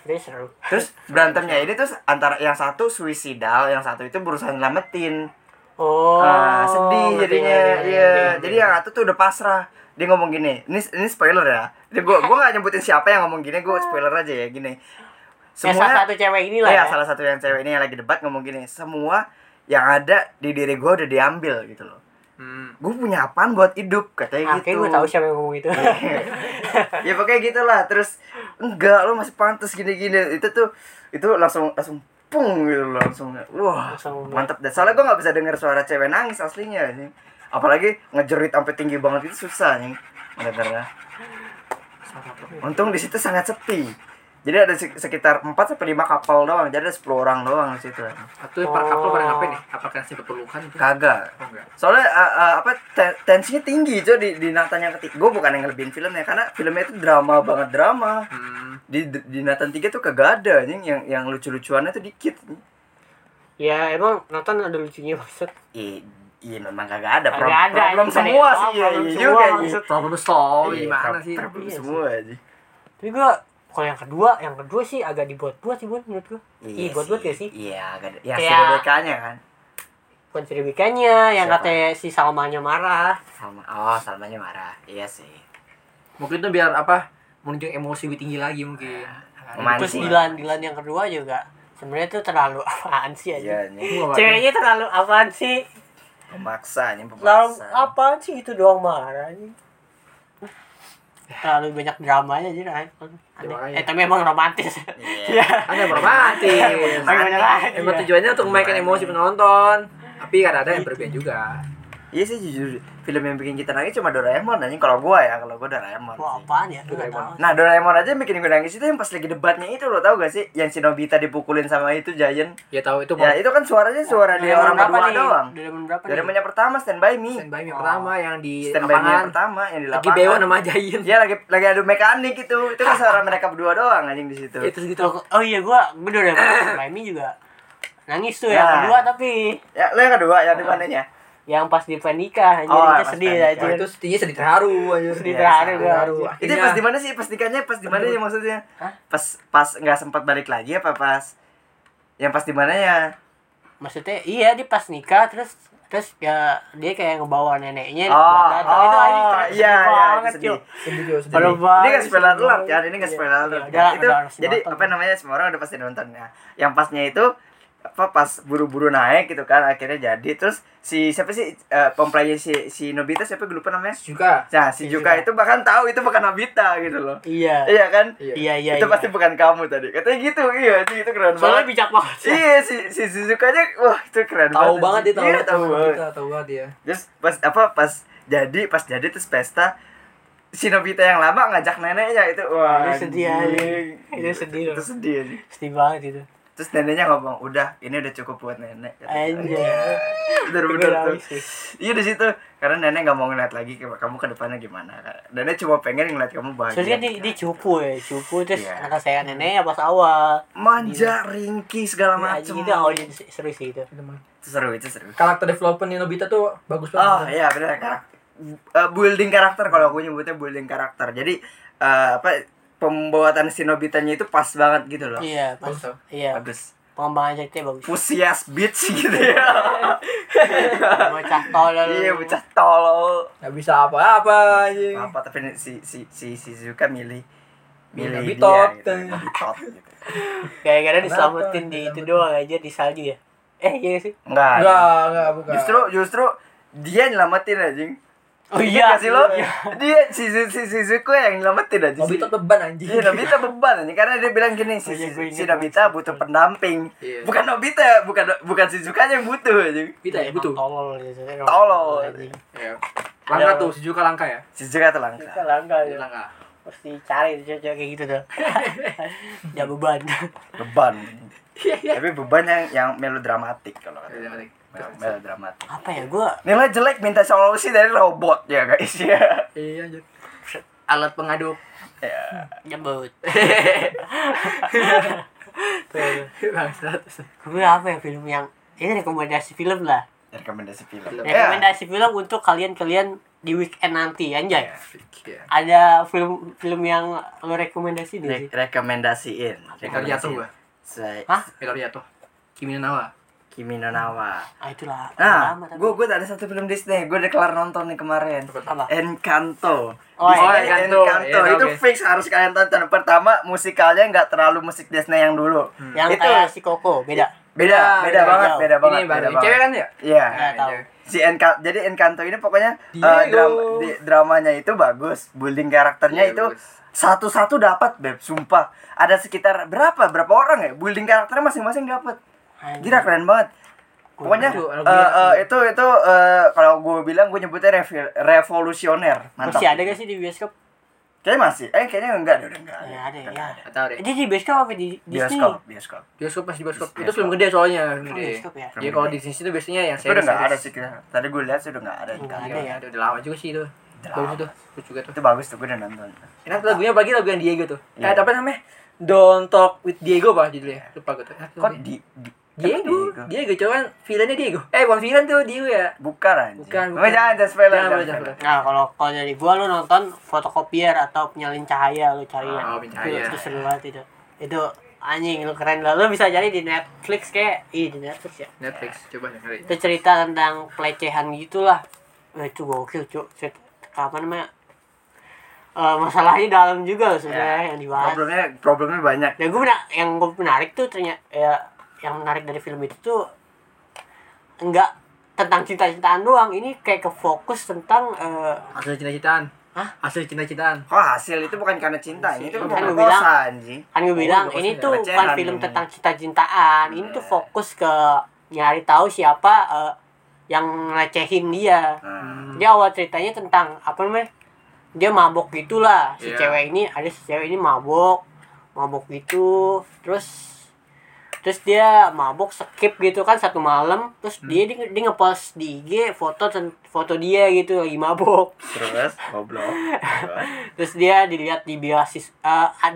[SPEAKER 2] Terus seru.
[SPEAKER 1] Terus berantemnya ini terus antara yang satu suicidal, yang satu itu berusaha nyelamatin.
[SPEAKER 2] Oh.
[SPEAKER 1] Ah, sedih
[SPEAKER 2] ngerti,
[SPEAKER 1] jadinya.
[SPEAKER 2] ngerti, ngerti,
[SPEAKER 1] Iya,
[SPEAKER 2] ngerti.
[SPEAKER 1] jadi yang satu tuh udah pasrah. Dia ngomong gini, ini ini spoiler ya. Jadi gua gua gak nyebutin siapa yang ngomong gini, gua spoiler aja ya gini.
[SPEAKER 2] Ya, salah
[SPEAKER 1] Semua
[SPEAKER 2] satu cewek inilah
[SPEAKER 1] Iya,
[SPEAKER 2] ya.
[SPEAKER 1] salah satu yang cewek ini yang lagi debat ngomong gini, semua yang ada di diri gua udah diambil gitu loh.
[SPEAKER 3] Hmm.
[SPEAKER 1] Gue punya apaan buat hidup katanya gitu.
[SPEAKER 2] Akhirnya gue Ah, tahu siapa yang ngomong itu.
[SPEAKER 1] ya pokoknya gitulah. Terus enggak lo masih pantas gini-gini. Itu tuh itu langsung langsung pung gitu loh langsung. Wah,
[SPEAKER 2] Langsung-
[SPEAKER 1] mantap dan soalnya gue nggak bisa denger suara cewek nangis aslinya anjing. Apalagi ngejerit sampai tinggi banget itu susah nih. Bener-bener. Untung di situ sangat sepi. Jadi ada sek- sekitar 4 sampai 5 kapal doang. Jadi ada 10 orang doang di situ.
[SPEAKER 3] Atau per couple
[SPEAKER 2] Oh.
[SPEAKER 3] pada ngapain nih? Apa kan sih keperluan itu?
[SPEAKER 1] Kagak.
[SPEAKER 3] Oh, enggak.
[SPEAKER 1] Soalnya uh, uh, apa te- tensinya tinggi cuy di di Nathan yang ketiga. Gue bukan yang ngelebihin filmnya karena filmnya itu drama banget drama.
[SPEAKER 3] Hmm.
[SPEAKER 1] Di di Nathan 3 tuh kagak ada anjing yang yang lucu-lucuannya tuh dikit.
[SPEAKER 2] ya emang nonton ada lucunya maksud.
[SPEAKER 1] Iya, iya memang kagak ada.
[SPEAKER 2] Kagak
[SPEAKER 1] Pro-
[SPEAKER 2] ada,
[SPEAKER 1] problem
[SPEAKER 2] anjing. ya.
[SPEAKER 1] semua
[SPEAKER 2] Problem
[SPEAKER 1] sih. Iya, iya
[SPEAKER 2] semua,
[SPEAKER 1] juga. iya.
[SPEAKER 2] maksud.
[SPEAKER 3] Problem solve
[SPEAKER 1] Iya,
[SPEAKER 3] gimana
[SPEAKER 1] pro-
[SPEAKER 3] sih?
[SPEAKER 1] Problem
[SPEAKER 2] Iya sih.
[SPEAKER 1] semua aja.
[SPEAKER 2] Tapi gue kalau yang kedua, yang kedua sih agak dibuat-buat sih buat menurut gue. Iya, buat-buat ya sih.
[SPEAKER 1] Iya, agak ada. Ya,
[SPEAKER 2] Kayak-
[SPEAKER 1] sedekahnya kan.
[SPEAKER 2] Bukan ceritanya yang
[SPEAKER 1] Siapa?
[SPEAKER 2] katanya si Salmanya marah.
[SPEAKER 1] Salma. Oh, Salmanya marah. Iya sih.
[SPEAKER 3] Mungkin itu biar apa? Menunjuk emosi lebih tinggi lagi mungkin.
[SPEAKER 1] Iya.
[SPEAKER 2] Terus
[SPEAKER 1] Memancing.
[SPEAKER 2] Dilan, Dilan yang kedua juga sebenarnya tuh terlalu apaan sih aja.
[SPEAKER 1] Iya, anjing.
[SPEAKER 3] Gua bakal-
[SPEAKER 2] Ceweknya terlalu apaan sih?
[SPEAKER 1] Memaksa, anjing
[SPEAKER 2] Terlalu
[SPEAKER 1] pemaksa.
[SPEAKER 2] apaan sih gitu doang marah anjing. Terlalu banyak dramanya aja nah.
[SPEAKER 3] Ya,
[SPEAKER 2] Aneh.
[SPEAKER 3] makanya.
[SPEAKER 2] Eh tapi emang romantis.
[SPEAKER 1] Iya.
[SPEAKER 3] Ada bermati.
[SPEAKER 2] Makanya banyak lagi.
[SPEAKER 3] Emang tujuannya untuk memainkan emosi penonton. Tapi kadang-kadang yang berlebihan juga.
[SPEAKER 1] Iya sih jujur film yang bikin kita nangis cuma Doraemon anjing kalau gua ya kalau gua Doraemon. sih.
[SPEAKER 2] Wah apaan ya? Gue nggak tahu.
[SPEAKER 1] Nah Doraemon aja yang bikin gue nangis itu yang pas lagi debatnya itu lo tau gak sih yang si Nobita dipukulin sama itu Giant.
[SPEAKER 3] Ya tahu itu
[SPEAKER 1] Ya
[SPEAKER 3] ya,
[SPEAKER 1] itu kan suaranya suara dia
[SPEAKER 2] Doraemon
[SPEAKER 1] orang
[SPEAKER 2] berapa
[SPEAKER 1] berdua
[SPEAKER 2] nih?
[SPEAKER 1] doang.
[SPEAKER 2] Doraemon berapa nih?
[SPEAKER 1] Doraemon yang pertama Stand By Me.
[SPEAKER 3] standby yang pertama yang di
[SPEAKER 1] Stand By Me Oh. yang
[SPEAKER 3] lapangan.
[SPEAKER 1] pertama yang di
[SPEAKER 3] Lagi bewa
[SPEAKER 1] lapangan.
[SPEAKER 3] nama Jayin.
[SPEAKER 1] Iya lagi lagi adu mekanik itu itu kan suara mereka berdua doang anjing di situ.
[SPEAKER 3] Itu segitu.
[SPEAKER 2] Tuh, Oh iya gua gua Doraemon sama Amy juga nangis tuh yang
[SPEAKER 1] Nah.
[SPEAKER 2] kedua tapi
[SPEAKER 1] Ya lo yang kedua yang di mananya?
[SPEAKER 2] yang pas di nikah anjir
[SPEAKER 1] Oh,
[SPEAKER 2] kita
[SPEAKER 1] pas
[SPEAKER 2] sedih
[SPEAKER 1] nikah.
[SPEAKER 2] aja
[SPEAKER 3] Itu sedihnya sedih terharu aja.
[SPEAKER 2] sedih terharu
[SPEAKER 1] sedih
[SPEAKER 2] gua.
[SPEAKER 3] terharu.
[SPEAKER 1] Itu
[SPEAKER 3] Akhirnya-
[SPEAKER 1] pas di mana sih pas nikahnya pas di mana ya maksudnya?
[SPEAKER 2] Hah?
[SPEAKER 1] Pas pas nggak sempat balik lagi apa pas yang pas di mana ya?
[SPEAKER 2] maksudnya iya dia pas nikah terus terus ya dia kayak ngebawa neneknya
[SPEAKER 1] Oh,
[SPEAKER 2] buat datang. itu anjing
[SPEAKER 1] oh,
[SPEAKER 2] terasa
[SPEAKER 1] iya,
[SPEAKER 2] sedih
[SPEAKER 1] iya,
[SPEAKER 2] banget,
[SPEAKER 1] sedih.
[SPEAKER 2] cuy.
[SPEAKER 5] Sedih juga, sedih.
[SPEAKER 2] Baru
[SPEAKER 1] ini
[SPEAKER 2] banget,
[SPEAKER 1] nggak spoiler
[SPEAKER 2] sedih
[SPEAKER 1] alert
[SPEAKER 2] banget.
[SPEAKER 1] kan ini nggak
[SPEAKER 2] Iya,
[SPEAKER 1] spoiler
[SPEAKER 2] iya,
[SPEAKER 1] alert
[SPEAKER 2] udah lah,
[SPEAKER 1] itu
[SPEAKER 2] udah harus
[SPEAKER 1] jadi
[SPEAKER 2] nonton.
[SPEAKER 1] apa namanya semua orang udah pasti nontonnya yang pasnya itu apa pas buru-buru naik gitu kan akhirnya jadi terus si siapa sih eh, pemplaynya si si Nobita siapa gue lupa namanya
[SPEAKER 5] juga
[SPEAKER 1] nah si
[SPEAKER 2] Si
[SPEAKER 1] Juka
[SPEAKER 2] Juka.
[SPEAKER 1] itu bahkan tahu itu bukan Nobita gitu loh
[SPEAKER 2] iya
[SPEAKER 1] iya kan
[SPEAKER 2] iya iya
[SPEAKER 1] itu
[SPEAKER 2] iya.
[SPEAKER 1] pasti bukan kamu tadi katanya gitu iya sih itu keren
[SPEAKER 2] soalnya
[SPEAKER 1] banget
[SPEAKER 2] bijak banget
[SPEAKER 1] iya si si Suzukanya wah itu keren
[SPEAKER 5] tahu
[SPEAKER 1] banget
[SPEAKER 5] banget dia tahu
[SPEAKER 1] Iya, tahu banget
[SPEAKER 5] kita tahu banget dia
[SPEAKER 1] terus pas apa pas jadi pas jadi terus pesta si Nobita yang lama ngajak neneknya itu wah
[SPEAKER 2] Itu Iya, sedih
[SPEAKER 1] anjing.
[SPEAKER 2] aja. Itu sedih loh.
[SPEAKER 1] itu sedih aja.
[SPEAKER 2] sedih banget itu
[SPEAKER 1] terus neneknya ngomong udah ini udah cukup buat nenek
[SPEAKER 2] anjir
[SPEAKER 1] bener-bener tuh
[SPEAKER 2] Bener habis sih.
[SPEAKER 1] iya di situ karena nenek nggak mau ngeliat lagi ke- kamu ke depannya gimana nenek cuma pengen ngeliat kamu bahagia
[SPEAKER 2] soalnya kan dia, dia cupu ya cupu terus
[SPEAKER 1] Iya.
[SPEAKER 2] anak saya neneknya pas awal
[SPEAKER 1] manja ringkih segala
[SPEAKER 2] Anjing,
[SPEAKER 1] macem
[SPEAKER 2] itu Iya, gitu, awalnya seru sih itu
[SPEAKER 1] Itu seru itu seru
[SPEAKER 5] karakter development Nobita tuh bagus banget
[SPEAKER 1] Oh iya benar karakter. building karakter kalau aku nyebutnya building karakter. Jadi eh, apa pembuatan Sinobitanya itu pas banget gitu loh.
[SPEAKER 2] iya pas
[SPEAKER 5] Bagus, tau.
[SPEAKER 2] iya
[SPEAKER 1] Bagus.
[SPEAKER 2] pengembangan ceritanya bagus
[SPEAKER 1] Pusias bitch gitu ya.
[SPEAKER 2] bocah tolol
[SPEAKER 1] Iya bocah tolol.
[SPEAKER 5] nggak bisa apa-apa anjing
[SPEAKER 1] Apa tapi nih, si si si si Zuka milih milih dia
[SPEAKER 5] Bitot.
[SPEAKER 1] gitu. Bitot, gitu.
[SPEAKER 2] gara-gara
[SPEAKER 5] Kenapa?
[SPEAKER 2] diselamatin di itu doang aja di salju ya eh iya nggak sih
[SPEAKER 1] Enggak.
[SPEAKER 5] enggak
[SPEAKER 3] ya.
[SPEAKER 5] enggak bukan
[SPEAKER 1] Justru justru dia nyelamatin anjing.
[SPEAKER 2] oh
[SPEAKER 1] Ingat nggak iya sih lo? Dia si si si, si Zuko yang nyelamatin anjing.
[SPEAKER 5] Nobita beban anjing
[SPEAKER 1] Iya Nobita beban anjing karena dia bilang gini si,
[SPEAKER 2] Oh,
[SPEAKER 1] si-
[SPEAKER 2] iya, gue ingat
[SPEAKER 1] si Nobita
[SPEAKER 2] banget.
[SPEAKER 1] butuh pendamping.
[SPEAKER 3] Iya.
[SPEAKER 1] Bukan Nobita, bukan bukan Suzukanya yang butuh anjing.
[SPEAKER 3] Kita ya
[SPEAKER 2] Emang
[SPEAKER 3] butuh.
[SPEAKER 2] tolol gitu
[SPEAKER 1] Tolol. iya.
[SPEAKER 3] Ya. Langkah tuh, si Juka langkah ya.
[SPEAKER 1] Suzuka tuh
[SPEAKER 2] kita
[SPEAKER 1] langka.
[SPEAKER 2] langka
[SPEAKER 1] Iya.
[SPEAKER 2] ya
[SPEAKER 3] Langkah.
[SPEAKER 2] mesti cari tuh cewek kayak gitu tuh ya beban Iya,
[SPEAKER 1] Beban. Tapi beban yang yang melodramatik kalau kata.
[SPEAKER 3] Ya,
[SPEAKER 1] gue.
[SPEAKER 3] jangan lagi.
[SPEAKER 6] Mel dramatik.
[SPEAKER 2] apa ya gue
[SPEAKER 1] Nilai jelek minta solusi dari robot ya guys ya.
[SPEAKER 3] Iya anjir. Alat pengaduk.
[SPEAKER 2] nyebut
[SPEAKER 3] Bangsat.
[SPEAKER 2] gue apa ya film yang ini rekomendasi film lah
[SPEAKER 1] Rekomendasi film. Ya.
[SPEAKER 2] rekomendasi film untuk kalian-kalian di weekend nanti anjay
[SPEAKER 3] Iya.
[SPEAKER 2] ada film film yang lo rekomendasi deh
[SPEAKER 1] Re- rekomendasiin.
[SPEAKER 3] Pilar jatuh gua.
[SPEAKER 1] Saya
[SPEAKER 2] Hah?
[SPEAKER 3] Pilar jatuh. Kimi no Nawa.
[SPEAKER 1] Kimi no Nawa.
[SPEAKER 2] ah itulah
[SPEAKER 1] Nah,
[SPEAKER 2] lama tapi.
[SPEAKER 1] gue gue ada satu film Disney, gue udah kelar nonton nih kemarin.
[SPEAKER 2] Apa?
[SPEAKER 1] Encanto.
[SPEAKER 2] Oh,
[SPEAKER 1] Disney
[SPEAKER 3] Encanto.
[SPEAKER 1] Encanto.
[SPEAKER 3] Iya,
[SPEAKER 1] itu
[SPEAKER 3] oke.
[SPEAKER 1] fix harus kalian tonton. Pertama, musikalnya nggak terlalu musik Disney yang dulu.
[SPEAKER 3] Hmm.
[SPEAKER 2] yang
[SPEAKER 1] itu
[SPEAKER 2] kayak si Koko beda
[SPEAKER 1] beda, beda,
[SPEAKER 3] beda
[SPEAKER 1] banget,
[SPEAKER 2] jauh.
[SPEAKER 1] beda banget.
[SPEAKER 3] Iya, Ini
[SPEAKER 1] beda
[SPEAKER 3] baru.
[SPEAKER 1] banget.
[SPEAKER 3] Cewek kan ya?
[SPEAKER 1] Iya.
[SPEAKER 2] nggak tahu
[SPEAKER 1] Si Encanto, jadi Encanto ini pokoknya eh,
[SPEAKER 3] Diego.
[SPEAKER 1] dram- di- dramanya itu bagus, building karakternya
[SPEAKER 3] Iya,
[SPEAKER 1] itu
[SPEAKER 3] bagus.
[SPEAKER 1] satu-satu dapat, beb, sumpah. Ada sekitar berapa berapa orang ya? Building karakternya masing-masing dapat.
[SPEAKER 2] Anjir.
[SPEAKER 1] Gila keren banget. Pokoknya
[SPEAKER 3] Itu,
[SPEAKER 1] eh,
[SPEAKER 3] gila.
[SPEAKER 1] eh, itu itu eh, kalau gue bilang gue nyebutnya revi- revolusioner. Mantap.
[SPEAKER 2] masih ada gak sih di bioskop
[SPEAKER 1] Kayaknya masih. Eh kayaknya enggak deh, udah enggak. ada.
[SPEAKER 2] ya ada ya
[SPEAKER 3] Nggak tahu deh.
[SPEAKER 2] jadi di bioskop apa di Disney
[SPEAKER 1] Bioskop, bioskop.
[SPEAKER 3] Bioskop masih bioskop.
[SPEAKER 1] Bioskop.
[SPEAKER 3] Itu film gede soalnya.
[SPEAKER 2] Oh,
[SPEAKER 3] Gede.
[SPEAKER 2] bioskop ya
[SPEAKER 3] Jadi kalau di sini tuh biasanya yang
[SPEAKER 1] Itu udah enggak ada
[SPEAKER 3] series-series.
[SPEAKER 1] sih kira. Tadi gue lihat sudah enggak ada.
[SPEAKER 2] Nggak
[SPEAKER 3] Iya,
[SPEAKER 2] ada ya
[SPEAKER 3] Ada udah lama juga sih itu. Bagus itu. Bagus juga tuh.
[SPEAKER 1] Itu bagus tuh gue udah nonton.
[SPEAKER 3] Enak tuh lagunya apalagi lagu yang Diego tuh.
[SPEAKER 1] Iya.
[SPEAKER 3] Eh, apa namanya? Don't talk with Diego bah judulnya. Lupa gue tuh. Enak tuh
[SPEAKER 1] Kok
[SPEAKER 3] lagunya.
[SPEAKER 1] di, di
[SPEAKER 3] Diego,
[SPEAKER 1] Diego?
[SPEAKER 3] Diego cuman villainnya Diego. Eh, bukan villain tuh Diego ya.
[SPEAKER 1] Bukan anjing.
[SPEAKER 3] Bukan,
[SPEAKER 1] Tapi
[SPEAKER 3] bukan.
[SPEAKER 1] Jangan jangan spoiler.
[SPEAKER 3] Jangan,
[SPEAKER 1] jangan
[SPEAKER 3] jangan,
[SPEAKER 1] spoiler.
[SPEAKER 2] nah kalau kalau dari gua lo nonton fotokopier atau penyalin cahaya lo cari ya
[SPEAKER 3] Oh,
[SPEAKER 1] Ah,
[SPEAKER 3] penyalin cahaya.
[SPEAKER 2] itu, itu seru banget itu itu anjing lo keren lah lo bisa cari di Netflix kayak iya di Netflix ya
[SPEAKER 3] Netflix, coba dengerin.
[SPEAKER 2] itu cerita tentang pelecehan gitulah Eh, itu gokil cuk Cet- kapan namanya Eh, masalahnya dalam juga loh
[SPEAKER 1] Ya.
[SPEAKER 2] sebenarnya yang dibahas
[SPEAKER 1] Problemnya problemnya banyak.
[SPEAKER 2] nah gue mena- yang gue menarik tuh ternyata ya yang menarik dari film itu tuh enggak tentang cinta-cintaan doang ini kayak ke fokus tentang eh,
[SPEAKER 3] Hasil cinta-cintaan.
[SPEAKER 2] Hah?
[SPEAKER 3] Hasil cinta-cintaan.
[SPEAKER 1] Kok hasil itu bukan karena cinta, ini tuh
[SPEAKER 2] Kan
[SPEAKER 1] bukan
[SPEAKER 2] lu bilang-
[SPEAKER 1] kosa anjing.
[SPEAKER 2] kan gue bilang
[SPEAKER 3] Oh, maksudnya
[SPEAKER 2] ini tuh bukan
[SPEAKER 1] pelecehan Iya.
[SPEAKER 2] film
[SPEAKER 1] ini.
[SPEAKER 2] tentang cinta-cintaan ini tuh fokus ke nyari tahu siapa eh, yang ngecehin dia
[SPEAKER 1] Nah,
[SPEAKER 2] dia awal ceritanya tentang apa namanya dia mabok gitulah si
[SPEAKER 3] Iya.
[SPEAKER 2] cewek ini ada si cewek ini mabok mabok gitu terus terus dia mabok skip gitu kan satu malam terus dia dia, dia ngepost di IG foto ten- foto dia gitu lagi mabok
[SPEAKER 1] terus goblok.
[SPEAKER 2] terus dia dilihat di beasiswa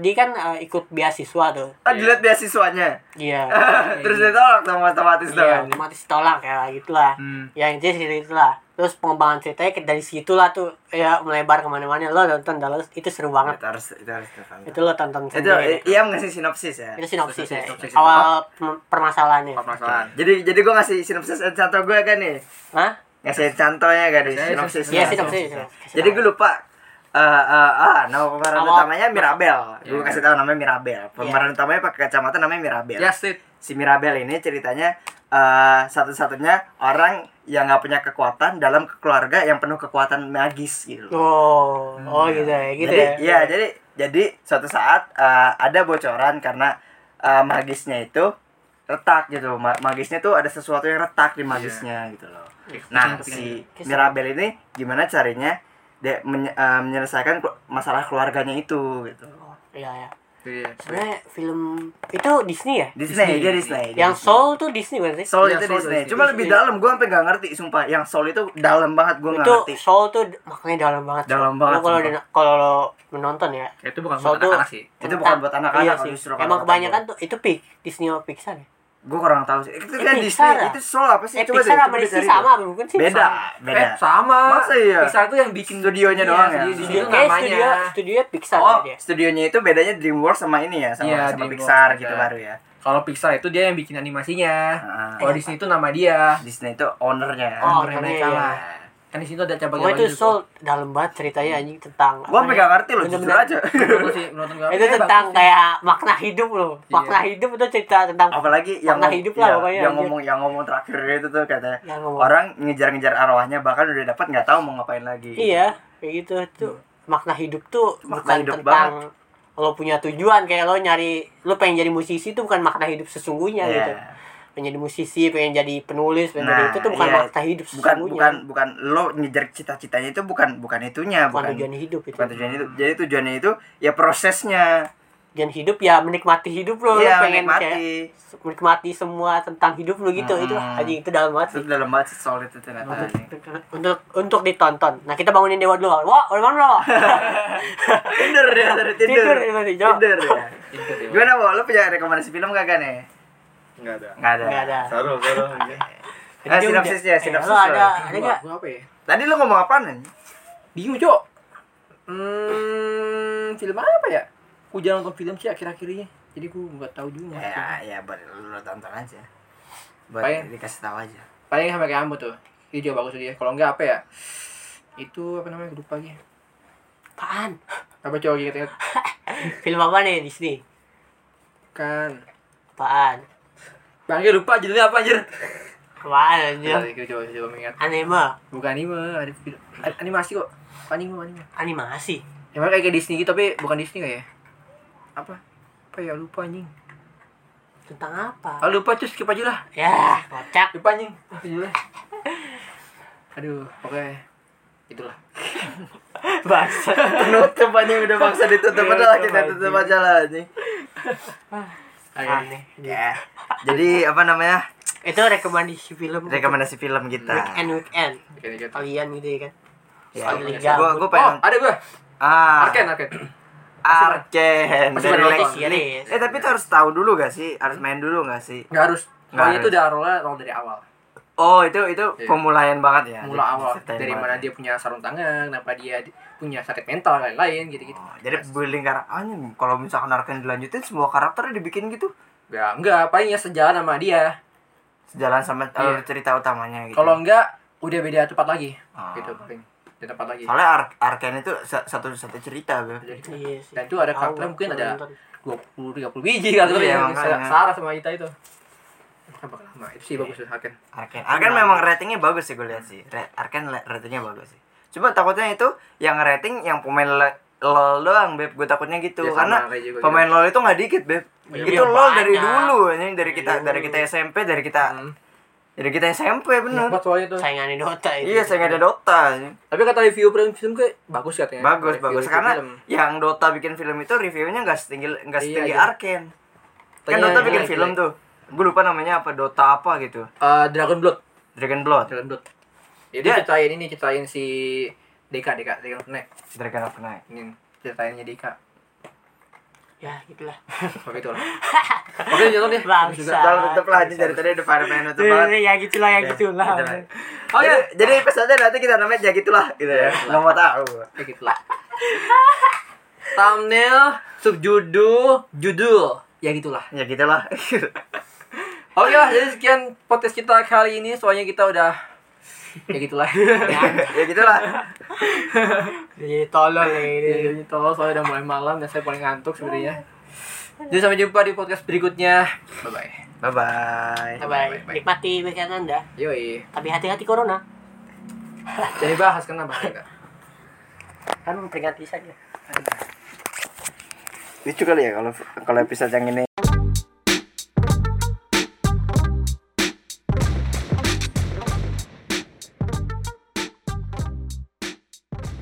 [SPEAKER 2] dia kan eh, ikut beasiswa tuh
[SPEAKER 1] Ah, dilihat beasiswanya.
[SPEAKER 2] dia
[SPEAKER 1] Terus ditolak sama otomatis
[SPEAKER 2] Iya,
[SPEAKER 1] dong.
[SPEAKER 2] otomatis tolak ya gitulah. Ya intinya seperti itulah. Terus pengembangan ceritanya kayak dari situlah tuh ya melebar kemana-mana lo nonton dalam itu seru banget.
[SPEAKER 1] Itu harus itu harus ditangkap.
[SPEAKER 2] Itu lo tonton
[SPEAKER 1] Itu
[SPEAKER 2] sendiri.
[SPEAKER 1] i- iya ngasih sinopsis ya.
[SPEAKER 2] Itu sinopsis ya.
[SPEAKER 3] Sinopsis, sinopsis.
[SPEAKER 2] Awal pem- permasalahannya.
[SPEAKER 3] Permasalahan.
[SPEAKER 1] Jadi jadi gue ngasih sinopsis Encanto gue kan nih.
[SPEAKER 2] Hah?
[SPEAKER 1] Ngasih contohnya kan nih sinopsis.
[SPEAKER 2] Iya sinopsis.
[SPEAKER 1] Jadi gue lupa eh eh, ah, nama pemeran
[SPEAKER 2] Awal-
[SPEAKER 1] utamanya Mirabel. Gue
[SPEAKER 2] Iya.
[SPEAKER 1] kasih tahu namanya Mirabel. Pemeran utamanya pakai kacamata namanya Mirabel.
[SPEAKER 3] Ya,
[SPEAKER 2] Iya.
[SPEAKER 3] Sid.
[SPEAKER 1] Si Mirabel ini ceritanya eh satu-satunya orang yang nggak punya kekuatan dalam keluarga yang penuh kekuatan magis gitu.
[SPEAKER 2] Oh, oh gitu ya, gitu
[SPEAKER 1] jadi,
[SPEAKER 2] ya.
[SPEAKER 1] iya, jadi jadi suatu saat eh, ada bocoran karena eh, magisnya itu retak gitu. Ma- magisnya tuh ada sesuatu yang retak
[SPEAKER 2] Iya.
[SPEAKER 1] di magisnya gitu loh. Nah, si Mirabel ini gimana caranya dia menye- eh, menyelesaikan kelu- masalah keluarganya itu gitu.
[SPEAKER 2] Iya, iya.
[SPEAKER 3] Iya.
[SPEAKER 2] Sebenarnya film itu Disney ya?
[SPEAKER 1] Disney,
[SPEAKER 3] Disney,
[SPEAKER 1] dia Disney. dia
[SPEAKER 2] Yang
[SPEAKER 1] Disney.
[SPEAKER 2] Soul tuh Disney bukan sih?
[SPEAKER 1] Soul
[SPEAKER 3] Iya,
[SPEAKER 1] itu
[SPEAKER 3] Soul
[SPEAKER 1] Disney.
[SPEAKER 3] Disney.
[SPEAKER 1] Cuma lebih
[SPEAKER 2] Disney.
[SPEAKER 1] dalam gua sampai nggak ngerti sumpah. Yang Soul itu dalam banget gua nggak
[SPEAKER 2] Itu
[SPEAKER 1] ngerti.
[SPEAKER 2] Soul tuh d- makanya dalam banget.
[SPEAKER 1] Dalam
[SPEAKER 2] Soul.
[SPEAKER 1] banget,
[SPEAKER 2] Lo Kalau
[SPEAKER 1] sumpah.
[SPEAKER 2] di- kalau lo menonton ya,
[SPEAKER 3] Itu bukan
[SPEAKER 2] Soal
[SPEAKER 3] buat
[SPEAKER 2] tuh-
[SPEAKER 3] anak-anak sih.
[SPEAKER 1] Itu bukan buat anak-anak,
[SPEAKER 2] Iya
[SPEAKER 1] kalau
[SPEAKER 2] sih.
[SPEAKER 1] justru kalau
[SPEAKER 2] Emang
[SPEAKER 1] kata
[SPEAKER 2] kebanyakan tuh itu Pix, Disney apa Pixar ya?
[SPEAKER 1] Gua kurang tahu sih. Itu
[SPEAKER 2] Eh,
[SPEAKER 1] kan
[SPEAKER 2] Pixar
[SPEAKER 1] Disney.
[SPEAKER 2] ya?
[SPEAKER 1] Itu Soul apa sih?
[SPEAKER 2] Eh
[SPEAKER 1] Coba deh,
[SPEAKER 2] Pixar
[SPEAKER 1] coba
[SPEAKER 2] sama
[SPEAKER 1] deh
[SPEAKER 2] Disney
[SPEAKER 1] cari deh.
[SPEAKER 2] sama apa bukan sih?
[SPEAKER 1] Beda, beda.
[SPEAKER 3] Eh, sama.
[SPEAKER 1] Masa iya?
[SPEAKER 3] Pixar tuh yang bikin
[SPEAKER 1] Studionya
[SPEAKER 3] Iya,
[SPEAKER 1] doang ya?
[SPEAKER 3] studio-
[SPEAKER 2] Studio
[SPEAKER 3] studio
[SPEAKER 2] kayak
[SPEAKER 3] namanya.
[SPEAKER 2] studio studionya Pixar
[SPEAKER 1] oh,
[SPEAKER 2] dia.
[SPEAKER 1] studionya itu bedanya DreamWorks sama ini ya, sama,
[SPEAKER 3] Iya,
[SPEAKER 1] sama
[SPEAKER 3] DreamWorks
[SPEAKER 1] Pixar
[SPEAKER 3] beda.
[SPEAKER 1] gitu baru ya.
[SPEAKER 3] Kalau Pixar itu dia yang bikin animasinya.
[SPEAKER 1] Ah.
[SPEAKER 3] Kalau di sini tuh nama dia.
[SPEAKER 1] Disney itu ownernya. ya.
[SPEAKER 2] Oh,
[SPEAKER 3] Ownernya
[SPEAKER 2] ownernya,
[SPEAKER 3] mereka
[SPEAKER 2] iya.
[SPEAKER 3] lah. Kan di sini tuh ada cabang
[SPEAKER 2] Pokoknya itu Soul dalam banget ceritanya anjing tentang
[SPEAKER 1] Hmm. Gua
[SPEAKER 2] apa
[SPEAKER 1] sampai
[SPEAKER 2] ya?
[SPEAKER 1] nggak ngerti loh, jujur
[SPEAKER 2] Bener-bener.
[SPEAKER 1] aja.
[SPEAKER 3] Eh,
[SPEAKER 2] Itu tentang kayak makna hidup loh. Makna
[SPEAKER 3] Iya.
[SPEAKER 2] hidup itu cerita tentang
[SPEAKER 1] Apalagi yang
[SPEAKER 2] Warna
[SPEAKER 1] ngom-
[SPEAKER 2] hidup lah
[SPEAKER 1] iya,
[SPEAKER 2] pokoknya,
[SPEAKER 1] yang
[SPEAKER 2] anjir.
[SPEAKER 1] ngomong yang ngomong terakhir itu tuh katanya
[SPEAKER 2] Yang ngomong.
[SPEAKER 1] orang ngejar-ngejar arwahnya bahkan udah dapat nggak tahu mau ngapain lagi.
[SPEAKER 2] Iya, kayak gitu tuh makna hidup tuh
[SPEAKER 1] Hmm. Makna
[SPEAKER 2] bukan
[SPEAKER 1] hidup
[SPEAKER 2] tentang lo punya tujuan kayak lo nyari lo pengen jadi musisi itu bukan makna hidup
[SPEAKER 1] Iya.
[SPEAKER 2] sesungguhnya gitu. Pengen jadi musisi, pengen jadi penulis, pengen jadi
[SPEAKER 1] Nah,
[SPEAKER 2] itu tuh bukan
[SPEAKER 1] iya.
[SPEAKER 2] makna hidup
[SPEAKER 1] Bukan
[SPEAKER 2] sesungguhnya.
[SPEAKER 1] bukan bukan lo ngejar cita-citanya itu bukan bukan itunya, bukan
[SPEAKER 2] bukan tujuan hidup itu.
[SPEAKER 1] bukan tujuannya itu. Jadi tujuannya itu ya prosesnya.
[SPEAKER 2] dan hidup ya menikmati hidup lo,
[SPEAKER 1] Iya,
[SPEAKER 2] lo pengen kayak
[SPEAKER 1] menikmati.
[SPEAKER 2] menikmati semua tentang hidup lo gitu
[SPEAKER 1] Hmm.
[SPEAKER 2] itu aja itu dalam
[SPEAKER 1] Itu
[SPEAKER 2] banget sih
[SPEAKER 1] dalam banget sih solid itu ternyata. ini.
[SPEAKER 2] untuk untuk ditonton nah kita bangunin dewa dulu wah udah bangun lo
[SPEAKER 1] Tinder ya, tinder.
[SPEAKER 2] Tinder, itu tadi, Jo.
[SPEAKER 1] Tinder ya. Gimana, Bo? Lu punya rekomendasi film kagak nih?
[SPEAKER 4] Enggak ada.
[SPEAKER 1] Enggak ada.
[SPEAKER 2] nggak ada
[SPEAKER 4] Saru, saru. anjing.
[SPEAKER 1] Eh,
[SPEAKER 2] Jadi udah-
[SPEAKER 1] sinopsisnya,
[SPEAKER 2] eh,
[SPEAKER 1] sinopsis lo.
[SPEAKER 2] lo ada ada
[SPEAKER 3] Gua,
[SPEAKER 2] nggak
[SPEAKER 3] gua apa ya?
[SPEAKER 1] Tadi lu ngomong apaan? Nen?
[SPEAKER 3] Diu, Jo. Hmm, film apa ya? Gua jarang nonton film sih akhir-akhir ini. Jadi gua nggak tahu juga.
[SPEAKER 1] Ya, ya buat lu tonton aja. Buat
[SPEAKER 3] Pengen.
[SPEAKER 1] dikasih tahu aja.
[SPEAKER 3] Paling sampai kayak Ambo tuh. Itu juga bagus tuh dia. Kalau enggak apa ya? Itu apa namanya? Gua Lupa lagi.
[SPEAKER 2] apaan
[SPEAKER 3] Apa coba ingat-ingat?
[SPEAKER 2] film apa nih di sini
[SPEAKER 3] Kan.
[SPEAKER 2] apaan
[SPEAKER 3] Bangke lupa judulnya apa anjir?
[SPEAKER 2] apaan anjir
[SPEAKER 3] Bentar, Kita Iya. coba coba mengingat.
[SPEAKER 2] anime
[SPEAKER 3] Bukan anime, ada film- a- animasi kok. Anime, anime.
[SPEAKER 2] animasi
[SPEAKER 3] Yang mana kayak kayak Disney gitu tapi bukan Disney kayak ya? Apa? Apa ya lupa anjing.
[SPEAKER 2] tentang apa
[SPEAKER 3] Ah lupa terus skip aja lah.
[SPEAKER 2] ya kocak
[SPEAKER 3] Lupa anjing. Apa judulnya? Aduh, oke. Itulah.
[SPEAKER 2] bahasa
[SPEAKER 1] Penutup aja udah maksa ditutup
[SPEAKER 3] Iya,
[SPEAKER 1] aja lah kita
[SPEAKER 3] tutup
[SPEAKER 1] tutup
[SPEAKER 3] aja.
[SPEAKER 1] aja lah anjing.
[SPEAKER 2] aneh
[SPEAKER 1] Ya. Jadi apa namanya?
[SPEAKER 2] itu rekomendasi film
[SPEAKER 1] Rekomendasi film kita.
[SPEAKER 2] weekend weekend
[SPEAKER 3] Oke, oke.
[SPEAKER 2] kalian gitu ya kan
[SPEAKER 1] Ya.
[SPEAKER 2] Sekali
[SPEAKER 1] Gua Oh, iya, gua
[SPEAKER 3] Oh,
[SPEAKER 2] gabut.
[SPEAKER 1] pengen
[SPEAKER 3] ada gua.
[SPEAKER 1] ah
[SPEAKER 3] Arken, Arken.
[SPEAKER 1] Arken
[SPEAKER 3] Masih
[SPEAKER 1] dari
[SPEAKER 3] pada
[SPEAKER 1] Lex
[SPEAKER 3] nonton.
[SPEAKER 2] Series.
[SPEAKER 1] Eh tapi itu harus tahu dulu gak sih? Harus main dulu gak sih?
[SPEAKER 3] Enggak harus.
[SPEAKER 1] Nggak
[SPEAKER 3] Pokoknya itu
[SPEAKER 1] harus.
[SPEAKER 3] udah roll roll dari awal.
[SPEAKER 1] Oh itu itu
[SPEAKER 3] Iya.
[SPEAKER 1] pemulaian banget ya.
[SPEAKER 3] Mula awal
[SPEAKER 1] Ceritain
[SPEAKER 3] dari
[SPEAKER 1] banget.
[SPEAKER 3] mana dia punya sarung tangan, kenapa dia di- punya sakit mental dan lain-lain gitu-gitu.
[SPEAKER 1] Oh, jadi building karakter anjing kalau misalkan Arken dilanjutin semua karakternya dibikin gitu
[SPEAKER 3] Enggak, enggak, paling ya sejalan sama dia.
[SPEAKER 1] sejalan sama alur cerita utamanya gitu.
[SPEAKER 3] Iya. Kalau enggak udah beda tempat lagi.
[SPEAKER 1] Ah.
[SPEAKER 3] Gitu, paling. Beda tempat lagi.
[SPEAKER 1] soalnya Ar- Arken itu sa- satu satu cerita Beb.
[SPEAKER 3] Jadi,
[SPEAKER 2] Iya sih.
[SPEAKER 3] Dan Nah, itu ada
[SPEAKER 2] Tahu,
[SPEAKER 3] karakter mungkin
[SPEAKER 2] gua
[SPEAKER 3] ada
[SPEAKER 2] nonton.
[SPEAKER 3] 20 30 biji kali
[SPEAKER 1] Iya,
[SPEAKER 3] ya.
[SPEAKER 1] makanya.
[SPEAKER 3] Sarah sama Ita itu. Kan bakal lama. Itu sih bagus tuh Haken.
[SPEAKER 1] Arken. Arken memang ratingnya bagus sih gue lihat sih. Ra- Arken le- ratingnya bagus sih. Cuma takutnya itu yang rating yang pemain le- LOL doang, Beb. Gue takutnya gitu.
[SPEAKER 3] Ya, sama
[SPEAKER 1] Karena
[SPEAKER 3] kayak juga
[SPEAKER 1] pemain LOL itu nggak dikit, Beb.
[SPEAKER 2] Iya,
[SPEAKER 1] itu LOL dari
[SPEAKER 2] banyak.
[SPEAKER 1] dulu anjing dari kita
[SPEAKER 2] Dari
[SPEAKER 1] dari
[SPEAKER 2] dulu.
[SPEAKER 1] kita SMP, dari kita
[SPEAKER 3] Iya, Hmm. Iya,
[SPEAKER 1] dari kita SMP bener.
[SPEAKER 3] Nikmat soalnya tuh.
[SPEAKER 2] saingannya Dota itu.
[SPEAKER 1] Iya, saya nggak ada Dota. anjing.
[SPEAKER 3] Tapi kata review film film kayak bagus katanya.
[SPEAKER 1] Bagus,
[SPEAKER 3] Review-
[SPEAKER 1] bagus.
[SPEAKER 3] review
[SPEAKER 1] Karena
[SPEAKER 3] film.
[SPEAKER 1] yang Dota bikin film itu reviewnya nggak setinggi nggak
[SPEAKER 3] Iya,
[SPEAKER 1] setinggi
[SPEAKER 3] iya.
[SPEAKER 1] Arken. Kan
[SPEAKER 3] Tanya-
[SPEAKER 1] Dota bikin
[SPEAKER 3] tanya-
[SPEAKER 1] film tuh. Gue lupa namanya apa Dota apa gitu.
[SPEAKER 3] Eh, Dragon Blood.
[SPEAKER 1] Dragon Blood,
[SPEAKER 3] Dragon Blood. Itu
[SPEAKER 1] Dia-
[SPEAKER 3] ceritain ini ceritain si Deka Deka Deka Nek.
[SPEAKER 1] Dragon of Night.
[SPEAKER 3] Ini ceritainnya Deka.
[SPEAKER 2] Ya, gitulah.
[SPEAKER 3] Oke itu lah. Oke nonton deh.
[SPEAKER 2] Bangsa.
[SPEAKER 1] Udah tutup lah anjing dari tadi udah pada pengen nutup banget.
[SPEAKER 2] ya gitulah, ya gitulah.
[SPEAKER 1] Iya, Gitu lah. Oke, jadi episode nanti kita namanya ya gitulah gitu ya. Nggak mau tahu.
[SPEAKER 3] Kayak gitu lah. Thumbnail, subjudul, judul. Ya gitulah.
[SPEAKER 1] Ya gitulah.
[SPEAKER 3] Oke lah, jadi sekian podcast kita kali ini. Soalnya kita udah ya gitulah.
[SPEAKER 1] ya gitulah.
[SPEAKER 2] Jadi tolol ya ini.
[SPEAKER 3] Jadi tolong soalnya udah mulai malam dan saya paling ngantuk sebenarnya. Jadi sampai jumpa di podcast berikutnya. Bye bye.
[SPEAKER 1] Bye bye.
[SPEAKER 2] Bye-bye. Nikmati weekend Anda,
[SPEAKER 3] Yoi.
[SPEAKER 2] tapi hati-hati corona.
[SPEAKER 3] Jadi bahas kenapa enggak?
[SPEAKER 2] Kan memperingati saja.
[SPEAKER 1] Lucu kali ya kalau kalau episode yang ini